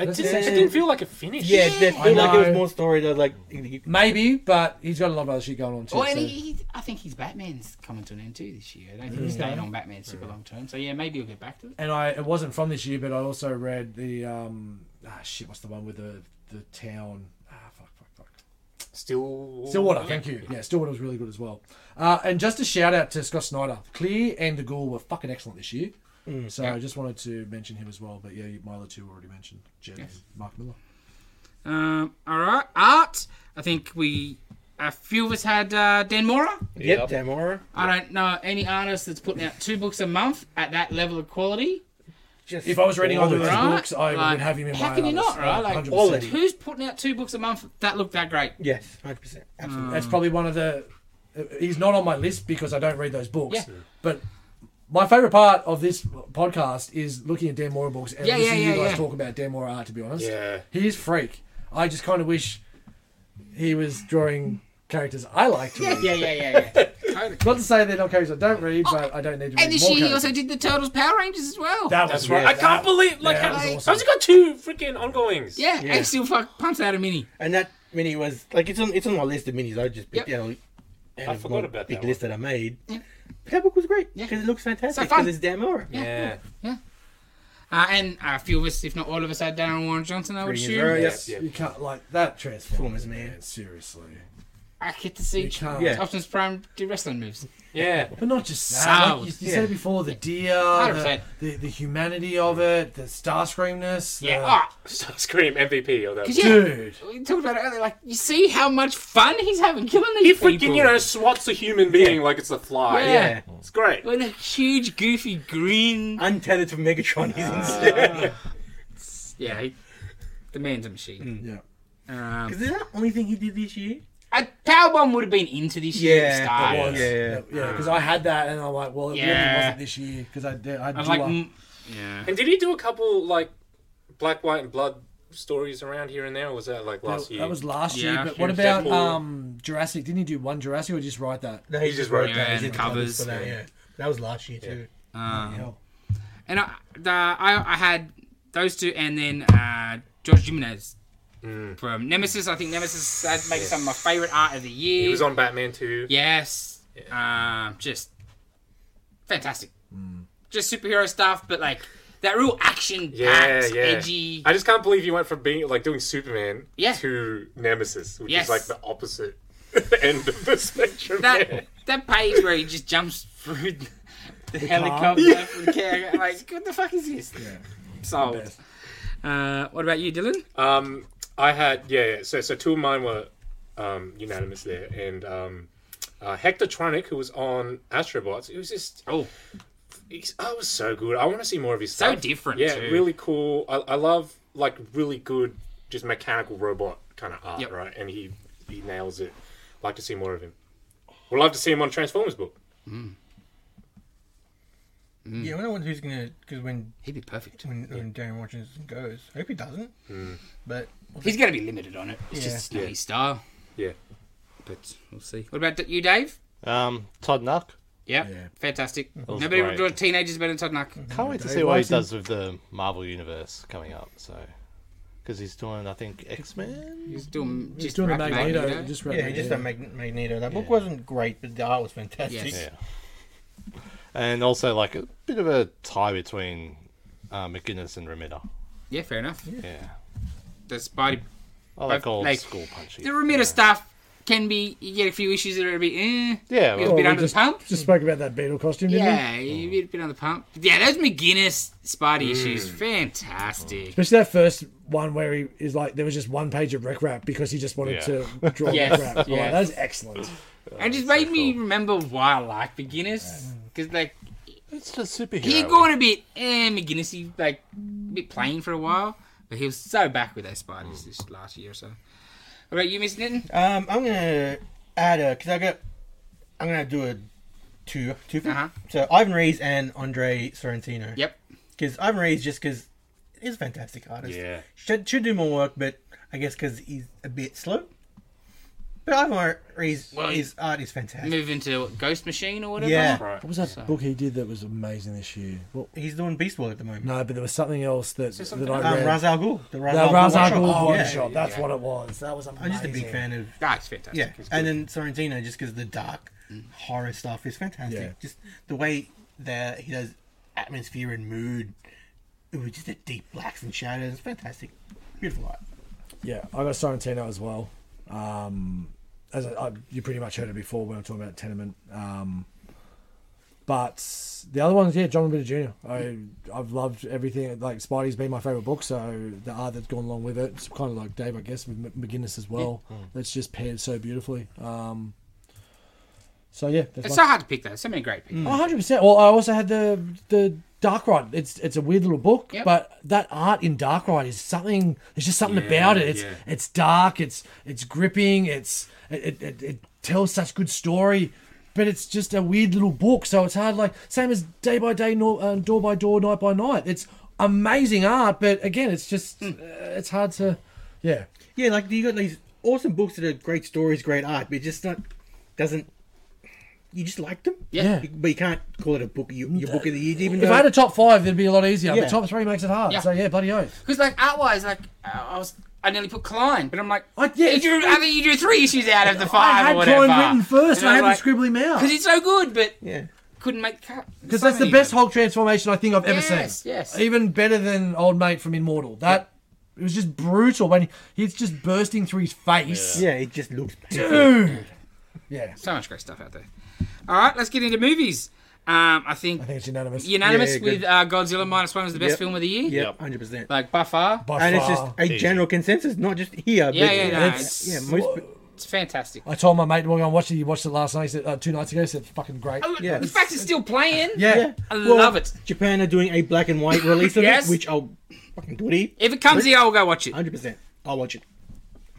[SPEAKER 1] It,
[SPEAKER 3] That's
[SPEAKER 1] just, it
[SPEAKER 3] it.
[SPEAKER 1] didn't feel like a finish.
[SPEAKER 5] Yeah, there
[SPEAKER 3] I
[SPEAKER 5] felt like it
[SPEAKER 3] know.
[SPEAKER 5] was more story though. Like, you-
[SPEAKER 3] maybe, but he's got a lot of other shit going on too.
[SPEAKER 2] Oh, and he,
[SPEAKER 3] so-
[SPEAKER 2] he, I think his Batman's coming to an end too this year. I don't think he's
[SPEAKER 3] Mm-hmm.
[SPEAKER 2] staying on Batman super long term. So yeah, maybe he'll get back to it.
[SPEAKER 3] and I it wasn't from this year, but I also read the um ah shit, what's the one with the the town? Ah, fuck, fuck, fuck.
[SPEAKER 1] Still,
[SPEAKER 3] Stillwater, thank you. Yeah, Stillwater was really good as well. Uh, and just a shout out to Scott Snyder. Clear and De Gaulle were fucking excellent this year. So I just wanted to mention him as well. But yeah, you- my other two were already mentioned, Jed and Mark Miller.
[SPEAKER 2] Um, all right, art. I think we a few of us had uh, Dan Mora.
[SPEAKER 5] yep, Tamora.
[SPEAKER 2] I don't know any artist that's putting out two books a month at that level of quality.
[SPEAKER 5] Just
[SPEAKER 3] If I was reading either of his
[SPEAKER 2] Right?
[SPEAKER 3] books, I
[SPEAKER 2] Like,
[SPEAKER 3] would have him in
[SPEAKER 2] how
[SPEAKER 3] my
[SPEAKER 2] can you
[SPEAKER 3] others.
[SPEAKER 2] not, right?
[SPEAKER 3] Uh,
[SPEAKER 2] Like,
[SPEAKER 3] 100%.
[SPEAKER 5] quality.
[SPEAKER 2] Who's putting out two books a month that look that great?
[SPEAKER 5] yes, hundred percent,
[SPEAKER 2] mm.
[SPEAKER 5] absolutely.
[SPEAKER 2] Um,
[SPEAKER 3] That's probably one of the. uh, He's not on my list because I don't read those books.
[SPEAKER 2] Yeah.
[SPEAKER 3] But my favorite part of this podcast is looking at Dan Mora books and
[SPEAKER 2] Yeah, yeah,
[SPEAKER 3] listening to you
[SPEAKER 2] yeah,
[SPEAKER 3] guys
[SPEAKER 2] yeah.
[SPEAKER 3] talk about Dan Mora art. To be honest,
[SPEAKER 1] Yeah.
[SPEAKER 3] he is freak. I just kind of wish he was drawing characters I like to read.
[SPEAKER 2] Yeah, yeah, yeah, yeah. totally.
[SPEAKER 3] Not to say they're not characters I don't read, but I don't need to read
[SPEAKER 2] And this
[SPEAKER 3] more
[SPEAKER 2] year he
[SPEAKER 3] characters.
[SPEAKER 2] also did the Turtles Power Rangers as well.
[SPEAKER 3] that was
[SPEAKER 1] That's right.
[SPEAKER 3] yeah,
[SPEAKER 1] I can't
[SPEAKER 3] that-
[SPEAKER 1] believe like
[SPEAKER 3] yeah, that
[SPEAKER 1] how,
[SPEAKER 3] was
[SPEAKER 1] I
[SPEAKER 3] awesome.
[SPEAKER 1] just got two freaking ongoings.
[SPEAKER 2] yeah, and still fuck pumps out a mini.
[SPEAKER 5] And that mini was like it's on it's on my list of minis. I just picked
[SPEAKER 2] Yep.
[SPEAKER 5] out. out
[SPEAKER 1] I
[SPEAKER 5] of
[SPEAKER 1] forgot
[SPEAKER 5] my
[SPEAKER 1] about
[SPEAKER 5] big
[SPEAKER 1] that
[SPEAKER 5] list that I made. Pepperbook was great
[SPEAKER 2] Yeah.
[SPEAKER 5] because it looks fantastic
[SPEAKER 2] fun.
[SPEAKER 5] because it's Dan Mora.
[SPEAKER 2] Yeah. Uh, and uh, a few of us, if not all of us, had Darren Warren Johnson, I would
[SPEAKER 5] Three years
[SPEAKER 2] assume.
[SPEAKER 5] earlier.
[SPEAKER 3] Yes,
[SPEAKER 5] Yeah.
[SPEAKER 3] you can't like that transformers
[SPEAKER 5] Transformers, man.
[SPEAKER 3] seriously,
[SPEAKER 2] I get to see
[SPEAKER 3] you can't.
[SPEAKER 5] Yeah.
[SPEAKER 2] Optimus Prime do wrestling moves.
[SPEAKER 1] Yeah.
[SPEAKER 3] But not just that.
[SPEAKER 2] Sound.
[SPEAKER 3] Like you you said it before the deer, the,
[SPEAKER 2] 100%.
[SPEAKER 3] the, the humanity of it, the starscreamness.
[SPEAKER 2] Yeah.
[SPEAKER 3] the-
[SPEAKER 2] Ah,
[SPEAKER 1] Scream MVP or that.
[SPEAKER 2] because yeah,
[SPEAKER 3] dude.
[SPEAKER 2] we talked about it earlier. Like, you see how much fun he's having killing
[SPEAKER 1] He
[SPEAKER 2] these people.
[SPEAKER 1] freaking, you know, swats a human being like it's a fly.
[SPEAKER 2] Yeah.
[SPEAKER 5] Yeah.
[SPEAKER 1] It's great.
[SPEAKER 2] With a huge, goofy green.
[SPEAKER 5] Untethered from Megatron, he's insane.
[SPEAKER 2] Yeah, he, the man's a machine.
[SPEAKER 3] Yeah.
[SPEAKER 2] Um,
[SPEAKER 5] Is that the only thing he did this year?
[SPEAKER 2] a Powerbomb would have been into this year
[SPEAKER 5] Yeah,
[SPEAKER 2] yeah, start.
[SPEAKER 5] it
[SPEAKER 3] was.
[SPEAKER 5] Yeah.
[SPEAKER 3] yeah, Because I had that, and I'm like, well, it really
[SPEAKER 2] Yeah.
[SPEAKER 3] wasn't this year because I did. I,
[SPEAKER 2] I
[SPEAKER 3] did
[SPEAKER 2] was like,
[SPEAKER 3] like,
[SPEAKER 2] mm, yeah.
[SPEAKER 1] And did he do a couple like black, white, and blood stories around here and there, or was that like last
[SPEAKER 3] that,
[SPEAKER 1] year?
[SPEAKER 3] that was last year.
[SPEAKER 2] Yeah,
[SPEAKER 3] But
[SPEAKER 2] he
[SPEAKER 3] what
[SPEAKER 1] was
[SPEAKER 3] about
[SPEAKER 1] Deadpool.
[SPEAKER 3] um Jurassic? Didn't he do one Jurassic or just write that?
[SPEAKER 5] No, he,
[SPEAKER 1] He just wrote
[SPEAKER 5] that. He
[SPEAKER 2] that
[SPEAKER 5] did
[SPEAKER 2] in
[SPEAKER 5] the covers
[SPEAKER 2] covers.
[SPEAKER 5] for that, yeah. That was last year too.
[SPEAKER 2] Um,
[SPEAKER 3] Hell.
[SPEAKER 2] And I, the, I, I had those two, and then uh, George Jimenez
[SPEAKER 1] Mm.
[SPEAKER 2] from Nemesis. I think Nemesis that makes some of my favorite art of the year.
[SPEAKER 1] He was on Batman too.
[SPEAKER 2] Yes, um, just fantastic.
[SPEAKER 1] Mm.
[SPEAKER 2] Just superhero stuff, but like that real action
[SPEAKER 1] Yeah,
[SPEAKER 2] packed,
[SPEAKER 1] yeah.
[SPEAKER 2] edgy.
[SPEAKER 1] I just can't believe you went from being like doing Superman
[SPEAKER 2] Yeah.
[SPEAKER 1] to Nemesis, which
[SPEAKER 2] Yes.
[SPEAKER 1] is like the opposite end of the spectrum.
[SPEAKER 2] that
[SPEAKER 1] yeah.
[SPEAKER 2] that page where he just jumps through the, the helicopter, from the car, like what the fuck is this? Sold. Uh, what about you, Dylan?
[SPEAKER 1] Um, I had yeah, yeah. So so two of mine were um, unanimous there, and um, uh, Hector Tronic, who was on Astrobots, it was just
[SPEAKER 2] Oh,
[SPEAKER 1] he's, oh, it was so good. I want to see more of his
[SPEAKER 2] So
[SPEAKER 1] stuff.
[SPEAKER 2] different,
[SPEAKER 1] Yeah,
[SPEAKER 2] too.
[SPEAKER 1] really cool. I, I love like really good, just mechanical robot kind of art,
[SPEAKER 2] Yep.
[SPEAKER 1] right? And he he nails it. Like to see more of him. Would love to see him on Transformers book.
[SPEAKER 2] Mm.
[SPEAKER 5] Yeah, I wonder who's gonna because when
[SPEAKER 2] he'd be perfect.
[SPEAKER 5] when, when Darren Watchinson goes, I hope he doesn't. But
[SPEAKER 2] He's going to be limited on it. It's
[SPEAKER 5] Yeah.
[SPEAKER 2] just not his style.
[SPEAKER 1] Yeah.
[SPEAKER 2] But we'll see. What about you, Dave?
[SPEAKER 4] Um, Todd Knuck.
[SPEAKER 2] Yep. fantastic.
[SPEAKER 4] was
[SPEAKER 2] Nobody would
[SPEAKER 4] great.
[SPEAKER 2] draw teenagers better than Todd Knuck.
[SPEAKER 4] Can't wait to
[SPEAKER 3] Dave
[SPEAKER 4] see what he
[SPEAKER 3] Larson.
[SPEAKER 4] does with the Marvel Universe coming up. So, because he's doing, I think, X Men.
[SPEAKER 2] He's doing
[SPEAKER 3] He's
[SPEAKER 2] just
[SPEAKER 3] doing a
[SPEAKER 2] rap
[SPEAKER 3] Magneto.
[SPEAKER 2] Magneto.
[SPEAKER 3] Just
[SPEAKER 5] yeah,
[SPEAKER 3] wrote
[SPEAKER 5] he
[SPEAKER 3] Magneto.
[SPEAKER 5] just done Mag- Magneto. That book wasn't great, but the art was fantastic.
[SPEAKER 2] Yes.
[SPEAKER 4] Yeah, and also like a bit of a tie between uh, McGinnis and Remita.
[SPEAKER 2] Yeah, fair enough.
[SPEAKER 4] Yeah,
[SPEAKER 2] The Spidey,
[SPEAKER 4] I like
[SPEAKER 2] I've-
[SPEAKER 4] old
[SPEAKER 2] like,
[SPEAKER 4] school punchy.
[SPEAKER 2] the Remita stuff can be. You get a few issues that are a bit. Eh,
[SPEAKER 4] Yeah,
[SPEAKER 2] He was
[SPEAKER 4] well-
[SPEAKER 2] a bit
[SPEAKER 3] we
[SPEAKER 2] under
[SPEAKER 3] just-
[SPEAKER 2] the pump.
[SPEAKER 3] Just spoke about that beetle costume, didn't we?
[SPEAKER 2] Yeah, you a bit, bit under the pump. Yeah, those McGuinness Spidey issues, fantastic.
[SPEAKER 3] Especially that first one where he is like, there was just one page of rec rap because he just wanted
[SPEAKER 4] Yeah.
[SPEAKER 3] to draw
[SPEAKER 2] Yes,
[SPEAKER 3] rec rap. I'm
[SPEAKER 2] yes.
[SPEAKER 3] Like, that was excellent.
[SPEAKER 2] and it just made me remember why I like McGuinness because like
[SPEAKER 4] It's just superhero.
[SPEAKER 2] he going a bit eh, McGuinnessy, like a bit plain for a while, but he was so back with those
[SPEAKER 3] Mm.
[SPEAKER 2] Spiders this last year or so. What about you, Miss Nitton?
[SPEAKER 5] Um, I'm gonna add a because I got I'm gonna do a two two.
[SPEAKER 2] Uh-huh.
[SPEAKER 5] So Ivan Rees and Andre Sorrentino.
[SPEAKER 2] Yep.
[SPEAKER 5] Because Ivan Rees just because he's a fantastic artist.
[SPEAKER 1] Yeah.
[SPEAKER 5] Should should do more work, but I guess because he's a bit slow. But Ivan Rees
[SPEAKER 2] Well,
[SPEAKER 5] his art is fantastic.
[SPEAKER 2] Move into Ghost Machine or whatever.
[SPEAKER 5] Yeah.
[SPEAKER 1] Right.
[SPEAKER 3] What was that book he did that was amazing this year? What?
[SPEAKER 5] He's doing Beast World at the moment.
[SPEAKER 3] No, but there was something else that, that I
[SPEAKER 5] Um,
[SPEAKER 3] read.
[SPEAKER 5] Ra's al Ghul. The Ra's
[SPEAKER 3] the Ra's al Ghul
[SPEAKER 5] one-shot.
[SPEAKER 3] one
[SPEAKER 5] Yeah.
[SPEAKER 3] shot. That's what it was. That was amazing.
[SPEAKER 5] I'm just a big fan of
[SPEAKER 2] That's fantastic.
[SPEAKER 5] yeah, and then Sorrentino just because the dark horror stuff is fantastic.
[SPEAKER 3] Yeah.
[SPEAKER 5] Just the way that he does atmosphere and mood, it was just the deep blacks and shadows. It's fantastic, beautiful art.
[SPEAKER 3] Yeah, I got Sorrentino as well. Um, as I, I, you pretty much heard it before when I'm talking about Tenement. Um, but the other ones, yeah, John Ritter Jr. I I've loved everything. Like Spidey's been my favorite book, so the art that's gone along with it, it's kind of like Dave, I guess, with M- McGinnis as well. That's just paired so beautifully. Um, so yeah, that's
[SPEAKER 2] It's
[SPEAKER 3] my-
[SPEAKER 2] so hard to pick though. So many great people.
[SPEAKER 3] Oh, 100%. Well, I also had the the Dark Ride. It's it's a weird little book,
[SPEAKER 2] Yep.
[SPEAKER 3] but that art in Dark Ride is something. There's just something about it. It's
[SPEAKER 1] yeah.
[SPEAKER 3] it's dark. It's it's gripping. It's it, it, it, it tells such good story, but it's just a weird little book. So it's hard. Like same as day by day, nor, uh, door by door, night by night. It's amazing art, but again, it's just uh, it's hard to. Yeah,
[SPEAKER 5] Yeah, like you got these awesome books that are great stories, great art, but it just not doesn't. You just like them,
[SPEAKER 2] Yeah.
[SPEAKER 5] You- But you can't call it a book. Your, your book of the year, even
[SPEAKER 3] if
[SPEAKER 5] though
[SPEAKER 3] I had a top five, it'd be a lot easier.
[SPEAKER 5] Yeah.
[SPEAKER 3] But top three makes it hard.
[SPEAKER 2] Yeah.
[SPEAKER 3] So yeah, bloody oath.
[SPEAKER 2] Because like art wise, like I I was, I nearly put Klein, but I'm like,
[SPEAKER 3] I- yeah,
[SPEAKER 2] you drew, I think you drew three issues out of the five
[SPEAKER 3] I
[SPEAKER 2] or
[SPEAKER 3] had
[SPEAKER 2] whatever.
[SPEAKER 3] Klein written first, and, I had
[SPEAKER 2] like,
[SPEAKER 3] the scribbly mouth.
[SPEAKER 2] Because it's so good, but
[SPEAKER 5] yeah,
[SPEAKER 2] couldn't make the cut.
[SPEAKER 3] Because
[SPEAKER 2] So
[SPEAKER 3] that's the
[SPEAKER 2] many
[SPEAKER 3] best
[SPEAKER 2] of them.
[SPEAKER 3] Hulk transformation I think I've ever
[SPEAKER 2] Yes,
[SPEAKER 3] seen.
[SPEAKER 2] yes.
[SPEAKER 3] Even better than Old Mate from Immortal. That it was just brutal when he's just bursting through his face.
[SPEAKER 5] Yeah, it just looks.
[SPEAKER 3] Dude. Yeah.
[SPEAKER 2] So much great stuff out there. All right, let's get into movies. Um, I think
[SPEAKER 3] I think it's unanimous.
[SPEAKER 2] unanimous
[SPEAKER 5] Yeah, good.
[SPEAKER 2] with uh, Godzilla minus one was the best
[SPEAKER 5] Yep.
[SPEAKER 2] film of the year.
[SPEAKER 5] Yeah,
[SPEAKER 4] Yep.
[SPEAKER 5] hundred percent.
[SPEAKER 2] Like by far,
[SPEAKER 3] By
[SPEAKER 5] And it's
[SPEAKER 3] far.
[SPEAKER 5] just a general consensus, not just here.
[SPEAKER 2] Yeah,
[SPEAKER 5] but
[SPEAKER 2] yeah, no.
[SPEAKER 3] It's-
[SPEAKER 5] yeah, most-
[SPEAKER 2] it's fantastic.
[SPEAKER 3] I told my mate when I watched it, he watched it last night, he said, uh, two nights ago, he said, fucking great.
[SPEAKER 2] Oh,
[SPEAKER 5] Yeah.
[SPEAKER 2] The fact it's still playing.
[SPEAKER 3] yeah.
[SPEAKER 5] yeah.
[SPEAKER 2] I
[SPEAKER 5] Well,
[SPEAKER 2] love it.
[SPEAKER 5] Japan are doing a black and white release of
[SPEAKER 2] Yes.
[SPEAKER 5] it, which I'll fucking do it.
[SPEAKER 2] If it comes here, I'll go watch it
[SPEAKER 5] Hundred percent. I'll watch it.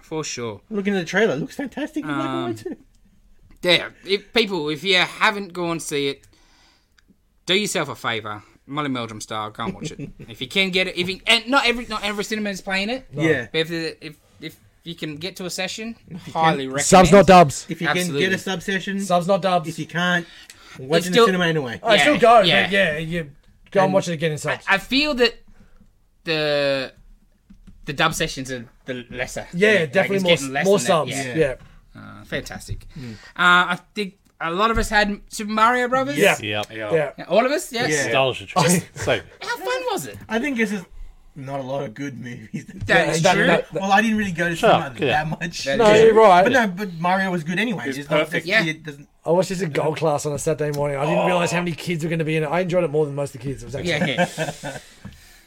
[SPEAKER 2] for sure.
[SPEAKER 5] Looking at the trailer, it looks fantastic. in black and
[SPEAKER 2] Um,
[SPEAKER 5] white too.
[SPEAKER 2] Yeah, if people, if you haven't gone see it, do yourself a favor, Molly Meldrum style, go and watch it. if you can get it, if you and not every not every cinema is playing it,
[SPEAKER 5] Yeah.
[SPEAKER 2] but if the- if if you can get to a session, highly recommend.
[SPEAKER 3] Subs, not dubs.
[SPEAKER 5] If you
[SPEAKER 2] Absolutely.
[SPEAKER 5] can get a subsession,
[SPEAKER 3] Subs, not
[SPEAKER 5] if
[SPEAKER 3] dubs.
[SPEAKER 5] you can't, watch it in
[SPEAKER 2] still-
[SPEAKER 5] the cinema anyway.
[SPEAKER 3] I
[SPEAKER 2] Yeah,
[SPEAKER 3] still go,
[SPEAKER 2] yeah.
[SPEAKER 3] but yeah, you go and, watch it again in subs.
[SPEAKER 2] I feel that the the dub sessions are the lesser.
[SPEAKER 3] yeah,
[SPEAKER 2] Like,
[SPEAKER 3] definitely
[SPEAKER 2] it's
[SPEAKER 3] more,
[SPEAKER 2] getting less
[SPEAKER 3] more
[SPEAKER 2] than that, yeah.
[SPEAKER 3] subs. Yeah.
[SPEAKER 2] Uh, fantastic. Uh, I think a lot of us had Super Mario Brothers.
[SPEAKER 3] Yeah.
[SPEAKER 4] Yep.
[SPEAKER 3] Yeah.
[SPEAKER 2] Yeah, All of us. Yes.
[SPEAKER 5] Yeah.
[SPEAKER 4] Nostalgia trip. So,
[SPEAKER 2] How fun was it?
[SPEAKER 5] I think this is not a lot of good movies.
[SPEAKER 2] That
[SPEAKER 3] Yeah,
[SPEAKER 2] is
[SPEAKER 3] that-
[SPEAKER 2] true.
[SPEAKER 3] that-
[SPEAKER 5] well, I didn't really go to
[SPEAKER 4] Shut
[SPEAKER 5] cinema
[SPEAKER 4] up,
[SPEAKER 5] that
[SPEAKER 4] yeah.
[SPEAKER 5] much.
[SPEAKER 3] No, you're right.
[SPEAKER 5] But no, but Mario was good anyway.
[SPEAKER 1] It's
[SPEAKER 5] It's not-
[SPEAKER 1] perfect.
[SPEAKER 2] Yeah.
[SPEAKER 5] It doesn't,
[SPEAKER 3] I watched this in gold class on a Saturday morning. I didn't realize how many kids were going to be in it. I enjoyed it more than most of the kids. It was actually,
[SPEAKER 2] Oh. yeah, yeah.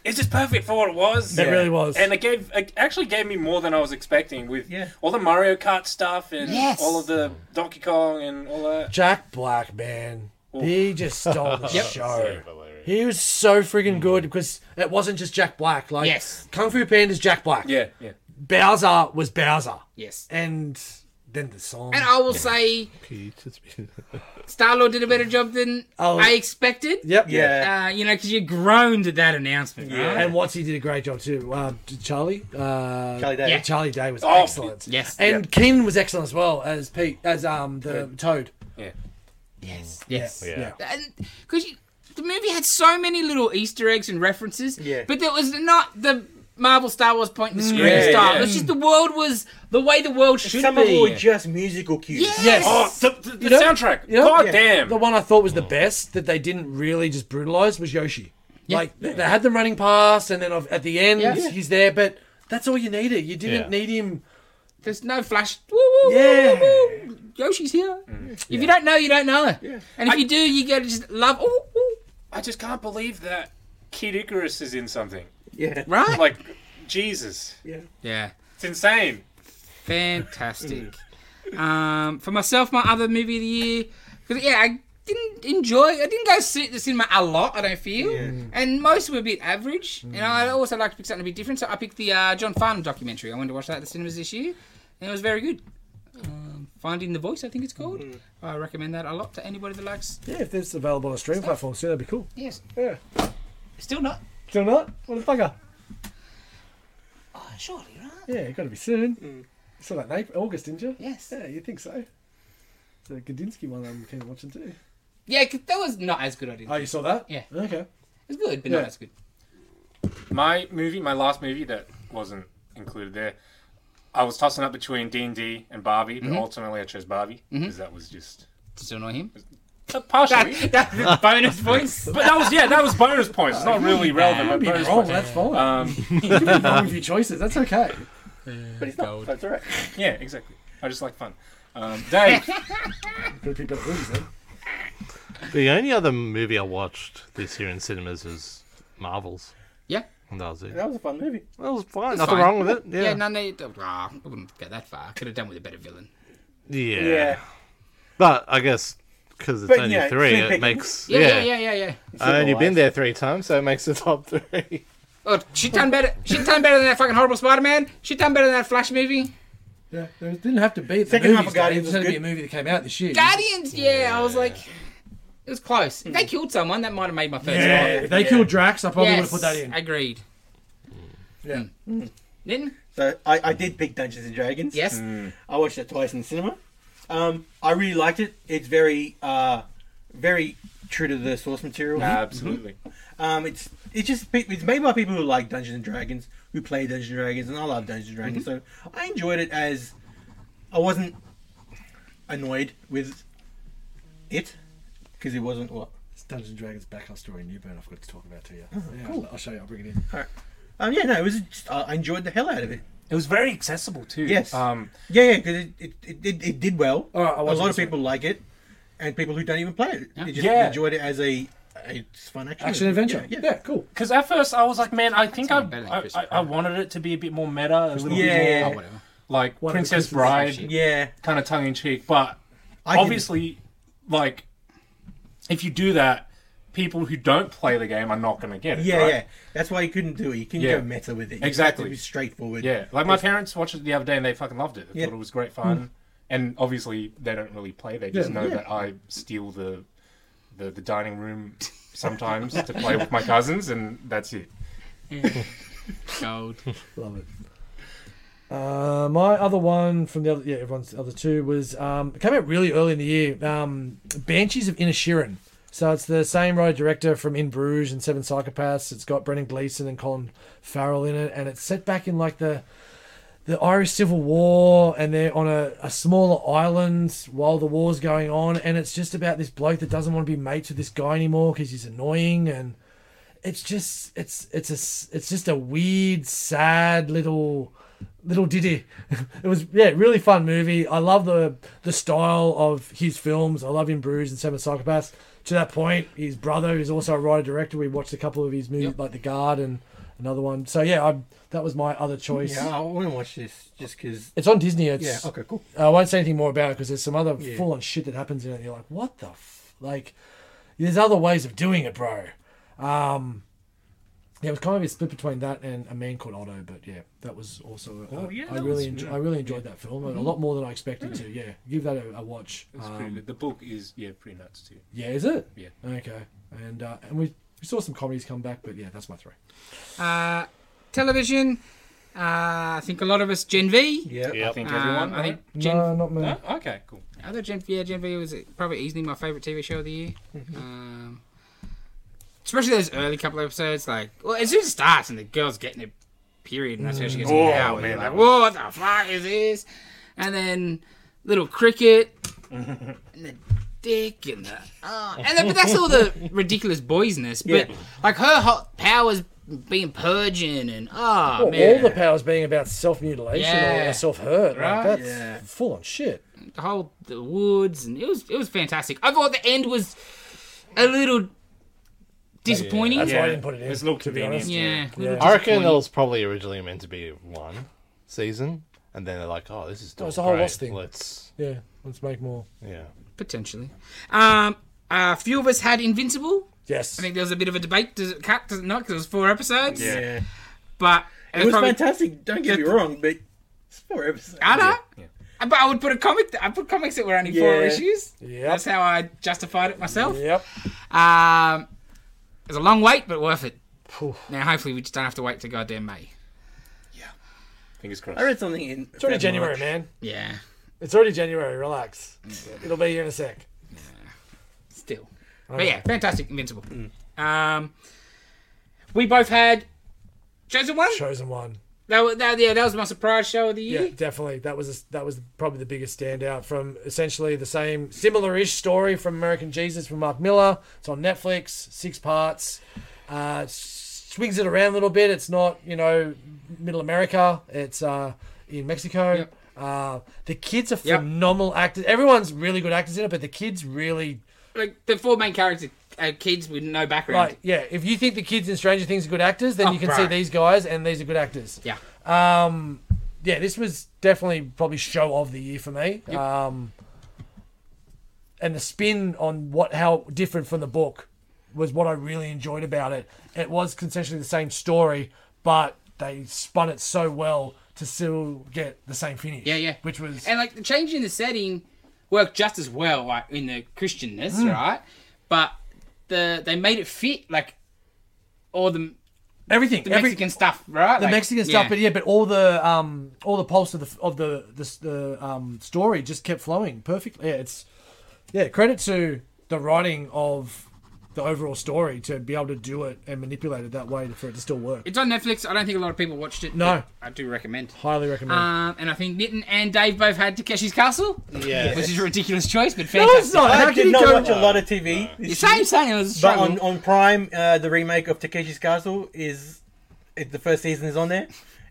[SPEAKER 1] It's just perfect for what it was.
[SPEAKER 3] it really was.
[SPEAKER 1] And it gave it actually gave me more than I was expecting with
[SPEAKER 5] Yeah.
[SPEAKER 1] all the Mario Kart stuff and
[SPEAKER 2] Yes.
[SPEAKER 1] all of the Donkey Kong and all that.
[SPEAKER 3] Jack Black, man, he just stole the show.
[SPEAKER 4] hilarious.
[SPEAKER 3] He was so friggin' good because it wasn't just Jack Black. Like
[SPEAKER 2] Yes.
[SPEAKER 3] Kung Fu Panda's Jack Black.
[SPEAKER 1] Yeah, yeah.
[SPEAKER 3] Bowser was Bowser.
[SPEAKER 2] yes.
[SPEAKER 3] And then the song.
[SPEAKER 2] And I will say, Star Lord did a better job than
[SPEAKER 3] Oh.
[SPEAKER 2] I expected.
[SPEAKER 3] yep.
[SPEAKER 5] yeah.
[SPEAKER 2] Uh, you know, because you groaned at that announcement. right?
[SPEAKER 3] And Watsy did a great job too. Uh, d- Charlie. Uh,
[SPEAKER 5] Charlie Day.
[SPEAKER 2] yeah.
[SPEAKER 3] Charlie Day was
[SPEAKER 1] Oh,
[SPEAKER 3] excellent.
[SPEAKER 2] yes.
[SPEAKER 3] And Kin was excellent as well as Pete as um the Toad.
[SPEAKER 2] Yes. Yes.
[SPEAKER 4] Yeah.
[SPEAKER 2] and because the movie had so many little Easter eggs and references,
[SPEAKER 5] Yeah.
[SPEAKER 2] but there was not the Marvel Star Wars point in the screen
[SPEAKER 1] Yeah,
[SPEAKER 2] style.
[SPEAKER 1] yeah.
[SPEAKER 2] It was just the world was the way the world should
[SPEAKER 5] Some
[SPEAKER 2] be.
[SPEAKER 5] of them were just musical cues.
[SPEAKER 2] yes.
[SPEAKER 3] Yes.
[SPEAKER 1] Oh, the, the, the
[SPEAKER 3] know-
[SPEAKER 1] soundtrack.
[SPEAKER 3] You know-
[SPEAKER 1] God
[SPEAKER 3] Yeah.
[SPEAKER 1] damn.
[SPEAKER 3] The one I thought was the best that they didn't really just brutalize was Yoshi. Like they- they had them running past, and then of- at the end
[SPEAKER 2] Yeah.
[SPEAKER 3] he's there, but that's all you needed. You didn't
[SPEAKER 4] Yeah.
[SPEAKER 3] need him.
[SPEAKER 2] There's no flash. Woo, woo, yeah. Woo,
[SPEAKER 3] Yeah.
[SPEAKER 2] woo, woo. Yoshi's here. If you don't know, you don't know. And if you do, you gotta just love. Ooh, ooh.
[SPEAKER 1] I just can't believe that Kid Icarus is in something.
[SPEAKER 5] Yeah.
[SPEAKER 2] Right?
[SPEAKER 1] Like Jesus.
[SPEAKER 2] yeah.
[SPEAKER 1] It's insane.
[SPEAKER 2] Fantastic. um, for myself, my other movie of the year, because yeah, I didn't enjoy. I didn't go see the cinema a lot. I don't feel, and most were a bit average. And I also like to pick something a bit different, so I picked the uh, John Farnham documentary. I wanted to watch that at the cinemas this year, and it was very good. Um, Finding the Voice, I think it's called. I recommend that a lot to anybody that likes.
[SPEAKER 3] Yeah, if this is available on a stream platform soon, that'd be cool.
[SPEAKER 2] Yes,
[SPEAKER 3] Yeah.
[SPEAKER 2] Uh. still not.
[SPEAKER 3] Still not? What the fucker?
[SPEAKER 2] Oh, surely, right?
[SPEAKER 3] Yeah, it got to be soon.
[SPEAKER 1] Mm.
[SPEAKER 3] It's like April, August, didn't you?
[SPEAKER 2] Yes.
[SPEAKER 3] Yeah, you think so? It's a Gadinsky one I'm keen on watching too.
[SPEAKER 2] Yeah, 'cause that was not as good. I didn't.
[SPEAKER 3] Oh, you saw that?
[SPEAKER 2] Yeah.
[SPEAKER 3] Okay.
[SPEAKER 2] It was good, but
[SPEAKER 3] Yeah.
[SPEAKER 2] not as good.
[SPEAKER 1] My movie, my last movie that wasn't included there, I was tossing up between D and D and Barbie,
[SPEAKER 3] Mm-hmm.
[SPEAKER 1] but ultimately I chose Barbie because that was just
[SPEAKER 2] Does it annoy him?
[SPEAKER 1] uh, partially.
[SPEAKER 2] That bonus points.
[SPEAKER 1] but that was yeah, that was bonus points. It's not really relevant. but
[SPEAKER 3] Be
[SPEAKER 1] bonus
[SPEAKER 3] wrong,
[SPEAKER 1] points.
[SPEAKER 3] that's fine.
[SPEAKER 1] Um,
[SPEAKER 3] you can be wrong with your choices. That's okay.
[SPEAKER 1] but it's not. That's all right. Yeah, exactly. I just like fun. Um, Dave,
[SPEAKER 3] Good people that lose then.
[SPEAKER 4] The only other movie I watched this year in cinemas was Marvels.
[SPEAKER 2] Yeah.
[SPEAKER 4] And that was it. That
[SPEAKER 5] That was a fun movie.
[SPEAKER 4] was fine. Nothing
[SPEAKER 2] fine.
[SPEAKER 4] wrong with it. Yeah.
[SPEAKER 2] Yeah, no, no, don't- ah, I wouldn't get that far. Could have done with a better villain.
[SPEAKER 4] yeah.
[SPEAKER 5] Yeah.
[SPEAKER 4] But I guess because it's
[SPEAKER 5] But,
[SPEAKER 4] only
[SPEAKER 5] you know,
[SPEAKER 4] three,
[SPEAKER 5] slim
[SPEAKER 4] it
[SPEAKER 5] pickings.
[SPEAKER 4] makes.
[SPEAKER 2] Yeah, yeah, yeah, yeah, yeah.
[SPEAKER 4] I've only been there three times, so it makes the top three.
[SPEAKER 2] Oh, she done better. She done better than that fucking horrible Spider-Man. She done better than that Flash movie.
[SPEAKER 3] Yeah, there didn't have to be the
[SPEAKER 5] Second half
[SPEAKER 3] movies,
[SPEAKER 5] of Guardians
[SPEAKER 3] Dave. There's going
[SPEAKER 5] was
[SPEAKER 3] to be a
[SPEAKER 5] good.
[SPEAKER 3] movie that came out this year.
[SPEAKER 2] Guardians. Yeah, I was like, it was close. If they killed someone, that might have made my first.
[SPEAKER 3] Yeah,
[SPEAKER 2] spot.
[SPEAKER 3] if they killed Drax, I probably
[SPEAKER 2] Yes,
[SPEAKER 3] would have put that in.
[SPEAKER 2] Agreed.
[SPEAKER 3] Yeah.
[SPEAKER 2] Mm. Then
[SPEAKER 5] So I, I did pick Dungeons and Dragons.
[SPEAKER 2] yes,
[SPEAKER 5] I watched it twice in the cinema. Um, I really liked it. It's very, uh, very true to the source material.
[SPEAKER 1] absolutely.
[SPEAKER 5] Um, it's it's just pe- it's made by people who like Dungeons and Dragons, who play Dungeons and Dragons, and I love Dungeons and Dragons. So I enjoyed it as I wasn't annoyed with it. Because it wasn't what?
[SPEAKER 6] It's Dungeons and Dragons Backup Story Newburn I forgot to talk about to
[SPEAKER 3] Oh,
[SPEAKER 6] you. yeah, I'll- I'll show you. I'll bring it in.
[SPEAKER 5] All right. Um, yeah, no, it was just, I I enjoyed the hell out of it.
[SPEAKER 1] It was very accessible too.
[SPEAKER 5] Yes.
[SPEAKER 1] Um,
[SPEAKER 5] Yeah, yeah, because it, it, it, it, it did well.
[SPEAKER 1] All right, I
[SPEAKER 5] a
[SPEAKER 1] wasn't
[SPEAKER 5] lot of
[SPEAKER 1] listening.
[SPEAKER 5] people like it, and people who don't even play it, they just
[SPEAKER 1] Yeah.
[SPEAKER 5] enjoyed it as a, a fun action
[SPEAKER 3] Action adventure. Yeah,
[SPEAKER 5] Yeah, yeah.
[SPEAKER 3] cool.
[SPEAKER 1] Because at first I was like, man, I think I,
[SPEAKER 2] not better than
[SPEAKER 1] I,
[SPEAKER 2] Christmas
[SPEAKER 1] I, I wanted it to be a bit more meta, a little
[SPEAKER 5] Yeah,
[SPEAKER 1] bit
[SPEAKER 5] yeah,
[SPEAKER 1] more
[SPEAKER 2] Oh,
[SPEAKER 5] yeah.
[SPEAKER 2] whatever.
[SPEAKER 1] like
[SPEAKER 3] of the
[SPEAKER 1] Princess
[SPEAKER 3] Christmas
[SPEAKER 1] Bride
[SPEAKER 2] shit.
[SPEAKER 5] Yeah,
[SPEAKER 1] kind of tongue in cheek. But
[SPEAKER 5] I can-
[SPEAKER 1] obviously, like, if you do that, people who don't play the game are not going to get it.
[SPEAKER 5] yeah,
[SPEAKER 1] right?
[SPEAKER 5] yeah. That's why you couldn't do it. You couldn't
[SPEAKER 1] Yeah.
[SPEAKER 5] go meta with it. You just had
[SPEAKER 1] Exactly.
[SPEAKER 5] to be straightforward.
[SPEAKER 1] Yeah, like my parents watched it the other day and they fucking loved it. They
[SPEAKER 5] Yeah.
[SPEAKER 1] thought it was
[SPEAKER 3] Hmm.
[SPEAKER 1] great fun. And obviously they don't really play. They just know that I steal the, the the dining room sometimes to play with my cousins, and that's it.
[SPEAKER 2] Gold.
[SPEAKER 3] Love it. Uh, my other one from the other, yeah, everyone's other two was um, it came out really early in the year. Um, Banshees of Inishirin. So it's the same road director from In Bruges and Seven Psychopaths. It's got Brendan Gleeson and Colin Farrell in it, and it's set back in like the the Irish Civil War, and they're on a, a smaller island while the war's going on, and it's just about this bloke that doesn't want to be mates with this guy anymore because he's annoying and it's just it's it's a s- it's just a weird sad little little ditty it was yeah really fun movie i love the the style of his films i love him bruges and seven psychopaths to that point his brother is also a writer director we watched a couple of his movies like the guard and another one so yeah I, that was my other choice
[SPEAKER 5] Yeah, I want to watch this just because.
[SPEAKER 3] it's on disney it's
[SPEAKER 5] Yeah, okay, cool.
[SPEAKER 3] I won't say anything more about it because there's some other full on shit that happens in it. And you're like, what the f-? like? There's other ways of doing it, bro. Um, yeah, it was kind of a split between that and a man called Otto, but yeah, that was also. Oh
[SPEAKER 1] yeah,
[SPEAKER 3] I
[SPEAKER 1] that
[SPEAKER 3] really,
[SPEAKER 1] was-
[SPEAKER 3] enjo- I really enjoyed that film a lot more than I expected to. Yeah, give that a, a watch.
[SPEAKER 1] It's
[SPEAKER 3] Um,
[SPEAKER 1] pretty good. The book is yeah pretty nuts too.
[SPEAKER 3] yeah, is it?
[SPEAKER 1] Yeah.
[SPEAKER 3] Okay, and uh, and we, we saw some comedies come back, but yeah, that's my three.
[SPEAKER 2] Uh, television. Uh, I think a lot of us Gen V.
[SPEAKER 5] Yeah.
[SPEAKER 1] I
[SPEAKER 4] Yep.
[SPEAKER 1] think
[SPEAKER 2] Um,
[SPEAKER 1] everyone.
[SPEAKER 2] I think Gen
[SPEAKER 3] no, not me.
[SPEAKER 1] right? No? Okay, cool.
[SPEAKER 2] Other Gen yeah, Gen V was probably easily my favorite TV show of the year.
[SPEAKER 1] Mm-hmm.
[SPEAKER 2] Um, especially those early couple episodes, like well, as soon as it starts and the girl's getting her period and that's how she gets
[SPEAKER 1] Oh,
[SPEAKER 2] oh, out.
[SPEAKER 1] man,
[SPEAKER 2] Man, like,
[SPEAKER 1] that
[SPEAKER 2] whoa, what the fuck is this? And then little cricket
[SPEAKER 1] Mm-hmm.
[SPEAKER 2] and the dick and the oh, and then, but that's all the ridiculous boysness. But
[SPEAKER 5] Yeah.
[SPEAKER 2] like her hot powers being purging and oh
[SPEAKER 3] Well,
[SPEAKER 2] man,
[SPEAKER 3] all the powers being about self mutilation
[SPEAKER 2] Yeah.
[SPEAKER 3] or self hurt,
[SPEAKER 2] Right?
[SPEAKER 3] like that's
[SPEAKER 5] Yeah.
[SPEAKER 3] full on shit.
[SPEAKER 2] the whole the woods and it was it was fantastic. I thought the end was a little disappointing.
[SPEAKER 3] That's
[SPEAKER 2] yeah.
[SPEAKER 3] why I didn't put it in.
[SPEAKER 1] It's not
[SPEAKER 3] to be
[SPEAKER 1] convenient.
[SPEAKER 3] honest.
[SPEAKER 2] a little
[SPEAKER 3] Yeah.
[SPEAKER 4] I reckon it
[SPEAKER 2] disappointing.
[SPEAKER 4] was probably originally meant to be one season, and then they're like, "Oh, this is doing
[SPEAKER 3] it's a whole
[SPEAKER 4] great.
[SPEAKER 3] Lost thing.
[SPEAKER 4] Let's
[SPEAKER 3] Yeah, let's make more.
[SPEAKER 4] yeah."
[SPEAKER 2] potentially. Um, a few of us had Invincible.
[SPEAKER 3] Yes.
[SPEAKER 2] I think there was a bit of a debate. Does it cut? Does it not? Because it was four episodes.
[SPEAKER 5] Yeah.
[SPEAKER 2] But it,
[SPEAKER 5] It was
[SPEAKER 2] probably,
[SPEAKER 5] fantastic. Don't get me wrong, but it's four episodes.
[SPEAKER 2] I know. Uh, But I would put a comic. I put comics that were only four
[SPEAKER 5] Yeah.
[SPEAKER 2] issues.
[SPEAKER 3] Yep.
[SPEAKER 2] That's how I justified it myself.
[SPEAKER 3] Yep.
[SPEAKER 2] Um, it was a long wait, but worth it. Now, hopefully, we just don't have to wait to goddamn May.
[SPEAKER 1] Fingers crossed.
[SPEAKER 5] I read something in.
[SPEAKER 3] It's already January, man.
[SPEAKER 2] Yeah.
[SPEAKER 3] It's already January. Relax. It'll be here in a sec.
[SPEAKER 2] still.
[SPEAKER 3] Oh,
[SPEAKER 2] But yeah, fantastic, Invincible.
[SPEAKER 3] Mm.
[SPEAKER 2] Um, we both had chosen one.
[SPEAKER 3] Chosen one.
[SPEAKER 2] That, wa- that yeah, that was my surprise show of the year.
[SPEAKER 3] Yeah, definitely. That was that was probably the biggest standout from essentially the same similar-ish story from American Jesus from Mark Miller. It's on Netflix, six parts. Uh, s- swings it around a little bit. It's not you know Middle America. It's uh, in Mexico.
[SPEAKER 2] Yep.
[SPEAKER 3] Uh, the kids are
[SPEAKER 2] Yep.
[SPEAKER 3] phenomenal actors. Everyone's really good actors in it, but the kids really
[SPEAKER 2] Like the four main characters are kids with no background.
[SPEAKER 3] Like, yeah, if you think the kids in Stranger Things are good actors, then
[SPEAKER 2] Oh,
[SPEAKER 3] you can
[SPEAKER 2] bro.
[SPEAKER 3] see these guys and these are good actors.
[SPEAKER 2] Yeah.
[SPEAKER 3] Um, yeah, this was definitely probably show of the year for me.
[SPEAKER 2] Yep.
[SPEAKER 3] Um, and the spin on what how different from the book was what I really enjoyed about it. It was essentially the same story, but they spun it so well to still get the same finish.
[SPEAKER 2] Yeah, yeah.
[SPEAKER 3] Which was
[SPEAKER 2] And like the change in the setting worked just as well, like in the Christianness,
[SPEAKER 3] Mm.
[SPEAKER 2] right? But the they made it fit like all the,
[SPEAKER 3] everything.
[SPEAKER 2] the
[SPEAKER 3] every-
[SPEAKER 2] Mexican stuff, right?
[SPEAKER 3] the Mexican stuff, but yeah, but all the um, all the pulse of the of the the, the um, story just kept flowing perfectly. Yeah, it's yeah, credit to the writing of
[SPEAKER 6] the overall story to be able to do it and manipulate it that way for it to still work.
[SPEAKER 2] It's on Netflix. I don't think a lot of people watched it.
[SPEAKER 6] No.
[SPEAKER 2] but I do recommend.
[SPEAKER 6] Highly recommend.
[SPEAKER 5] uh,
[SPEAKER 2] Um, and I think Nitin and Dave both had Takeshi's Castle,
[SPEAKER 5] Yeah.
[SPEAKER 2] which is a ridiculous choice, but
[SPEAKER 6] no, it's
[SPEAKER 2] fantastic.
[SPEAKER 6] not. How
[SPEAKER 5] I
[SPEAKER 6] can
[SPEAKER 5] did
[SPEAKER 6] you
[SPEAKER 5] not
[SPEAKER 6] go?
[SPEAKER 5] watch a lot of TV. this year,
[SPEAKER 2] Same, same. It was a
[SPEAKER 5] But
[SPEAKER 2] struggle.
[SPEAKER 5] on, on Prime, uh, the remake of Takeshi's Castle is it, the first season is on there.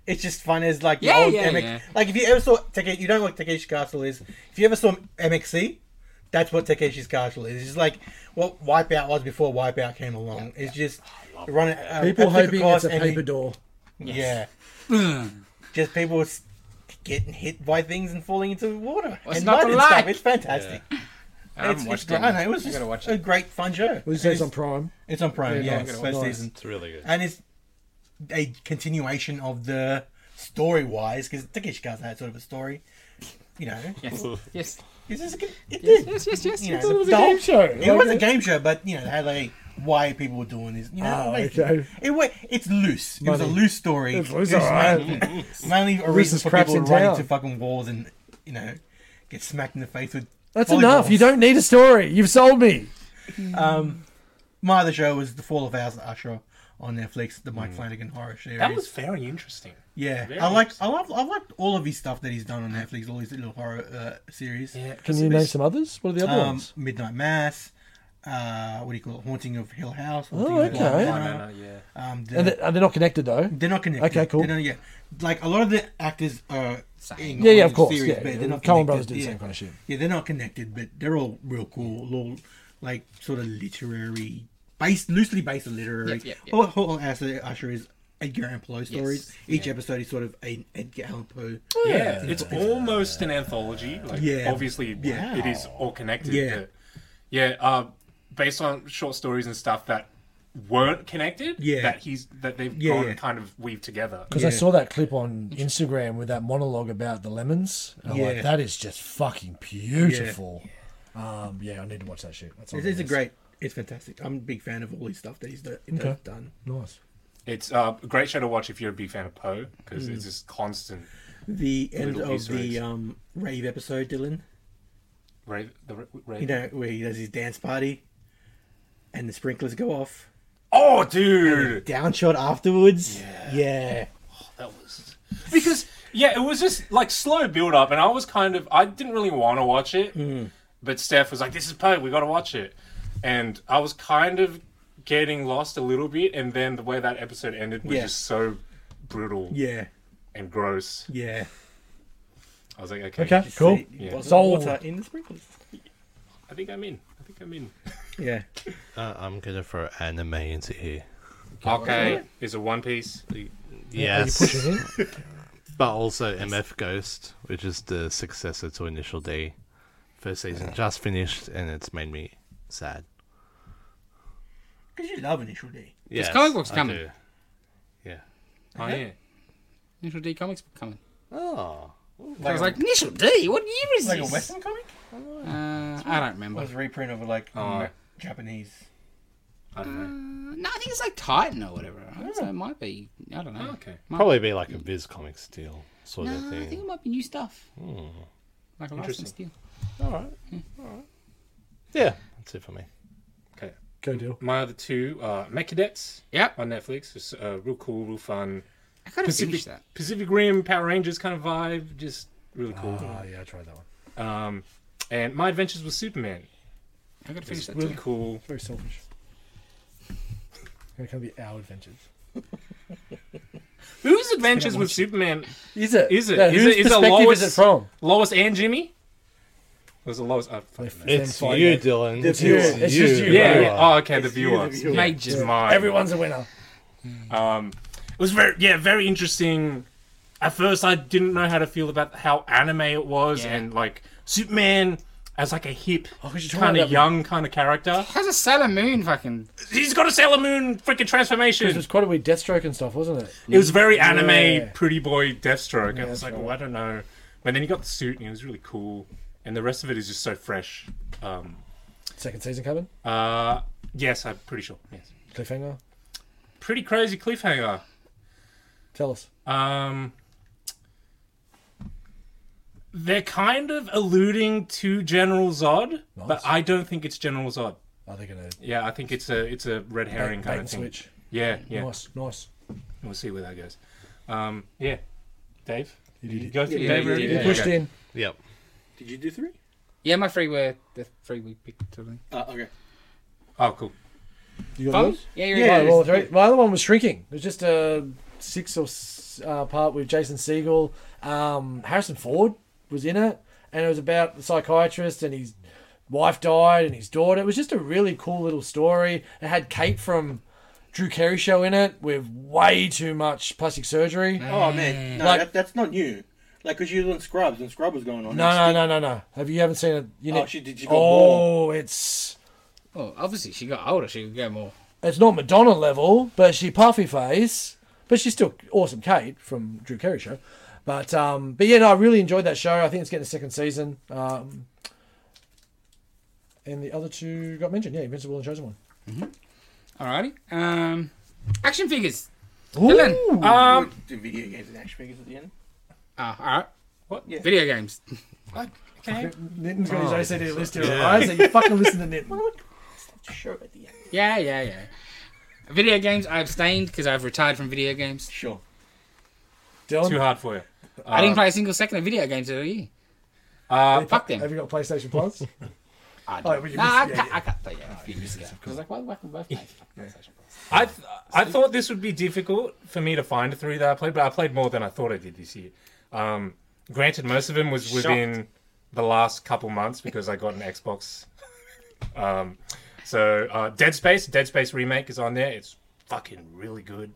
[SPEAKER 5] It's just fun as like the
[SPEAKER 2] Yeah,
[SPEAKER 5] old
[SPEAKER 2] yeah,
[SPEAKER 5] MX.
[SPEAKER 2] yeah.
[SPEAKER 5] Like if you ever saw Take, you don't know what Takeshi's Castle is. If you ever saw MXC, that's what Takeshi's Castle is. It's just like what Wipeout was before Wipeout came along. It's just run it. Uh,
[SPEAKER 6] People
[SPEAKER 5] at super
[SPEAKER 6] hoping
[SPEAKER 5] cost
[SPEAKER 6] it's a
[SPEAKER 5] and
[SPEAKER 6] paper
[SPEAKER 5] you-
[SPEAKER 6] door.
[SPEAKER 5] Yeah,
[SPEAKER 2] Boom.
[SPEAKER 5] just people s- getting hit by things and falling into water
[SPEAKER 2] What's
[SPEAKER 5] and
[SPEAKER 2] not
[SPEAKER 5] mud
[SPEAKER 2] to
[SPEAKER 5] and stuff.
[SPEAKER 2] like?
[SPEAKER 5] It's fantastic.
[SPEAKER 2] I haven't
[SPEAKER 5] It's,
[SPEAKER 2] watched
[SPEAKER 5] it's,
[SPEAKER 2] it.
[SPEAKER 5] I know, it was
[SPEAKER 2] I
[SPEAKER 5] just
[SPEAKER 2] gotta watch
[SPEAKER 5] a
[SPEAKER 2] it.
[SPEAKER 5] great fun show.
[SPEAKER 6] It says
[SPEAKER 5] It's-
[SPEAKER 6] on Prime.
[SPEAKER 5] it's on Prime,
[SPEAKER 6] Yeah,
[SPEAKER 5] yeah.
[SPEAKER 6] nice,
[SPEAKER 5] it's first
[SPEAKER 6] nice.
[SPEAKER 5] season.
[SPEAKER 4] It's really good.
[SPEAKER 5] And it's a continuation of the story wise, because Takeshi Castle had sort of a story. You know,
[SPEAKER 2] Yes, yes,
[SPEAKER 5] it's just a good- it
[SPEAKER 2] yes,
[SPEAKER 5] did.
[SPEAKER 2] yes, yes, yes.
[SPEAKER 5] You
[SPEAKER 2] yes.
[SPEAKER 5] know,
[SPEAKER 6] It was a
[SPEAKER 5] the
[SPEAKER 6] game
[SPEAKER 5] whole-
[SPEAKER 6] show.
[SPEAKER 5] It was a game show, but you know, it had like why people were doing this. You know,
[SPEAKER 6] Oh,
[SPEAKER 5] like,
[SPEAKER 6] okay.
[SPEAKER 5] it wa- it's loose. It was a
[SPEAKER 6] Money.
[SPEAKER 5] loose story.
[SPEAKER 6] It's loose,
[SPEAKER 5] It was
[SPEAKER 6] alright.
[SPEAKER 5] mainly- Mainly a
[SPEAKER 6] Loose
[SPEAKER 5] reason
[SPEAKER 6] as
[SPEAKER 5] for
[SPEAKER 6] craps
[SPEAKER 5] people
[SPEAKER 6] in
[SPEAKER 5] to run
[SPEAKER 6] town.
[SPEAKER 5] into fucking walls and you know get smacked in the face with.
[SPEAKER 6] That's
[SPEAKER 5] volleyballs.
[SPEAKER 6] enough. You don't need a story. You've sold me.
[SPEAKER 5] Um, my other show was The Fall of House Usher on Netflix, the
[SPEAKER 6] Hmm.
[SPEAKER 5] Mike Flanagan horror series.
[SPEAKER 1] That was very interesting.
[SPEAKER 5] Yeah,
[SPEAKER 1] Very
[SPEAKER 5] I like I love I like all of his stuff that he's done on Netflix, all his little horror uh, series.
[SPEAKER 6] Can you name some others? What are the other
[SPEAKER 5] Um,
[SPEAKER 6] ones?
[SPEAKER 5] Midnight Mass. Uh, what do you call it? Haunting of Hill House.
[SPEAKER 6] Oh,
[SPEAKER 5] Haunting of
[SPEAKER 6] okay.
[SPEAKER 5] Bly
[SPEAKER 1] I don't
[SPEAKER 5] Manor.
[SPEAKER 1] know, yeah.
[SPEAKER 5] Um, the-
[SPEAKER 6] And they- and they're not connected though.
[SPEAKER 5] they're not connected.
[SPEAKER 6] Okay, cool.
[SPEAKER 5] They're not, yeah, like a lot of the actors are. in
[SPEAKER 6] Yeah, yeah,
[SPEAKER 5] on
[SPEAKER 6] of
[SPEAKER 5] the
[SPEAKER 6] course.
[SPEAKER 5] series,
[SPEAKER 6] yeah,
[SPEAKER 5] but they're
[SPEAKER 6] yeah.
[SPEAKER 5] not
[SPEAKER 6] Coen
[SPEAKER 5] connected.
[SPEAKER 6] Brothers did the
[SPEAKER 5] yeah.
[SPEAKER 6] same kind of shit.
[SPEAKER 5] Yeah, they're not connected, but they're all real cool. All like sort of literary, based loosely based on literary.
[SPEAKER 2] Yep, yep, yep.
[SPEAKER 5] All, all Asher, Usher is Edgar Allan Poe stories. Each
[SPEAKER 2] yeah.
[SPEAKER 5] episode is sort of an Edgar Allan Poe.
[SPEAKER 1] Yeah, it's almost an anthology. Like,
[SPEAKER 5] Yeah.
[SPEAKER 1] obviously
[SPEAKER 5] Yeah.
[SPEAKER 1] it is all connected.
[SPEAKER 5] Yeah.
[SPEAKER 1] but- yeah. Uh, based on short stories and stuff that weren't connected.
[SPEAKER 5] Yeah.
[SPEAKER 1] that he's that they've
[SPEAKER 5] Yeah,
[SPEAKER 1] gone
[SPEAKER 5] yeah.
[SPEAKER 1] kind of weave together.
[SPEAKER 6] Because I saw that clip on Instagram with that monologue about the lemons. And I'm
[SPEAKER 5] Yeah.
[SPEAKER 6] like, that is just fucking beautiful. Um, yeah, I need to watch that shit.
[SPEAKER 3] Oh,
[SPEAKER 6] That's on
[SPEAKER 5] It's,
[SPEAKER 6] my
[SPEAKER 5] it's a
[SPEAKER 6] list.
[SPEAKER 5] great. It's fantastic. I'm a big fan of all his stuff that he's do- that
[SPEAKER 6] Okay.
[SPEAKER 5] done.
[SPEAKER 6] Nice.
[SPEAKER 1] It's uh, a great show to watch if you're a big fan of Poe because
[SPEAKER 5] Mm.
[SPEAKER 1] it's just constant.
[SPEAKER 5] The end
[SPEAKER 1] Little
[SPEAKER 5] of
[SPEAKER 1] Easter eggs.
[SPEAKER 5] the um, rave episode, Dylan.
[SPEAKER 1] Ra- the, ra- ra-
[SPEAKER 5] You know where he does his dance party, and the sprinklers go off.
[SPEAKER 1] oh, dude,
[SPEAKER 5] Down shot afterwards. Yeah.
[SPEAKER 1] that was because yeah, it was just like slow build up, and I was kind of I didn't really want to watch it,
[SPEAKER 5] Mm.
[SPEAKER 1] but Steph was like, "This is Poe, we got to watch it," and I was kind of getting lost a little bit, and then the way that episode ended was
[SPEAKER 5] Yeah.
[SPEAKER 1] just so brutal
[SPEAKER 5] Yeah.
[SPEAKER 1] and gross.
[SPEAKER 5] Yeah.
[SPEAKER 1] I was like, okay,
[SPEAKER 6] Okay, cool.
[SPEAKER 5] See,
[SPEAKER 1] Yeah.
[SPEAKER 5] wasn't
[SPEAKER 6] Sold.
[SPEAKER 5] water in the sprinklers.
[SPEAKER 1] I think I'm in. I think I'm in.
[SPEAKER 5] Yeah.
[SPEAKER 4] Uh, I'm gonna throw anime into here.
[SPEAKER 1] Okay, is it One Piece?
[SPEAKER 4] Yes,
[SPEAKER 6] Pushing in.
[SPEAKER 4] but also MF Ghost, which is the successor to Initial D. First season just finished, and it's made me sad.
[SPEAKER 5] Because you love Initial D.
[SPEAKER 4] Yes,
[SPEAKER 2] comic book's
[SPEAKER 4] I
[SPEAKER 2] coming.
[SPEAKER 4] do. Yeah.
[SPEAKER 1] Oh yeah.
[SPEAKER 2] Initial D comics coming.
[SPEAKER 4] Oh.
[SPEAKER 2] So I was like, Initial D. What year is
[SPEAKER 5] Like a
[SPEAKER 2] this?
[SPEAKER 5] Western comic?
[SPEAKER 2] Uh, I don't remember.
[SPEAKER 5] Or is it a reprint of like
[SPEAKER 1] Oh.
[SPEAKER 5] Japanese?
[SPEAKER 1] I don't know.
[SPEAKER 2] No, I think it's like Titan or whatever. So it might be. I don't know.
[SPEAKER 1] Okay.
[SPEAKER 2] Might-
[SPEAKER 4] Probably be like a Viz Comics deal sort
[SPEAKER 2] No,
[SPEAKER 4] of
[SPEAKER 2] I think
[SPEAKER 4] thing.
[SPEAKER 2] it might be new stuff. Like a
[SPEAKER 1] Interesting.
[SPEAKER 2] license deal.
[SPEAKER 4] All right. All right. Yeah, that's it for me.
[SPEAKER 1] Okay.
[SPEAKER 6] Go deal.
[SPEAKER 1] My other two are Mechadets
[SPEAKER 2] Yep.
[SPEAKER 1] on Netflix. It's uh, real cool, real fun.
[SPEAKER 2] I gotta finish
[SPEAKER 1] Pacific,
[SPEAKER 2] that.
[SPEAKER 1] Pacific Rim Power Rangers kind of vibe. Just really cool.
[SPEAKER 6] Oh, yeah, I tried that one.
[SPEAKER 1] Um, and My Adventures with Superman.
[SPEAKER 2] I gotta finish
[SPEAKER 1] It's
[SPEAKER 2] that.
[SPEAKER 1] really
[SPEAKER 2] too.
[SPEAKER 1] cool.
[SPEAKER 6] Very selfish. Gonna come be our adventures.
[SPEAKER 1] Whose Adventures with Superman?
[SPEAKER 6] Is it?
[SPEAKER 1] Is it?
[SPEAKER 6] Yeah,
[SPEAKER 1] Is
[SPEAKER 6] whose
[SPEAKER 1] it- is it
[SPEAKER 6] perspective
[SPEAKER 1] Lois?
[SPEAKER 6] is it from?
[SPEAKER 1] Lois and Jimmy? Was it Lois? I fucking know.
[SPEAKER 6] Them
[SPEAKER 4] It's you,
[SPEAKER 6] fighting it.
[SPEAKER 4] Dylan.
[SPEAKER 6] It's you. It's just you,
[SPEAKER 1] yeah,
[SPEAKER 6] bro.
[SPEAKER 1] yeah. Oh, okay. The viewer.
[SPEAKER 5] viewer.
[SPEAKER 1] Yeah,
[SPEAKER 2] Major.
[SPEAKER 1] it's mine.
[SPEAKER 6] Everyone's a winner.
[SPEAKER 1] Um, it was very, yeah, very interesting. At first, I didn't know how to feel about how anime it was,
[SPEAKER 2] Yeah.
[SPEAKER 1] and like Superman as like a hip,
[SPEAKER 6] Oh, 'cause you're talking
[SPEAKER 1] kind
[SPEAKER 6] about
[SPEAKER 1] of
[SPEAKER 6] the-
[SPEAKER 1] young kind of character.
[SPEAKER 2] How's a Sailor Moon fucking?
[SPEAKER 1] He's got a Sailor Moon freaking
[SPEAKER 6] It
[SPEAKER 1] transformation.
[SPEAKER 6] was quite a weird Deathstroke and stuff, wasn't it?
[SPEAKER 1] It was very anime,
[SPEAKER 6] Yeah.
[SPEAKER 1] pretty boy Deathstroke. and I was
[SPEAKER 6] that's
[SPEAKER 1] like,
[SPEAKER 6] right.
[SPEAKER 1] oh, I don't know. But then he got the suit, and it was really cool. And the rest of it is just so fresh. Um,
[SPEAKER 6] Second season coming.
[SPEAKER 1] uh, yes, I'm pretty sure. Yes,
[SPEAKER 6] Cliffhanger.
[SPEAKER 1] pretty crazy cliffhanger.
[SPEAKER 6] Tell us.
[SPEAKER 1] Um, they're kind of alluding to General Zod,
[SPEAKER 6] Nice.
[SPEAKER 1] but I don't think it's General Zod.
[SPEAKER 6] Are they going to
[SPEAKER 1] Yeah, I think it's a it's a red herring
[SPEAKER 6] bait
[SPEAKER 1] kind
[SPEAKER 6] and
[SPEAKER 1] of thing.
[SPEAKER 6] switch?
[SPEAKER 1] Yeah, yeah.
[SPEAKER 6] Nice, nice.
[SPEAKER 1] We'll see where that goes. Um, yeah, Dave, you did go through.
[SPEAKER 2] Yeah,
[SPEAKER 1] Dave,
[SPEAKER 2] you
[SPEAKER 1] already?
[SPEAKER 2] did
[SPEAKER 1] Yeah,
[SPEAKER 2] it.
[SPEAKER 1] okay.
[SPEAKER 3] pushed in?
[SPEAKER 4] Yep.
[SPEAKER 5] Did you do three?
[SPEAKER 2] Yeah, my three were the three we picked. Sort of thing.
[SPEAKER 5] Uh, okay.
[SPEAKER 1] Oh, cool.
[SPEAKER 3] You got
[SPEAKER 2] Fun?
[SPEAKER 3] yours?
[SPEAKER 2] Yeah, you're
[SPEAKER 3] Yeah,
[SPEAKER 2] right.
[SPEAKER 3] well, three. My other one was shrinking. It was just a six or s- uh, part with Jason Segel. Um, Harrison Ford was in it, and it was about the psychiatrist and his wife died and his daughter. It was just a really cool little story. It had Kate from Drew Carey show in it with way too much plastic surgery.
[SPEAKER 5] Oh man, no,
[SPEAKER 3] Like-
[SPEAKER 5] that, that's not new. Like, cause you was on Scrubs and Scrub was going on.
[SPEAKER 3] No, no, no, no, no. Have you haven't seen it? You
[SPEAKER 5] Oh, she did. She got
[SPEAKER 3] oh,
[SPEAKER 5] more.
[SPEAKER 3] it's
[SPEAKER 2] Well, Oh, obviously she got older. She could go more.
[SPEAKER 3] it's not Madonna level, but she puffy face, but she's still awesome. Kate from Drew Carey show, but um, but yeah, no, I really enjoyed that show. I think it's getting a second season. Um, and the other two got mentioned. Yeah, Invincible and Chosen One.
[SPEAKER 2] Alrighty. Um, action figures. Dylan.
[SPEAKER 1] Um,
[SPEAKER 5] Do video games and action figures at the end.
[SPEAKER 2] Ah, alright.
[SPEAKER 1] What?
[SPEAKER 5] Yeah.
[SPEAKER 2] Video games.
[SPEAKER 1] okay.
[SPEAKER 3] Nitton's got
[SPEAKER 1] Oh,
[SPEAKER 3] his OCD list here, alright? So you fucking listen to Nitton.
[SPEAKER 5] Sure, at the end.
[SPEAKER 2] Yeah, yeah, yeah. Video games. I abstained because I've retired from video games.
[SPEAKER 5] Sure.
[SPEAKER 1] Too
[SPEAKER 3] Dylan,
[SPEAKER 1] hard for you.
[SPEAKER 2] I didn't play a single second of video games did you?
[SPEAKER 1] Uh,
[SPEAKER 2] Fuck them.
[SPEAKER 3] have you got PlayStation Plus?
[SPEAKER 2] I
[SPEAKER 3] Oh,
[SPEAKER 2] don't.
[SPEAKER 3] well, you
[SPEAKER 2] no,
[SPEAKER 3] missed-
[SPEAKER 2] I,
[SPEAKER 3] yeah,
[SPEAKER 2] can't, I can't play that. a few years ago. I was like, why the fuck am I playing PlayStation Plus?
[SPEAKER 1] I th- I thought this would be difficult for me to find three that I played, but I played more than I thought I did this year. Um, granted, most of them was within the last couple months because I got an Xbox. um, so uh, Dead Space, Dead Space remake is on there. It's fucking really good.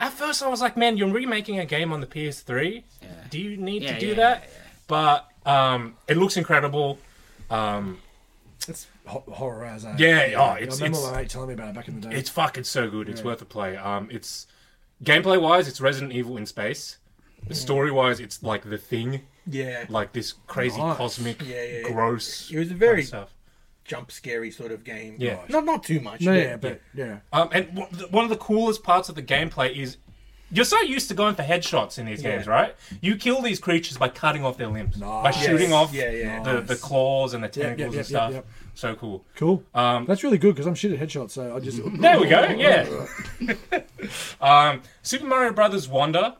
[SPEAKER 1] At first, I was like, man, you're remaking a game on the PS3. Do you need
[SPEAKER 2] Yeah,
[SPEAKER 1] to do
[SPEAKER 2] yeah,
[SPEAKER 1] that? But um, it looks incredible.
[SPEAKER 6] Ho- horror as a-
[SPEAKER 1] Yeah, oh,
[SPEAKER 6] I
[SPEAKER 1] it's-
[SPEAKER 6] remember
[SPEAKER 1] it's-
[SPEAKER 6] my mate telling me about it back in the day.
[SPEAKER 1] It's fucking so good. It's worth a play. Um, it's gameplay wise, it's Resident Evil in space. Story wise, it's like the thing,
[SPEAKER 5] Yeah.
[SPEAKER 1] like this crazy
[SPEAKER 6] Nice.
[SPEAKER 1] cosmic,
[SPEAKER 5] Yeah, yeah, yeah.
[SPEAKER 1] gross.
[SPEAKER 5] It was a very
[SPEAKER 1] stuff.
[SPEAKER 5] jump scary sort of game.
[SPEAKER 1] uh, Yeah.
[SPEAKER 5] Right. Not not too much.
[SPEAKER 6] no, yeah, but yeah.
[SPEAKER 1] Um, and w- th- one of the coolest parts of the gameplay is you're so used to going for headshots in these
[SPEAKER 5] Yeah.
[SPEAKER 1] games, right? You kill these creatures by cutting off their limbs, by shooting off
[SPEAKER 5] Yeah, yeah.
[SPEAKER 1] the, the claws and the
[SPEAKER 6] Yep, yep,
[SPEAKER 1] tentacles
[SPEAKER 6] yep,
[SPEAKER 1] and stuff.
[SPEAKER 6] yep,
[SPEAKER 1] So cool.
[SPEAKER 6] Cool.
[SPEAKER 1] Um,
[SPEAKER 6] That's really good because I'm shit at headshots, so I just.
[SPEAKER 1] there we go. Yeah. um, Super Mario Brothers Wonder.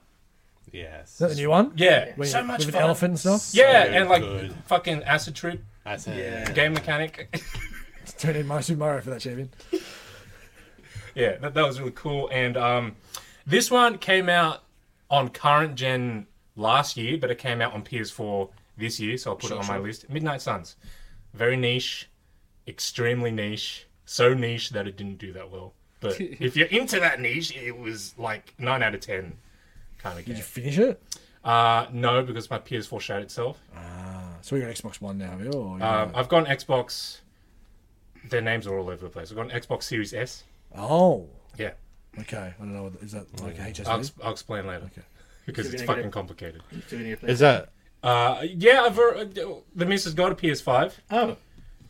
[SPEAKER 4] Yes.
[SPEAKER 3] Is that the new one?
[SPEAKER 1] Yeah.
[SPEAKER 3] With-
[SPEAKER 1] So much
[SPEAKER 6] with
[SPEAKER 1] fun.
[SPEAKER 6] an elephant and stuff?
[SPEAKER 1] Yeah,
[SPEAKER 4] So
[SPEAKER 1] and like
[SPEAKER 4] good.
[SPEAKER 1] fucking acid trip
[SPEAKER 4] That's it.
[SPEAKER 5] Yeah.
[SPEAKER 1] game mechanic.
[SPEAKER 6] Turn in my Super Mario for that champion.
[SPEAKER 1] yeah, that, that was really cool. And um, this one came out on current gen last year, but it came out on PS4 this year, so I'll put it on my list. Midnight Suns, very niche, extremely niche, so niche that it didn't do that well. But if you're into that niche, it was like nine out of ten kind of
[SPEAKER 6] Did
[SPEAKER 1] game.
[SPEAKER 6] you finish it?
[SPEAKER 1] Uh, no, because my PS4 showed itself.
[SPEAKER 6] Ah, So we got Xbox One now, have you? Or,
[SPEAKER 1] Um, I've got an Xbox. Their names are all over the place. I've got an Xbox Series S.
[SPEAKER 6] oh,
[SPEAKER 1] Yeah,
[SPEAKER 6] okay. I don't know. What, is that like HSP?
[SPEAKER 1] I'll, ex- I'll explain later because
[SPEAKER 5] You're
[SPEAKER 1] it's
[SPEAKER 5] gonna get
[SPEAKER 1] fucking
[SPEAKER 5] it.
[SPEAKER 1] complicated.
[SPEAKER 5] Is
[SPEAKER 4] Is that
[SPEAKER 1] Uh, yeah, I've, uh, the missus got a PS5.
[SPEAKER 5] oh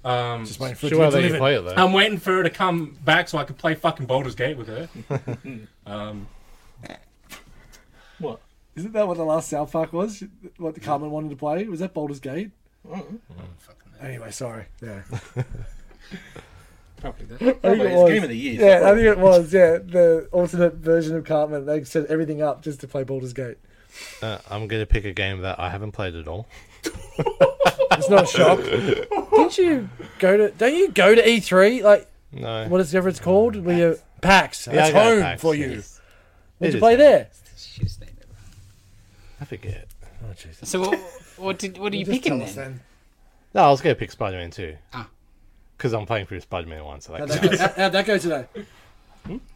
[SPEAKER 1] Um,
[SPEAKER 6] Just waiting for it
[SPEAKER 4] sure
[SPEAKER 6] to
[SPEAKER 4] that
[SPEAKER 6] be
[SPEAKER 4] you
[SPEAKER 6] delivered.
[SPEAKER 4] play it though?
[SPEAKER 1] I'm waiting for her to come back so I can play fucking Baldur's Gate with her.
[SPEAKER 5] what?
[SPEAKER 6] Isn't that what the last South Park was? What the Carmen wanted to play? Was that Baldur's Gate?
[SPEAKER 1] Mm-hmm.
[SPEAKER 6] Mm-hmm. Anyway, sorry. Yeah,
[SPEAKER 2] Probably that.
[SPEAKER 6] I think
[SPEAKER 5] Well,
[SPEAKER 6] it
[SPEAKER 5] it's
[SPEAKER 6] was.
[SPEAKER 5] game of the year.
[SPEAKER 6] Yeah, I think it was. Yeah, the alternate version of Cartman. They set everything up just to play Baldur's Gate.
[SPEAKER 4] Uh, I'm gonna pick a game that I haven't played at all.
[SPEAKER 6] It's not a shock. Didn't you go to? Don't you go to E3? Like
[SPEAKER 4] No.
[SPEAKER 6] what is whatever it's called? Were you PAX?
[SPEAKER 4] Yeah, I
[SPEAKER 6] That's
[SPEAKER 4] go to
[SPEAKER 6] home
[SPEAKER 4] PAX,
[SPEAKER 6] for
[SPEAKER 4] yeah.
[SPEAKER 6] you.
[SPEAKER 4] Yes.
[SPEAKER 6] Did
[SPEAKER 4] It
[SPEAKER 6] you
[SPEAKER 4] is
[SPEAKER 6] play
[SPEAKER 4] home.
[SPEAKER 6] there?
[SPEAKER 2] Shit's name.
[SPEAKER 4] I forget.
[SPEAKER 6] Oh Jesus!
[SPEAKER 2] So what, what did what are you picking then?
[SPEAKER 4] No, I was gonna pick Spider-Man 2.
[SPEAKER 2] Ah.
[SPEAKER 4] Because I'm playing through Spider-Man 1, so
[SPEAKER 6] How'd
[SPEAKER 4] that's
[SPEAKER 6] that go, how- how'd that go today?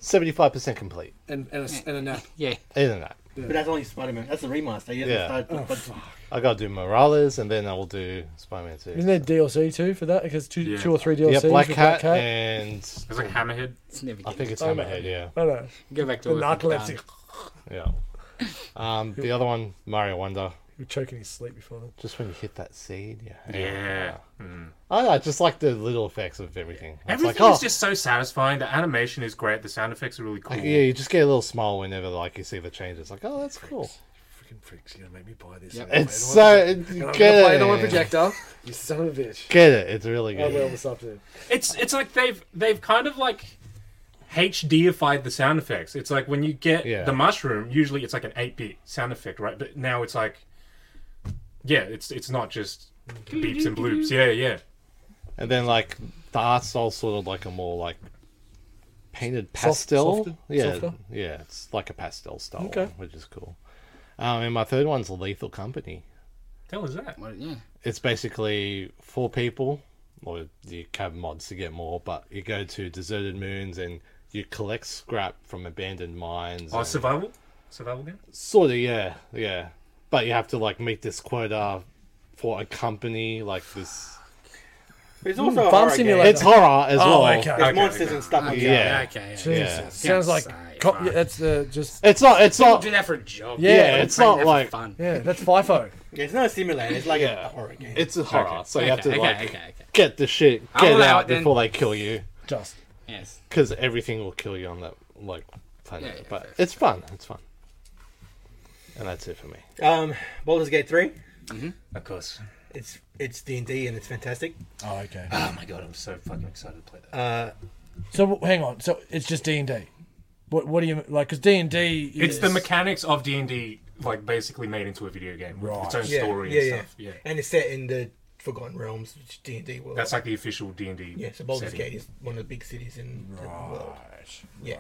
[SPEAKER 4] 75% complete.
[SPEAKER 6] And and a, and a nap.
[SPEAKER 2] Yeah.
[SPEAKER 4] Isn't that?
[SPEAKER 5] But that's only Spider Man. That's the remaster. You
[SPEAKER 4] Yeah.
[SPEAKER 5] yeah. Start, but,
[SPEAKER 4] I gotta do Morales, and then I will do Spider-Man 2.
[SPEAKER 6] Isn't there DLC too for that? Because two,
[SPEAKER 1] Yeah.
[SPEAKER 6] two or three DLCs.
[SPEAKER 4] yeah, Black
[SPEAKER 6] with
[SPEAKER 4] Hat, and
[SPEAKER 1] It's like Hammerhead.
[SPEAKER 2] It's never
[SPEAKER 4] I
[SPEAKER 2] good.
[SPEAKER 4] think it's
[SPEAKER 6] Oh, no.
[SPEAKER 4] Hammerhead. Yeah,
[SPEAKER 6] No, no,
[SPEAKER 2] Go back to
[SPEAKER 6] the
[SPEAKER 2] work and
[SPEAKER 6] narcolepsy.
[SPEAKER 2] die.
[SPEAKER 4] yeah. Um, the other one, Mario Wonder.
[SPEAKER 6] You're choking his sleep before that.
[SPEAKER 4] Just when you hit that seed, yeah.
[SPEAKER 1] Yeah.
[SPEAKER 4] I don't know, I just like the little effects of everything. It's
[SPEAKER 1] Everything
[SPEAKER 4] like, oh.
[SPEAKER 1] is just so satisfying. The animation is great. The sound effects are really cool.
[SPEAKER 4] Like, yeah, you just get a little smile whenever like you see the changes. Like, oh, that's cool.
[SPEAKER 3] fucking freaks. You're gonna make me buy this.
[SPEAKER 2] Yep.
[SPEAKER 3] I'm gonna
[SPEAKER 4] It's
[SPEAKER 3] play
[SPEAKER 4] so
[SPEAKER 3] it on my-
[SPEAKER 4] it,
[SPEAKER 3] and I'm
[SPEAKER 4] get
[SPEAKER 3] gonna play
[SPEAKER 4] it.
[SPEAKER 3] it on my projector. You son of a bitch.
[SPEAKER 4] Get it? It's really
[SPEAKER 3] I
[SPEAKER 4] good.
[SPEAKER 3] will this afternoon.
[SPEAKER 1] It's it's like they've they've kind of like HDified the sound effects. It's like when you get
[SPEAKER 4] Yeah.
[SPEAKER 1] the mushroom, usually it's like an eight bit sound effect, right? But now it's like Yeah, it's it's not just beeps and bloops. Yeah, yeah.
[SPEAKER 4] And then like the art style's sort of like a more like painted
[SPEAKER 3] Soft-
[SPEAKER 4] pastel.
[SPEAKER 3] softer?
[SPEAKER 4] yeah,
[SPEAKER 3] Softer?
[SPEAKER 4] yeah, it's like a pastel style,
[SPEAKER 3] Okay.
[SPEAKER 4] which is cool. Um, and my third one's Lethal Company.
[SPEAKER 1] Hell is that?
[SPEAKER 2] What, yeah.
[SPEAKER 4] It's basically four people, or you can have mods to get more, but you go to deserted moons and you collect scrap from abandoned mines.
[SPEAKER 1] Oh
[SPEAKER 4] and-
[SPEAKER 1] survival? Survival game?
[SPEAKER 4] Sort of, yeah, yeah. But you have to like meet this quota for a company like this.
[SPEAKER 5] It's also a
[SPEAKER 3] Farm
[SPEAKER 5] horror
[SPEAKER 3] Simulator.
[SPEAKER 5] game.
[SPEAKER 4] It's horror as
[SPEAKER 3] Oh,
[SPEAKER 4] well.
[SPEAKER 3] okay.
[SPEAKER 5] There's
[SPEAKER 1] Okay,
[SPEAKER 5] monsters
[SPEAKER 1] okay.
[SPEAKER 5] and stuff.
[SPEAKER 2] Okay,
[SPEAKER 5] like that.
[SPEAKER 4] Yeah.
[SPEAKER 2] okay, yeah.
[SPEAKER 3] Jesus,
[SPEAKER 4] Yeah.
[SPEAKER 3] sounds like
[SPEAKER 2] Sci-fi.
[SPEAKER 3] co- yeah, that's the just
[SPEAKER 4] It's not. It's
[SPEAKER 2] People
[SPEAKER 4] not.
[SPEAKER 2] do that for a job.
[SPEAKER 3] Yeah,
[SPEAKER 2] They
[SPEAKER 4] it's
[SPEAKER 2] play
[SPEAKER 4] not
[SPEAKER 2] that for
[SPEAKER 4] like-
[SPEAKER 2] fun.
[SPEAKER 3] yeah, that's FIFO.
[SPEAKER 5] Yeah, it's not a simulator. It's like
[SPEAKER 4] Yeah.
[SPEAKER 5] a horror game.
[SPEAKER 4] It's a horror, so you have to
[SPEAKER 2] okay,
[SPEAKER 4] like
[SPEAKER 2] okay, okay.
[SPEAKER 4] get the shit,
[SPEAKER 2] I'll
[SPEAKER 4] get it
[SPEAKER 2] allow
[SPEAKER 4] out
[SPEAKER 2] it then.
[SPEAKER 4] before they kill you,
[SPEAKER 3] Just
[SPEAKER 2] Yes.
[SPEAKER 4] because everything will kill you on that like planet.
[SPEAKER 2] Yeah, yeah,
[SPEAKER 4] but
[SPEAKER 2] fair,
[SPEAKER 4] it's fun. It's fun. And that's it for me.
[SPEAKER 5] Um, Baldur's Gate three.
[SPEAKER 1] Of course.
[SPEAKER 5] It's it's D and D and it's fantastic.
[SPEAKER 3] oh okay.
[SPEAKER 1] Oh my god, I'm so fucking excited to play that.
[SPEAKER 5] Uh,
[SPEAKER 3] So w- hang on. So it's just D and D. What what do you like? Because D and D.
[SPEAKER 1] it's the mechanics of D and D like basically made into a video game with
[SPEAKER 3] Right.
[SPEAKER 1] its own
[SPEAKER 5] yeah,
[SPEAKER 1] story
[SPEAKER 5] yeah,
[SPEAKER 1] and
[SPEAKER 5] yeah.
[SPEAKER 1] stuff. Yeah.
[SPEAKER 5] And it's set in the Forgotten Realms, which D and D world.
[SPEAKER 1] That's like the official D and D.
[SPEAKER 5] yeah. So Baldur's Gate is one of the big cities in the world. Yeah.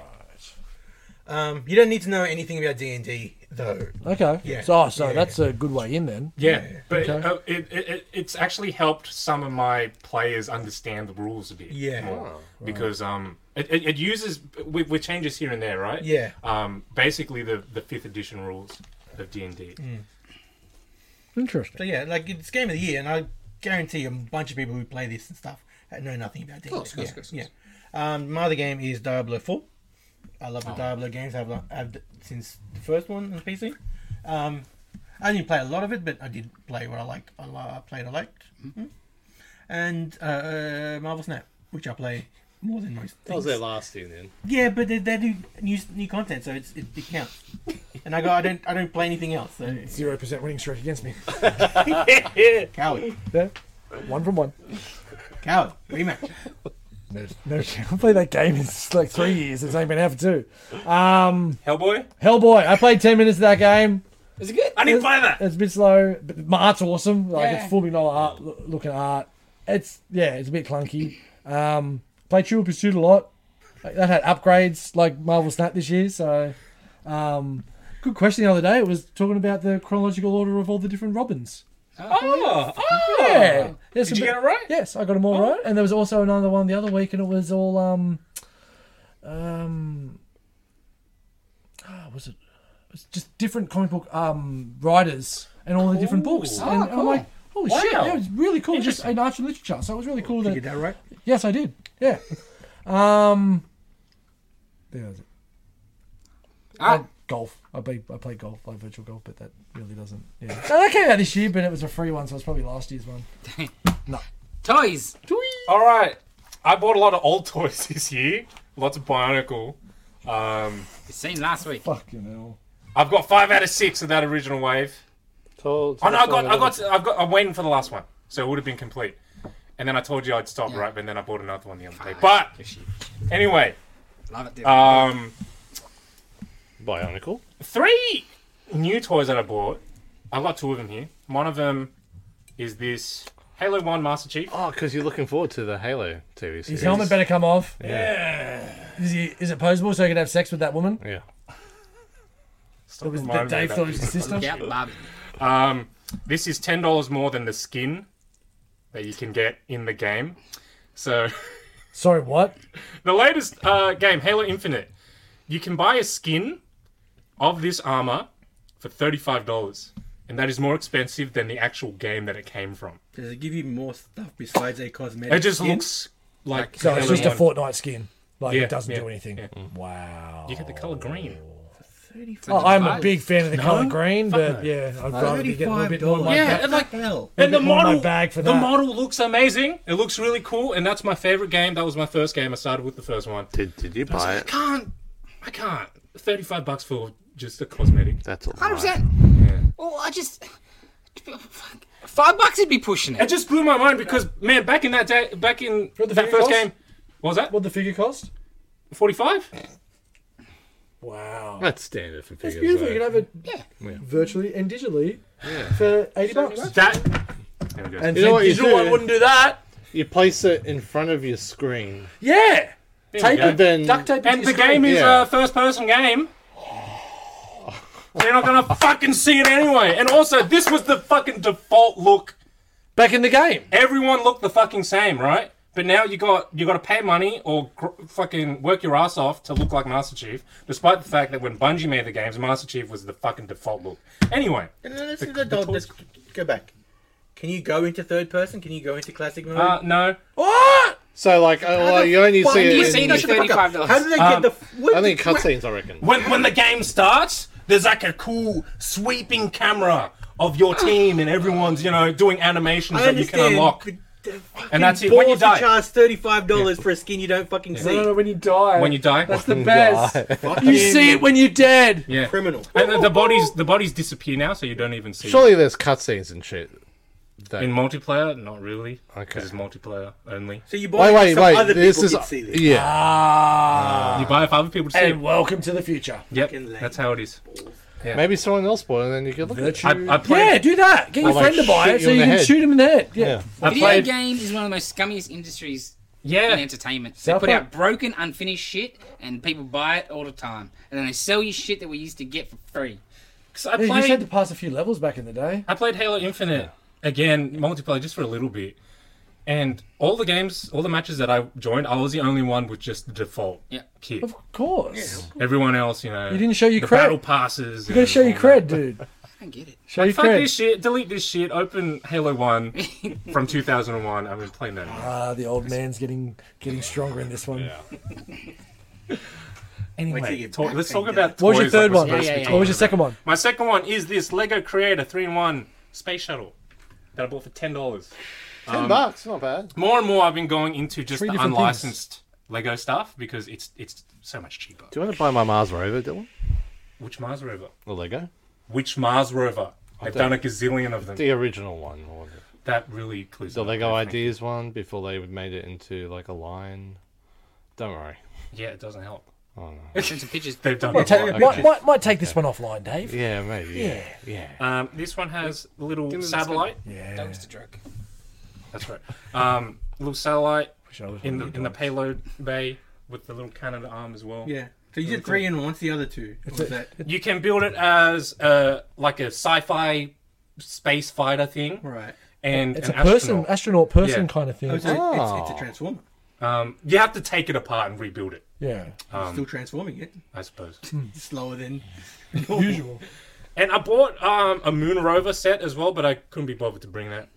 [SPEAKER 5] Um, you don't need to know anything about D and D though.
[SPEAKER 3] Okay.
[SPEAKER 5] Yeah.
[SPEAKER 3] So oh, so
[SPEAKER 5] Yeah.
[SPEAKER 3] that's a good way in then.
[SPEAKER 1] Yeah, but
[SPEAKER 3] Okay.
[SPEAKER 1] uh, it, it, it, it's actually helped some of my players understand the rules a bit.
[SPEAKER 5] Yeah.
[SPEAKER 1] more, because um, it, it, it uses with, with changes here and there, right?
[SPEAKER 5] Yeah.
[SPEAKER 1] Um, basically the the fifth edition rules of D and D.
[SPEAKER 5] So
[SPEAKER 3] Interesting.
[SPEAKER 5] yeah, like it's game of the year, and I guarantee a bunch of people who play this and stuff know nothing about D and D.
[SPEAKER 2] course, of course,
[SPEAKER 5] yeah.
[SPEAKER 2] of course, of
[SPEAKER 5] yeah. Um, my other game is Diablo Four. I love the
[SPEAKER 2] Oh.
[SPEAKER 5] Diablo games. I've lo- I've d- since the first one on PC. Um, I didn't play a lot of it, but I did play what I liked. I, li- I played I liked.
[SPEAKER 2] Mm-hmm.
[SPEAKER 5] Mhm. And uh, uh, Marvel Snap, which I play more than most.
[SPEAKER 4] That was
[SPEAKER 5] things.
[SPEAKER 4] their last thing then.
[SPEAKER 5] Yeah, but they, they do new new content, so it's, it, it counts. and I go, I don't I don't play anything else. So
[SPEAKER 3] Zero percent winning streak against me.
[SPEAKER 5] coward,
[SPEAKER 3] Yeah. One from one.
[SPEAKER 5] coward, rematch.
[SPEAKER 3] No, I haven't played that game in like three years. It's only been out for two. Um,
[SPEAKER 1] Hellboy,
[SPEAKER 3] Hellboy. I played ten minutes of that game.
[SPEAKER 2] Is it good?
[SPEAKER 1] I didn't play that.
[SPEAKER 3] It's a bit slow, but my art's awesome. Like
[SPEAKER 2] Yeah.
[SPEAKER 3] it's full dollar art lo- looking art. It's yeah, it's a bit clunky. Um, played Trivial Pursuit a lot. Like, that had upgrades like Marvel Snap this year. So, um, good question the other day. It was talking about the chronological order of all the different Robins.
[SPEAKER 1] Oh, oh.
[SPEAKER 3] Yeah. There's
[SPEAKER 1] Did
[SPEAKER 3] some
[SPEAKER 1] you
[SPEAKER 3] bit-
[SPEAKER 1] get it right?
[SPEAKER 3] Yes, I got them all right. And there was also another one the other week, and it was all um, um, ah, was it? It was just different comic book um writers and all the different books.
[SPEAKER 2] Cool.
[SPEAKER 3] and,
[SPEAKER 2] Ah,
[SPEAKER 3] and I'm like, holy shit,
[SPEAKER 1] Wow.
[SPEAKER 3] that was really cool. Just in arts and literature, so it was really cool.
[SPEAKER 5] Did you
[SPEAKER 3] That,
[SPEAKER 5] get that right?
[SPEAKER 3] yes, I did. Yeah. um, there was it.
[SPEAKER 2] Ah.
[SPEAKER 3] And golf. I play I play golf, like virtual golf, but that really doesn't. Yeah. No, that came out this year, but it was a free one, so it's probably last year's one.
[SPEAKER 2] Toys.
[SPEAKER 1] All right, I bought a lot of old toys this year. Lots of Bionicle. Um,
[SPEAKER 2] It's seen last week.
[SPEAKER 3] Fucking hell.
[SPEAKER 1] I've got five out of six of that original wave.
[SPEAKER 4] Told,
[SPEAKER 1] Oh no, I got, I got, I've got, I'm waiting for the last one, so it would have been complete. And then I told you I'd stop, right? But then I bought another one the other day. But
[SPEAKER 2] Good shit.
[SPEAKER 1] anyway,
[SPEAKER 2] Love it, dude.
[SPEAKER 1] um,
[SPEAKER 4] Bionicle.
[SPEAKER 1] three new toys that I bought. I've got two of them here. One of them is this Halo One Master Chief.
[SPEAKER 4] Oh, because you're looking forward to the Halo TV series.
[SPEAKER 3] His helmet better come off. Is he? Is it posable so he can have sex with that woman?
[SPEAKER 4] Yeah.
[SPEAKER 1] Stop
[SPEAKER 3] That was that
[SPEAKER 1] reminding me
[SPEAKER 3] Dave
[SPEAKER 1] of
[SPEAKER 3] thought was his sister.
[SPEAKER 2] yeah, love it.
[SPEAKER 1] Um, this is ten dollars more than the skin that you can get in the game. So.
[SPEAKER 3] Sorry, what?
[SPEAKER 1] the latest uh, game, Halo Infinite, you can buy a skin of this armor for thirty-five dollars, and that is more expensive than the actual game that it came from.
[SPEAKER 5] Does it give you more stuff besides a cosmetic?
[SPEAKER 1] It just
[SPEAKER 5] skin?
[SPEAKER 1] looks like
[SPEAKER 3] So it's
[SPEAKER 1] Halo
[SPEAKER 3] just a
[SPEAKER 1] 1.
[SPEAKER 3] Fortnite skin. Like
[SPEAKER 1] Yeah,
[SPEAKER 3] it doesn't
[SPEAKER 1] yeah, Mm.
[SPEAKER 3] do anything. Wow.
[SPEAKER 1] You get the color green.
[SPEAKER 3] Oh, I'm a
[SPEAKER 2] Nice.
[SPEAKER 3] big fan of the color green,
[SPEAKER 1] Fuck
[SPEAKER 3] but
[SPEAKER 1] no.
[SPEAKER 3] yeah, I'd rather be getting a little bit more. Like
[SPEAKER 1] Yeah,
[SPEAKER 3] yeah.
[SPEAKER 1] and like-
[SPEAKER 5] hell.
[SPEAKER 1] And the
[SPEAKER 3] bit more in my
[SPEAKER 1] model,
[SPEAKER 3] bag for
[SPEAKER 1] the
[SPEAKER 3] that.
[SPEAKER 1] model looks amazing. It looks really cool, and that's my favorite game. That was my first game. I started with the first one.
[SPEAKER 4] Did, did you buy
[SPEAKER 1] I can't, I can't. Thirty-five bucks for just a cosmetic.
[SPEAKER 4] That's a
[SPEAKER 2] 100%.
[SPEAKER 1] Yeah.
[SPEAKER 2] Oh, I just. Five bucks would be pushing
[SPEAKER 1] It
[SPEAKER 2] it.
[SPEAKER 1] just blew my mind because man, back in that day, back in
[SPEAKER 6] For the
[SPEAKER 1] that
[SPEAKER 6] video
[SPEAKER 1] first
[SPEAKER 6] calls?
[SPEAKER 1] game, what was that
[SPEAKER 6] What'd the figure cost?
[SPEAKER 1] forty-five?
[SPEAKER 6] Wow.
[SPEAKER 4] That's standard for
[SPEAKER 3] It's
[SPEAKER 4] figures.
[SPEAKER 3] beautiful.
[SPEAKER 4] though.
[SPEAKER 3] You can have it
[SPEAKER 4] Yeah.
[SPEAKER 3] virtually and digitally for 80 bucks.
[SPEAKER 1] That. There we go.
[SPEAKER 5] And
[SPEAKER 4] You know
[SPEAKER 5] since
[SPEAKER 4] what you
[SPEAKER 5] digital
[SPEAKER 4] do?
[SPEAKER 5] one wouldn't do that.
[SPEAKER 4] You place it in front of your screen,
[SPEAKER 3] Yeah. Tape
[SPEAKER 4] and
[SPEAKER 3] it.
[SPEAKER 4] then
[SPEAKER 3] Duct tape it
[SPEAKER 1] and
[SPEAKER 3] to
[SPEAKER 1] the
[SPEAKER 3] your
[SPEAKER 1] game is
[SPEAKER 4] yeah.
[SPEAKER 1] a first-person game. They're not gonna fucking see it anyway. And also, this was the fucking default look.
[SPEAKER 3] back in the game.
[SPEAKER 1] Everyone looked the fucking same, right? But now you got you got to pay money or gr- fucking work your ass off to look like Master Chief, despite the fact that when Bungie made the games, Master Chief was the fucking default look. Anyway,
[SPEAKER 5] And then let's, let's- let's go back. Can you go into third person? Can you go into classic mode?
[SPEAKER 1] uh, no,
[SPEAKER 5] what?
[SPEAKER 4] so like oh, well, you only see
[SPEAKER 2] you
[SPEAKER 4] it.
[SPEAKER 2] see
[SPEAKER 4] in,
[SPEAKER 2] this- $35.
[SPEAKER 5] How did they
[SPEAKER 1] Um,
[SPEAKER 5] get the? Where,
[SPEAKER 4] I think
[SPEAKER 5] where-
[SPEAKER 4] cutscenes. I reckon.
[SPEAKER 1] when when the game starts, there's like a cool sweeping camera of your team and everyone's you know doing animations
[SPEAKER 5] I
[SPEAKER 1] that you
[SPEAKER 5] understand.
[SPEAKER 1] can unlock, and that's it. When you
[SPEAKER 5] balls to
[SPEAKER 1] die,
[SPEAKER 5] charge thirty five dollars for a skin you don't fucking
[SPEAKER 3] No, no, no,
[SPEAKER 5] see.
[SPEAKER 3] when you die.
[SPEAKER 1] when you die,
[SPEAKER 3] That's the
[SPEAKER 4] Mm,
[SPEAKER 3] best. You see it when you're dead.
[SPEAKER 1] yeah.
[SPEAKER 5] Criminal.
[SPEAKER 1] And the, the bodies the bodies disappear now, so you don't even see.
[SPEAKER 4] Surely there's cutscenes and shit. That,
[SPEAKER 1] In multiplayer, not really.
[SPEAKER 4] Okay.
[SPEAKER 1] Because it's multiplayer only.
[SPEAKER 5] So you
[SPEAKER 4] wait,
[SPEAKER 5] buy
[SPEAKER 4] wait,
[SPEAKER 5] some
[SPEAKER 4] wait.
[SPEAKER 5] other
[SPEAKER 4] This
[SPEAKER 5] people
[SPEAKER 4] is
[SPEAKER 5] can see this.
[SPEAKER 4] yeah.
[SPEAKER 3] Ah.
[SPEAKER 1] you buy it for other people to see.
[SPEAKER 3] and
[SPEAKER 1] it.
[SPEAKER 3] welcome to the future.
[SPEAKER 1] Yep,
[SPEAKER 5] fucking lame.
[SPEAKER 1] that's how it is.
[SPEAKER 4] Maybe someone else bought it, and then you could look at it.
[SPEAKER 1] I, I
[SPEAKER 3] Yeah,
[SPEAKER 1] played.
[SPEAKER 3] do that. Get your
[SPEAKER 4] like,
[SPEAKER 3] friend to buy
[SPEAKER 4] shoot
[SPEAKER 3] it
[SPEAKER 4] you
[SPEAKER 3] so
[SPEAKER 4] in
[SPEAKER 3] you
[SPEAKER 4] the
[SPEAKER 3] can
[SPEAKER 4] head.
[SPEAKER 3] shoot him in the head. Yeah.
[SPEAKER 4] Yeah.
[SPEAKER 1] I
[SPEAKER 2] Video
[SPEAKER 1] played.
[SPEAKER 2] game is one of the most scummiest industries in
[SPEAKER 1] Yeah,
[SPEAKER 2] entertainment. They
[SPEAKER 3] South
[SPEAKER 2] put
[SPEAKER 3] Park.
[SPEAKER 2] out broken, unfinished shit, and people buy it all the time. And then they sell you shit that we used to get for free.
[SPEAKER 1] 'Cause I
[SPEAKER 3] Yeah, you just had
[SPEAKER 1] played.
[SPEAKER 3] to pass a few levels back in the day.
[SPEAKER 1] I played Halo Infinite again multiplayer just for a little bit, and all the games, all the matches that I joined, I was the only one with just the default
[SPEAKER 2] Yeah.
[SPEAKER 1] kit.
[SPEAKER 3] Of course.
[SPEAKER 1] Everyone else, you know,
[SPEAKER 3] You didn't show your
[SPEAKER 1] the
[SPEAKER 3] cred.
[SPEAKER 1] battle passes.
[SPEAKER 3] You gotta show your cred, dude.
[SPEAKER 2] I don't get it.
[SPEAKER 3] Show your
[SPEAKER 1] Fuck this
[SPEAKER 3] cred.
[SPEAKER 1] shit. Delete this shit. Open Halo One from 2001. I've been playing that.
[SPEAKER 3] Ah, the old man's getting getting stronger in this one.
[SPEAKER 5] Wait till
[SPEAKER 1] Anyway,
[SPEAKER 5] you
[SPEAKER 1] talk-
[SPEAKER 5] back
[SPEAKER 1] let's
[SPEAKER 5] pain
[SPEAKER 1] talk
[SPEAKER 5] down.
[SPEAKER 1] about.
[SPEAKER 3] What was your
[SPEAKER 1] toys like
[SPEAKER 3] third
[SPEAKER 1] we're
[SPEAKER 3] one?
[SPEAKER 1] supposed to
[SPEAKER 2] Yeah,
[SPEAKER 1] be
[SPEAKER 2] yeah,
[SPEAKER 3] What was your second one?
[SPEAKER 1] My second one is this Lego Creator 3 in 1 space shuttle that I bought for $10.
[SPEAKER 4] Ten bucks, not bad.
[SPEAKER 1] More and more, I've been going into just
[SPEAKER 3] Three
[SPEAKER 1] the
[SPEAKER 3] different
[SPEAKER 1] unlicensed Lego stuff because it's it's so much cheaper.
[SPEAKER 4] Do you want to buy my Mars rover, Dylan?
[SPEAKER 1] Which Mars rover?
[SPEAKER 4] The Lego,
[SPEAKER 1] Which Mars rover? They've done a gazillion of them.
[SPEAKER 4] the original one, or the-
[SPEAKER 1] That really clues
[SPEAKER 4] the
[SPEAKER 1] it up,
[SPEAKER 4] Lego
[SPEAKER 1] I think.
[SPEAKER 4] Ideas one before they made it into like a line. Don't worry.
[SPEAKER 1] Yeah, it doesn't help.
[SPEAKER 2] Send some pictures.
[SPEAKER 1] They've done
[SPEAKER 3] Might
[SPEAKER 1] it.
[SPEAKER 3] take, might, might, might take this one offline, Dave.
[SPEAKER 4] Yeah, maybe. Yeah, yeah.
[SPEAKER 1] Um, this one has a little
[SPEAKER 2] me the second
[SPEAKER 1] satellite.
[SPEAKER 2] That
[SPEAKER 3] Yeah.
[SPEAKER 2] was the joke.
[SPEAKER 1] That's right. Um, little satellite
[SPEAKER 3] Wish I was
[SPEAKER 1] in the
[SPEAKER 3] one of
[SPEAKER 1] in the payload bay with the little Canada arm as well.
[SPEAKER 5] Yeah. So you did three and what's the other two? What's that?
[SPEAKER 1] You can build it as uh like a sci-fi space fighter thing,
[SPEAKER 5] Right.
[SPEAKER 1] and
[SPEAKER 3] It's
[SPEAKER 1] an
[SPEAKER 3] a person, astronaut,
[SPEAKER 1] astronaut.
[SPEAKER 3] person
[SPEAKER 1] Yeah.
[SPEAKER 3] kind of thing.
[SPEAKER 5] Oh, so it's, it's a transformer.
[SPEAKER 1] Um, you have to take it apart and rebuild it,
[SPEAKER 3] Yeah.
[SPEAKER 5] Still transforming it.
[SPEAKER 1] I suppose.
[SPEAKER 5] Slower than.
[SPEAKER 3] Usual.
[SPEAKER 1] and I bought um a moon rover set as well, but I couldn't be bothered to bring that.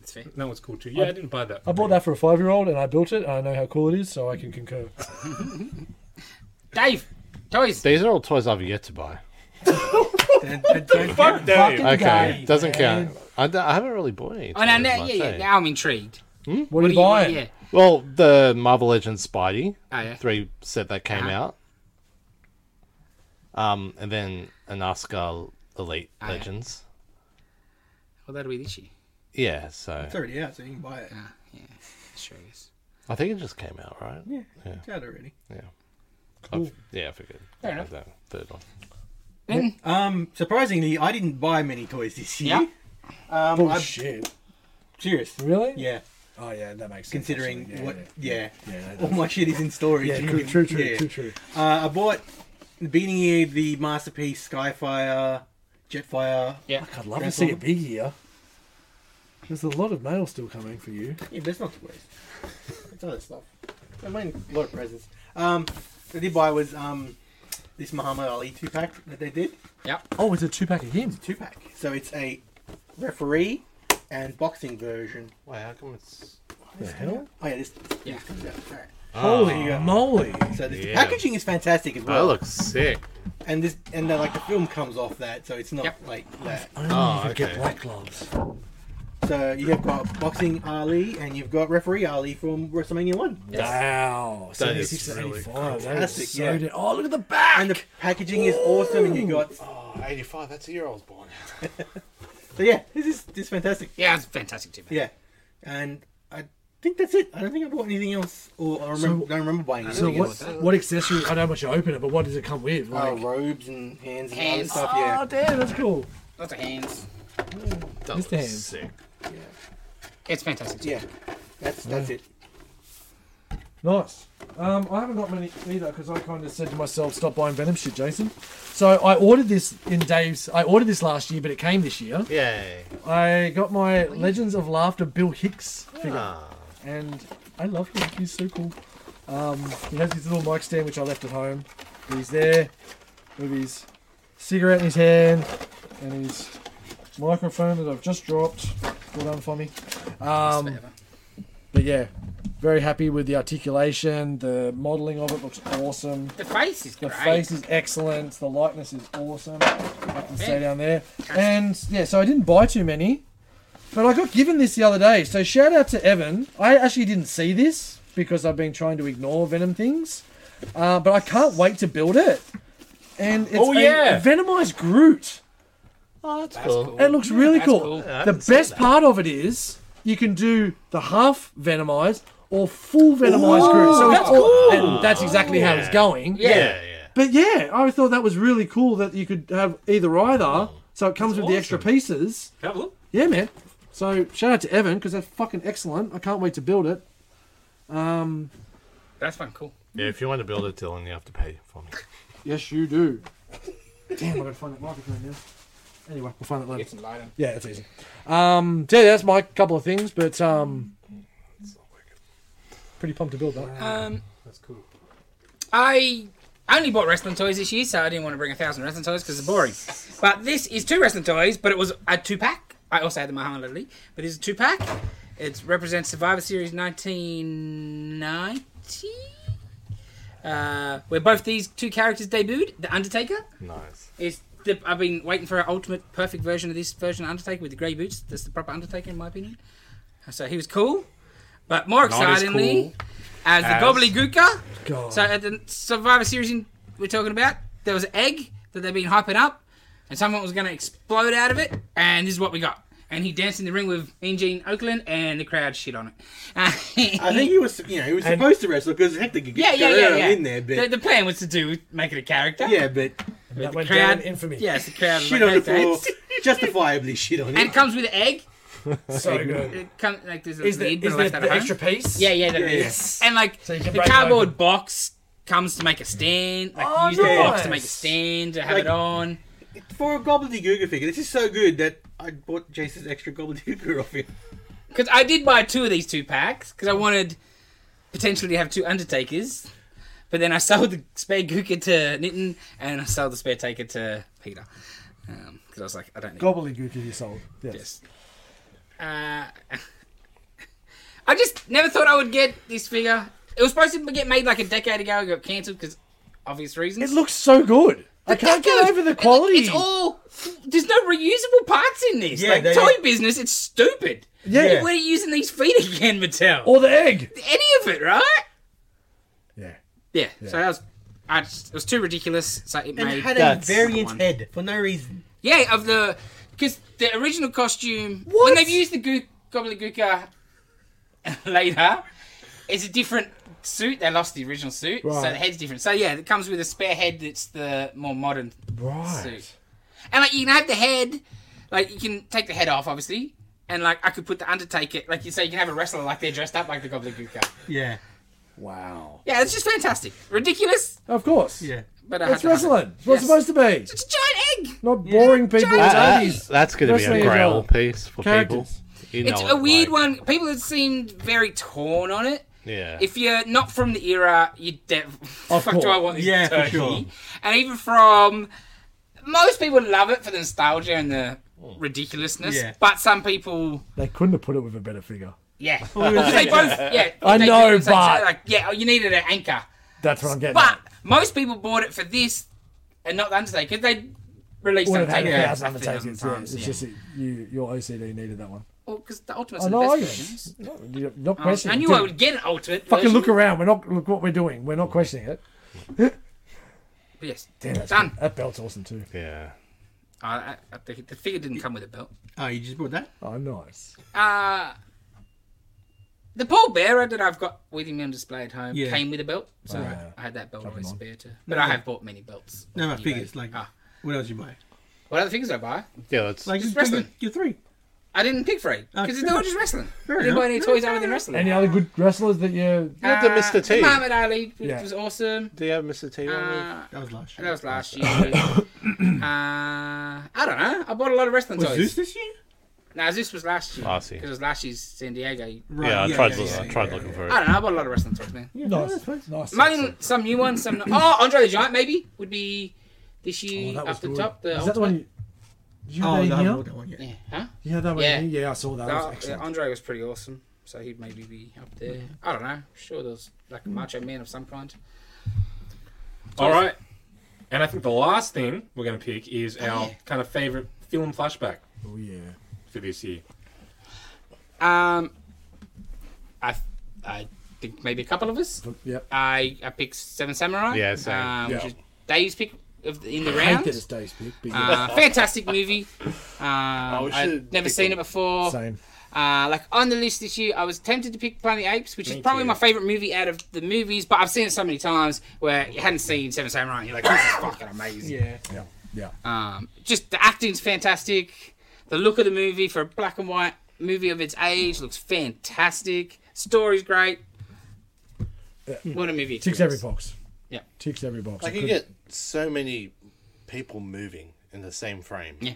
[SPEAKER 2] That's fair.
[SPEAKER 1] That was cool too. Yeah, I, didn't buy that.
[SPEAKER 3] I bought that for a five year old and I built it and I know how cool it is, so I can concur.
[SPEAKER 2] Dave, toys.
[SPEAKER 4] These are all toys I've yet to buy.
[SPEAKER 5] That, that don't count.
[SPEAKER 1] Damn you.
[SPEAKER 4] Okay,
[SPEAKER 3] Guy,
[SPEAKER 4] doesn't
[SPEAKER 3] man.
[SPEAKER 4] count. I, d- I haven't really bought any.
[SPEAKER 2] Oh, no,
[SPEAKER 4] toys
[SPEAKER 2] no,
[SPEAKER 4] much,
[SPEAKER 2] yeah, yeah.
[SPEAKER 4] eh?
[SPEAKER 2] Now I'm intrigued.
[SPEAKER 3] What,
[SPEAKER 2] What
[SPEAKER 3] are
[SPEAKER 2] do
[SPEAKER 3] you buying?
[SPEAKER 2] Yeah.
[SPEAKER 4] Well, the Marvel Legends Spidey
[SPEAKER 2] Oh, yeah. Uh-huh.
[SPEAKER 4] three set that came out, um, and then an Oscar Elite
[SPEAKER 2] Oh, yeah.
[SPEAKER 4] Legends.
[SPEAKER 2] Well, that'll be this year.
[SPEAKER 4] Yeah, so
[SPEAKER 5] It's already out, so you can buy it.
[SPEAKER 2] Ah, yeah. Sure is.
[SPEAKER 4] I think it just came out, right? Yeah, yeah,
[SPEAKER 5] It's out already.
[SPEAKER 4] I've- yeah. I figured.
[SPEAKER 2] Fair
[SPEAKER 4] I
[SPEAKER 2] enough.
[SPEAKER 4] don't- Third one.
[SPEAKER 5] Um, surprisingly, I didn't buy many toys this year.
[SPEAKER 2] Yeah.
[SPEAKER 5] Um,
[SPEAKER 3] Oh,
[SPEAKER 5] I'm
[SPEAKER 3] shit.
[SPEAKER 5] serious.
[SPEAKER 3] Really?
[SPEAKER 5] Yeah.
[SPEAKER 3] Oh, yeah, that makes sense.
[SPEAKER 5] Considering
[SPEAKER 3] actually. Yeah,
[SPEAKER 5] what,
[SPEAKER 3] yeah.
[SPEAKER 5] yeah,
[SPEAKER 3] Yeah,
[SPEAKER 5] all my shit is in storage.
[SPEAKER 3] Yeah,
[SPEAKER 5] You
[SPEAKER 3] true,
[SPEAKER 5] can-
[SPEAKER 3] true, true,
[SPEAKER 5] yeah.
[SPEAKER 3] true, true.
[SPEAKER 5] Uh, I bought Beanie Ear, the Masterpiece, Skyfire, Jetfire.
[SPEAKER 2] Yeah.
[SPEAKER 3] Fuck, I'd love to see a big year. There's a lot of mail still coming for you.
[SPEAKER 5] Yeah, but it's not toys. It's other stuff. I mean, a lot of presents. Um, what I did buy was um, this Muhammad Ali two pack that they did.
[SPEAKER 3] Oh, it's a two pack of him.
[SPEAKER 5] Two pack. So it's a referee and boxing version.
[SPEAKER 4] Wait, how come it's?
[SPEAKER 3] The hell?
[SPEAKER 5] Oh yeah, this.
[SPEAKER 2] Yeah.
[SPEAKER 5] this comes out. Alright.
[SPEAKER 3] Holy
[SPEAKER 5] yeah.
[SPEAKER 3] moly.
[SPEAKER 5] So this, the
[SPEAKER 4] Yeah.
[SPEAKER 5] packaging is fantastic as
[SPEAKER 4] That
[SPEAKER 5] well.
[SPEAKER 4] looks sick.
[SPEAKER 5] And this, and then, like the film comes off that, so it's not
[SPEAKER 2] Yep.
[SPEAKER 5] like that.
[SPEAKER 3] I only
[SPEAKER 4] Oh,
[SPEAKER 3] oh, could get
[SPEAKER 4] okay.
[SPEAKER 3] black gloves.
[SPEAKER 5] So you have got boxing Ali and you've got referee Ali from WrestleMania One.
[SPEAKER 3] Wow.
[SPEAKER 4] That is
[SPEAKER 3] 76 to
[SPEAKER 4] really
[SPEAKER 3] 85. That is
[SPEAKER 5] Fantastic,
[SPEAKER 3] so
[SPEAKER 5] yeah.
[SPEAKER 3] dead. Oh, look at the back.
[SPEAKER 5] And the packaging is awesome, and you got
[SPEAKER 4] Oh, 85, that's the year I was born.
[SPEAKER 5] So yeah, this is this is fantastic.
[SPEAKER 2] Yeah, it's fantastic too. Man.
[SPEAKER 5] Yeah, and I think that's it. I don't think I bought anything else, or I remember,
[SPEAKER 3] So-
[SPEAKER 5] don't remember buying anything
[SPEAKER 3] So
[SPEAKER 5] else.
[SPEAKER 3] what? What accessory? I know what you open it, but what does it come with? Like,
[SPEAKER 5] Oh, robes and hands and
[SPEAKER 2] Hands.
[SPEAKER 5] other stuff. Yeah,
[SPEAKER 3] oh damn, that's cool.
[SPEAKER 2] Lots of hands.
[SPEAKER 4] That
[SPEAKER 3] Just
[SPEAKER 4] was
[SPEAKER 3] the hands.
[SPEAKER 4] sick.
[SPEAKER 2] It's fantastic too.
[SPEAKER 5] yeah. That's that's it.
[SPEAKER 3] Nice. Um, I haven't got many either because I kind of said to myself, "Stop buying Venom shit, Jason." So I ordered this in Dave's. I ordered this last year, but it came this year.
[SPEAKER 4] Yay.
[SPEAKER 3] I got my Legends of Laughter Bill Hicks figure,
[SPEAKER 4] Ah.
[SPEAKER 3] and I love him. He's so cool. Um, he has his little mic stand which I left at home. He's there with his cigarette in his hand and his microphone that I've just dropped. Well done for me. Um,
[SPEAKER 2] Whatever.
[SPEAKER 3] but yeah, very happy with the articulation. The modelling of it looks awesome.
[SPEAKER 2] The face is
[SPEAKER 3] The
[SPEAKER 2] great.
[SPEAKER 3] face is excellent. The likeness is awesome. I
[SPEAKER 2] Yeah.
[SPEAKER 3] can stay down there. And yeah, so I didn't buy too many, but I got given this the other day. So shout out to Evan. I actually didn't see this because I've been trying to ignore Venom things, uh, but I can't wait to build it. And it's
[SPEAKER 1] Oh,
[SPEAKER 3] a-
[SPEAKER 1] yeah.
[SPEAKER 3] a Venomized Groot.
[SPEAKER 4] Oh, that's, cool.
[SPEAKER 3] It looks really
[SPEAKER 2] that's
[SPEAKER 3] cool.
[SPEAKER 2] cool.
[SPEAKER 4] Yeah, I
[SPEAKER 3] the
[SPEAKER 4] didn't see
[SPEAKER 3] best
[SPEAKER 4] that.
[SPEAKER 3] part of it is you can do the half venomized or full venomized group. So that's and that's exactly how it's
[SPEAKER 4] Yeah.
[SPEAKER 3] going.
[SPEAKER 2] Yeah.
[SPEAKER 4] Yeah, yeah.
[SPEAKER 3] But yeah, I thought that was really cool that you could have either either. So it comes with the extra pieces.
[SPEAKER 1] Have a look.
[SPEAKER 3] Yeah, man. So shout out to Evan because that's fucking excellent. I can't wait to build it. Um,
[SPEAKER 2] That's fucking cool.
[SPEAKER 4] Yeah, if you want to build it, Dylan, you have to pay for me.
[SPEAKER 3] yes, you do. Damn, I gotta find that microphone now. Anyway, we'll find it later.
[SPEAKER 2] Get some light on.
[SPEAKER 3] Yeah, it's easy. Um, so yeah, that's my couple of things, but um, pretty pumped to build that.
[SPEAKER 2] Um,
[SPEAKER 1] That's cool.
[SPEAKER 2] I only bought wrestling toys this year, so I didn't want to bring a thousand wrestling toys because it's boring. But this is two wrestling toys, but it was a two pack. I also had the Muhammad Ali, but it's a two pack. It represents Survivor Series 1990, uh, where both these two characters debuted. The Undertaker
[SPEAKER 4] Nice.
[SPEAKER 2] is. The, I've been waiting for an ultimate perfect version of this version of Undertaker with the grey boots. That's the proper Undertaker, in my opinion. So he was cool. But more
[SPEAKER 1] Not as
[SPEAKER 2] excitingly, as,
[SPEAKER 1] as-
[SPEAKER 2] the Gobbledygooker.
[SPEAKER 3] God.
[SPEAKER 2] So at the Survivor Series in, we're talking about, there was an egg that they've been hyping up, and someone was going to explode out of it, and this is what we got. And he danced in the ring with Eugene Oakland, and the crowd shit on it.
[SPEAKER 5] I think he was, you know, he was supposed to wrestle because Hector could
[SPEAKER 2] yeah,
[SPEAKER 5] get
[SPEAKER 2] yeah, yeah, yeah.
[SPEAKER 5] in there, but
[SPEAKER 2] the, the plan was to do make it a character.
[SPEAKER 5] yeah, but
[SPEAKER 2] But
[SPEAKER 3] went down in infamy.
[SPEAKER 2] Yes, the crowd.
[SPEAKER 5] shit on the
[SPEAKER 2] like,
[SPEAKER 5] floor,
[SPEAKER 2] "That's-"
[SPEAKER 5] justifiably shit on
[SPEAKER 2] And
[SPEAKER 5] him.
[SPEAKER 2] it comes with an egg.
[SPEAKER 3] so good.
[SPEAKER 2] It come, like there's a
[SPEAKER 3] Is there,
[SPEAKER 2] lid,
[SPEAKER 3] is
[SPEAKER 2] but I
[SPEAKER 3] there
[SPEAKER 2] left that at
[SPEAKER 3] the
[SPEAKER 2] home.
[SPEAKER 3] extra piece?
[SPEAKER 2] Yeah, yeah, there is.
[SPEAKER 5] Yes.
[SPEAKER 2] And like
[SPEAKER 3] So you can
[SPEAKER 2] the
[SPEAKER 3] break it
[SPEAKER 2] cardboard
[SPEAKER 3] open.
[SPEAKER 2] box comes to make a stand. Like
[SPEAKER 3] Oh,
[SPEAKER 2] you use the box to
[SPEAKER 3] nice.
[SPEAKER 2] make a stand to have
[SPEAKER 5] Like-
[SPEAKER 2] it on.
[SPEAKER 5] For a gobbledygooker figure, this is so good that I bought Jason's extra gobbledygooker off him.
[SPEAKER 2] Because I did buy two of these two packs because I wanted potentially to have two Undertakers, but then I sold the spare Gooker to Nitten and I sold the spare Taker to Peter because I was like, I don't need
[SPEAKER 3] Gobbledygook is sold. Yes.
[SPEAKER 2] this. Uh, I just never thought I would get this figure. It was supposed to get made like a decade ago. It got cancelled because obvious reasons.
[SPEAKER 3] It looks so good. I can't
[SPEAKER 2] It's
[SPEAKER 3] get
[SPEAKER 2] good.
[SPEAKER 3] over the
[SPEAKER 2] It-
[SPEAKER 3] quality.
[SPEAKER 2] It's all there's no reusable parts in this.
[SPEAKER 5] Yeah,
[SPEAKER 2] like
[SPEAKER 5] they-
[SPEAKER 2] toy business, it's stupid.
[SPEAKER 3] Yeah.
[SPEAKER 2] Where are you using these feet again, Mattel?
[SPEAKER 3] or the egg.
[SPEAKER 2] Any of it, right?
[SPEAKER 3] Yeah.
[SPEAKER 2] Yeah. So that was, I just, it was too ridiculous. So it
[SPEAKER 5] And
[SPEAKER 2] made
[SPEAKER 5] had a
[SPEAKER 4] That's-
[SPEAKER 5] variant
[SPEAKER 2] one.
[SPEAKER 5] head for no reason.
[SPEAKER 2] yeah of the because the original costume
[SPEAKER 3] What?
[SPEAKER 2] when they've used the Goo- Gobbledygooker later, it's a different suit. They lost the original suit, so
[SPEAKER 3] Right.
[SPEAKER 2] the head's different. So yeah, it comes with a spare head that's the more modern
[SPEAKER 3] Right.
[SPEAKER 2] suit. And like you can have the head, like you can take the head off, obviously. And like I could put the Undertaker, like you say, you can have a wrestler like they're dressed up like the Gobbledygooker.
[SPEAKER 5] Yeah,
[SPEAKER 3] Wow.
[SPEAKER 2] Yeah, it's just fantastic, ridiculous,
[SPEAKER 3] Of course.
[SPEAKER 5] yeah.
[SPEAKER 2] but I had
[SPEAKER 3] It's
[SPEAKER 2] to have it.
[SPEAKER 3] wrestling. It's What's
[SPEAKER 2] Yes.
[SPEAKER 3] supposed to be?
[SPEAKER 2] It's a giant egg.
[SPEAKER 3] Not boring people
[SPEAKER 2] That-
[SPEAKER 3] in
[SPEAKER 2] that-
[SPEAKER 3] the 80s.
[SPEAKER 4] that's going to be
[SPEAKER 3] Wrestling
[SPEAKER 4] a
[SPEAKER 3] is
[SPEAKER 4] grail
[SPEAKER 3] all
[SPEAKER 4] piece for
[SPEAKER 3] characters.
[SPEAKER 4] people. You
[SPEAKER 2] it's
[SPEAKER 4] know
[SPEAKER 2] a
[SPEAKER 4] it,
[SPEAKER 2] weird
[SPEAKER 4] like-
[SPEAKER 2] one. People have seemed very torn on it.
[SPEAKER 4] Yeah.
[SPEAKER 2] If you're not from the era, you de- fuck
[SPEAKER 3] course.
[SPEAKER 2] do I want this
[SPEAKER 5] Yeah, for
[SPEAKER 2] turkey?
[SPEAKER 5] sure.
[SPEAKER 2] And even from most people love it for the nostalgia and the ridiculousness,
[SPEAKER 5] Yeah.
[SPEAKER 2] but some people,
[SPEAKER 3] They couldn't have put it with a better figure.
[SPEAKER 2] yeah,
[SPEAKER 5] gonna
[SPEAKER 2] they both, yeah.
[SPEAKER 3] I
[SPEAKER 2] they-
[SPEAKER 3] know,
[SPEAKER 2] they- so- so,
[SPEAKER 3] but-
[SPEAKER 2] like, yeah, you needed an anchor.
[SPEAKER 3] That's what I'm getting.
[SPEAKER 2] But
[SPEAKER 3] at.
[SPEAKER 2] most people bought it for this and not the Undertaker. They released
[SPEAKER 3] Would have had
[SPEAKER 2] Undertaker.
[SPEAKER 3] a
[SPEAKER 2] a
[SPEAKER 3] thousand
[SPEAKER 2] thousand
[SPEAKER 3] undertakers. Yeah,
[SPEAKER 2] times,
[SPEAKER 3] it's
[SPEAKER 2] yeah.
[SPEAKER 3] just that you, your OCD needed that one.
[SPEAKER 2] Well, 'cause the Ultimates
[SPEAKER 3] I
[SPEAKER 2] are
[SPEAKER 3] know.
[SPEAKER 2] the
[SPEAKER 3] I
[SPEAKER 2] best versions.
[SPEAKER 3] You're not
[SPEAKER 2] Um,
[SPEAKER 3] questioning.
[SPEAKER 2] I knew
[SPEAKER 3] Dude,
[SPEAKER 2] I would get an Ultimate.
[SPEAKER 3] Fucking
[SPEAKER 2] version.
[SPEAKER 3] look around. We're not look what we're doing. We're not questioning it.
[SPEAKER 2] Yes.
[SPEAKER 3] Damn, that's
[SPEAKER 2] Done.
[SPEAKER 3] That belt's awesome too.
[SPEAKER 4] Yeah.
[SPEAKER 2] I, I, the, the figure didn't come with a belt.
[SPEAKER 5] Oh, you just bought that?
[SPEAKER 3] Oh, nice.
[SPEAKER 2] Uh, the pallbearer that I've got with him on display at home
[SPEAKER 5] Yeah.
[SPEAKER 2] came with a belt, so
[SPEAKER 3] Right.
[SPEAKER 2] I had that belt
[SPEAKER 3] Chuck 'em
[SPEAKER 2] always
[SPEAKER 3] on.
[SPEAKER 2] spare to. But I have bought many belts.
[SPEAKER 5] No, my
[SPEAKER 2] on eBay.
[SPEAKER 5] figures. Like,
[SPEAKER 2] Ah.
[SPEAKER 5] what else you buy?
[SPEAKER 2] what other figures I buy?
[SPEAKER 4] Yeah, that's
[SPEAKER 5] Like,
[SPEAKER 2] Just
[SPEAKER 5] just your,
[SPEAKER 2] wrestling.
[SPEAKER 5] your three.
[SPEAKER 2] I didn't pick three
[SPEAKER 5] Ah,
[SPEAKER 2] because they
[SPEAKER 5] fair
[SPEAKER 2] were
[SPEAKER 5] enough.
[SPEAKER 2] just wrestling.
[SPEAKER 5] Fair
[SPEAKER 2] didn't buy
[SPEAKER 5] enough.
[SPEAKER 2] any toys other than wrestling.
[SPEAKER 3] Any other good wrestlers that you?
[SPEAKER 2] Uh,
[SPEAKER 4] Not the Mr. T.
[SPEAKER 2] Muhammad Ali, which
[SPEAKER 3] Yeah.
[SPEAKER 2] was awesome.
[SPEAKER 4] do you have Mr. T on there?
[SPEAKER 2] Uh,
[SPEAKER 5] That was last
[SPEAKER 2] that
[SPEAKER 5] year.
[SPEAKER 2] was last year. uh, I don't know. I bought a lot of wrestling
[SPEAKER 5] Was
[SPEAKER 2] toys.
[SPEAKER 5] Zeus this year?
[SPEAKER 2] Nah, Zeus was last
[SPEAKER 3] Oh,
[SPEAKER 2] year.
[SPEAKER 4] Last year.
[SPEAKER 2] Because it was last year's San Diego.
[SPEAKER 5] Right.
[SPEAKER 4] yeah, I tried.
[SPEAKER 5] yeah,
[SPEAKER 4] look-
[SPEAKER 5] yeah,
[SPEAKER 4] I tried
[SPEAKER 5] yeah,
[SPEAKER 4] looking
[SPEAKER 5] yeah.
[SPEAKER 4] for it.
[SPEAKER 2] I don't know. I bought a lot of wrestling toys, man.
[SPEAKER 3] Nice, Oh, nice.
[SPEAKER 2] Mine, some new ones, some. Oh, Andre the Giant maybe would be this year
[SPEAKER 3] Oh, that was
[SPEAKER 2] up the
[SPEAKER 3] good.
[SPEAKER 2] top. The
[SPEAKER 3] Is that the one?
[SPEAKER 2] ultimate.
[SPEAKER 3] You, did you have
[SPEAKER 5] Oh,
[SPEAKER 3] that in
[SPEAKER 5] no, I
[SPEAKER 3] here?
[SPEAKER 5] haven't bought that one yet.
[SPEAKER 2] Yeah, huh?
[SPEAKER 3] Yeah, that one.
[SPEAKER 2] Yeah.
[SPEAKER 3] Yeah. yeah, I saw that. That was
[SPEAKER 2] Uh,
[SPEAKER 3] excellent.
[SPEAKER 2] Andre was pretty awesome, so he'd maybe be up there. I don't know. I'm sure there's like a
[SPEAKER 3] Hmm.
[SPEAKER 2] macho man of some kind.
[SPEAKER 1] All right. And I think the last thing we're going to pick is our
[SPEAKER 2] yeah.
[SPEAKER 1] kind of favorite film flashback
[SPEAKER 3] Oh yeah.
[SPEAKER 1] for this year.
[SPEAKER 2] Um, I, I think maybe a couple of us.
[SPEAKER 3] Yep.
[SPEAKER 2] I I picked Seven Samurai.
[SPEAKER 4] Yeah, same.
[SPEAKER 2] Um,
[SPEAKER 3] Yeah.
[SPEAKER 2] Which is Dave's pick of the, in the
[SPEAKER 3] I hate that
[SPEAKER 2] round.
[SPEAKER 3] it's Dave's pick, but yeah.
[SPEAKER 2] Uh, fantastic movie. Um,
[SPEAKER 4] we
[SPEAKER 2] I've
[SPEAKER 4] should
[SPEAKER 2] never
[SPEAKER 4] pick
[SPEAKER 2] seen
[SPEAKER 4] them.
[SPEAKER 2] it before.
[SPEAKER 3] same.
[SPEAKER 2] Uh, like on the list this year, I was tempted to pick Planet of the Apes, which is
[SPEAKER 1] Me
[SPEAKER 2] probably
[SPEAKER 1] too.
[SPEAKER 2] my favorite movie out of the movies, but I've seen it so many times where you hadn't seen Seven Samurai, and you're like, this is fucking amazing.
[SPEAKER 5] Yeah.
[SPEAKER 3] Yeah. Yeah.
[SPEAKER 2] Um, just the acting's fantastic. The look of the movie for a black and white movie of its age looks fantastic. Story's great. What a movie!
[SPEAKER 3] Ticks every
[SPEAKER 2] experience.
[SPEAKER 3] box.
[SPEAKER 2] Yeah.
[SPEAKER 3] Ticks every box.
[SPEAKER 4] Like
[SPEAKER 3] I
[SPEAKER 4] you
[SPEAKER 3] couldn't-
[SPEAKER 4] get so many people moving in the same frame.
[SPEAKER 2] Yeah.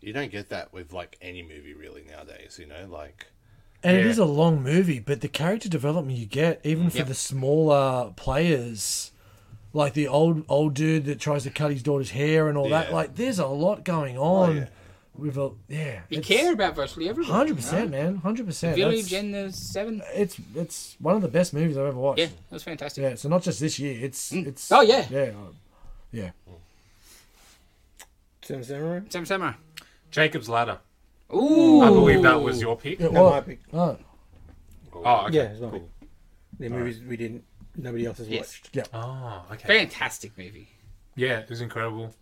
[SPEAKER 4] You don't get that with like any movie really nowadays, you know, like
[SPEAKER 3] And it
[SPEAKER 1] Yeah.
[SPEAKER 3] is a long movie, but the character development you get, even for
[SPEAKER 2] Yep.
[SPEAKER 3] the smaller players, like the old old dude that tries to cut his daughter's hair and all that,
[SPEAKER 4] Yeah.
[SPEAKER 3] like there's a lot going
[SPEAKER 2] Oh,
[SPEAKER 3] on
[SPEAKER 4] yeah.
[SPEAKER 3] with a yeah.
[SPEAKER 2] You
[SPEAKER 3] it's
[SPEAKER 2] care about virtually everything.
[SPEAKER 3] Hundred percent, man. Hundred percent.
[SPEAKER 2] Village
[SPEAKER 3] It's
[SPEAKER 2] and the Seven.
[SPEAKER 3] it's one of the best movies I've ever watched.
[SPEAKER 2] Yeah, that was fantastic.
[SPEAKER 3] Yeah, so not just this year. It's it's.
[SPEAKER 2] Oh, yeah.
[SPEAKER 3] Yeah. uh, Yeah.
[SPEAKER 5] Seven Samurai?
[SPEAKER 2] Seven Samurai.
[SPEAKER 1] Jacob's Ladder.
[SPEAKER 2] Ooh,
[SPEAKER 1] I believe that was your pick.
[SPEAKER 3] It
[SPEAKER 5] No,
[SPEAKER 3] was-
[SPEAKER 5] my pick.
[SPEAKER 3] oh,
[SPEAKER 1] Oh, okay.
[SPEAKER 5] Yeah, it's my
[SPEAKER 1] cool.
[SPEAKER 5] pick. The movies we didn't, nobody else has
[SPEAKER 2] Yes.
[SPEAKER 5] watched.
[SPEAKER 1] Oh, okay.
[SPEAKER 2] fantastic movie.
[SPEAKER 1] Yeah, it was incredible.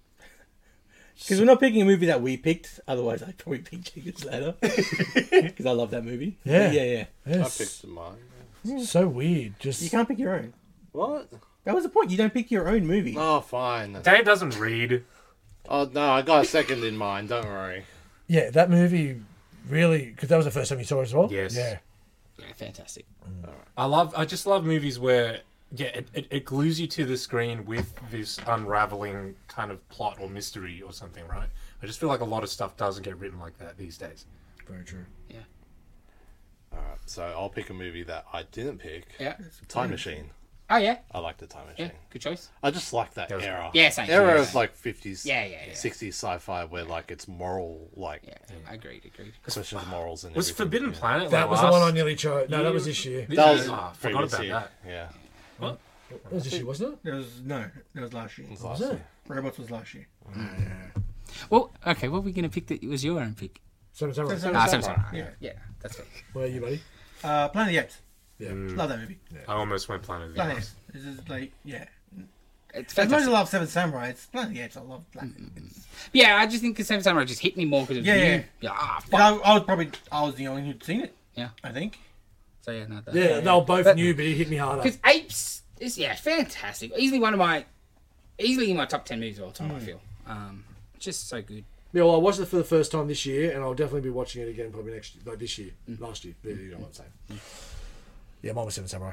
[SPEAKER 5] Because we're not picking a movie that we picked. Otherwise, I'd probably pick Jacob's Ladder. Because I love that movie. But
[SPEAKER 3] Yeah.
[SPEAKER 5] yeah, yeah.
[SPEAKER 4] I
[SPEAKER 3] it's
[SPEAKER 4] picked mine.
[SPEAKER 3] so weird.
[SPEAKER 5] You
[SPEAKER 3] Just
[SPEAKER 5] can't pick your own.
[SPEAKER 4] What?
[SPEAKER 5] That was the point. You don't pick your own movie.
[SPEAKER 4] Oh fine.
[SPEAKER 1] Dave doesn't read.
[SPEAKER 4] Oh no, I got a second in mind, don't worry.
[SPEAKER 3] yeah, that movie really because that was the first time you saw it as well.
[SPEAKER 1] Yes.
[SPEAKER 3] Yeah.
[SPEAKER 2] Yeah, fantastic.
[SPEAKER 1] I love. I just love movies where yeah, it, it, it glues you to the screen with this unraveling kind of plot or mystery or something, right? I just feel like a lot of stuff doesn't get written like that these days.
[SPEAKER 3] Very true.
[SPEAKER 4] Alright, so I'll pick a movie that I didn't pick.
[SPEAKER 2] Yeah.
[SPEAKER 4] Time Machine.
[SPEAKER 2] Oh yeah,
[SPEAKER 4] I like the Time
[SPEAKER 2] yeah.
[SPEAKER 4] Machine.
[SPEAKER 2] Good choice.
[SPEAKER 4] I just like that
[SPEAKER 1] was-
[SPEAKER 4] era.
[SPEAKER 2] Yeah, same.
[SPEAKER 4] Era
[SPEAKER 2] Yeah.
[SPEAKER 4] is like fifties,
[SPEAKER 2] Yeah, yeah, yeah.
[SPEAKER 4] sixties sci-fi, where like it's moral, like
[SPEAKER 2] Yeah, agreed, agreed.
[SPEAKER 4] questions of morals and
[SPEAKER 1] Was
[SPEAKER 4] everything.
[SPEAKER 1] Forbidden
[SPEAKER 4] yeah.
[SPEAKER 1] Planet?
[SPEAKER 3] That
[SPEAKER 1] like,
[SPEAKER 3] was the one I
[SPEAKER 1] last
[SPEAKER 3] nearly chose. No, that was
[SPEAKER 1] year?
[SPEAKER 3] this year.
[SPEAKER 1] This
[SPEAKER 4] That
[SPEAKER 1] year?
[SPEAKER 4] was
[SPEAKER 1] Ah, I forgot
[SPEAKER 4] previous
[SPEAKER 1] about
[SPEAKER 4] year.
[SPEAKER 1] that.
[SPEAKER 4] Yeah,
[SPEAKER 3] That was this year, wasn't it?
[SPEAKER 5] There was no. That was last year.
[SPEAKER 4] It was last
[SPEAKER 3] it?
[SPEAKER 4] year.
[SPEAKER 5] Robots was last year.
[SPEAKER 2] Well, okay. What were we gonna pick? That was your own pick.
[SPEAKER 3] Seven Samurai.
[SPEAKER 5] Seven
[SPEAKER 2] Ah,
[SPEAKER 5] Samurai.
[SPEAKER 2] Seven Samurai.
[SPEAKER 5] Yeah.
[SPEAKER 2] Yeah, that's it.
[SPEAKER 3] Where are you, buddy?
[SPEAKER 5] Uh, Planet of the Apes.
[SPEAKER 3] Yeah.
[SPEAKER 5] Love that movie.
[SPEAKER 1] I almost went Planet of the
[SPEAKER 5] Planet of
[SPEAKER 1] Apes.
[SPEAKER 5] the Apes. This is like, yeah.
[SPEAKER 2] It's
[SPEAKER 5] As much as I
[SPEAKER 2] fantastic.
[SPEAKER 5] love Seven Samurai, it's Planet of the Apes. I love Planet of the Apes.
[SPEAKER 2] Yeah, I just think the Seven Samurai just hit me more because
[SPEAKER 5] Yeah,
[SPEAKER 2] new.
[SPEAKER 5] yeah.
[SPEAKER 2] Ah,
[SPEAKER 5] And
[SPEAKER 2] fuck.
[SPEAKER 5] I, I was probably, I was the only who'd seen it.
[SPEAKER 2] Yeah.
[SPEAKER 5] I think.
[SPEAKER 2] So yeah, not that.
[SPEAKER 3] Yeah, they were both
[SPEAKER 2] But-
[SPEAKER 3] new, but he hit me harder.
[SPEAKER 2] Because Apes is yeah, fantastic. Easily one of my, easily in my top ten movies of all time. I feel. Um, just so good.
[SPEAKER 3] Yeah, well, I watched it for the first time this year, and I'll definitely be watching it again probably next, like this year, last year. Yeah, You know what I'm saying? Yeah, mine was Seven Samurai.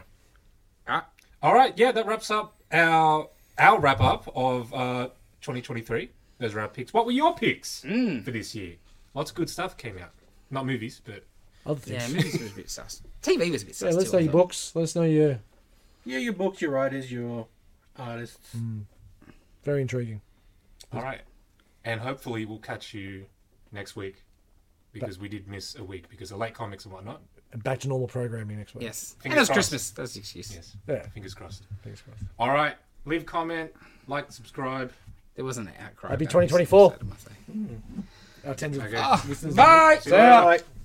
[SPEAKER 2] Ah,
[SPEAKER 1] All right, yeah, that wraps up our our wrap up of uh, 2023. Those are our picks. What were your picks for this year? Lots of good stuff came out. Not movies, but
[SPEAKER 3] Other
[SPEAKER 2] yeah,
[SPEAKER 3] things. Yeah,
[SPEAKER 2] movies was a bit sus. TV was a bit sus.
[SPEAKER 3] let
[SPEAKER 2] too,
[SPEAKER 3] us know
[SPEAKER 2] I
[SPEAKER 3] your
[SPEAKER 2] thought.
[SPEAKER 3] books. Let us know your.
[SPEAKER 5] Yeah, your books, your writers, your artists.
[SPEAKER 3] Very intriguing.
[SPEAKER 1] all right. And hopefully we'll catch you next week because we did miss a week because of late comics and whatnot.
[SPEAKER 3] And back to normal programming next week.
[SPEAKER 2] Yes, and
[SPEAKER 1] Fingers
[SPEAKER 2] it was
[SPEAKER 1] crossed.
[SPEAKER 2] Christmas. That's the excuse.
[SPEAKER 1] Yes.
[SPEAKER 3] Yeah.
[SPEAKER 1] Fingers crossed.
[SPEAKER 3] Thanks, guys.
[SPEAKER 1] All right. Leave a comment, like, subscribe.
[SPEAKER 2] There wasn't an outcry.
[SPEAKER 3] Happy
[SPEAKER 2] about it.
[SPEAKER 3] 2024.
[SPEAKER 2] I must say.
[SPEAKER 3] Our tens of
[SPEAKER 1] Okay.
[SPEAKER 3] listeners.
[SPEAKER 2] Bye.
[SPEAKER 1] See you later.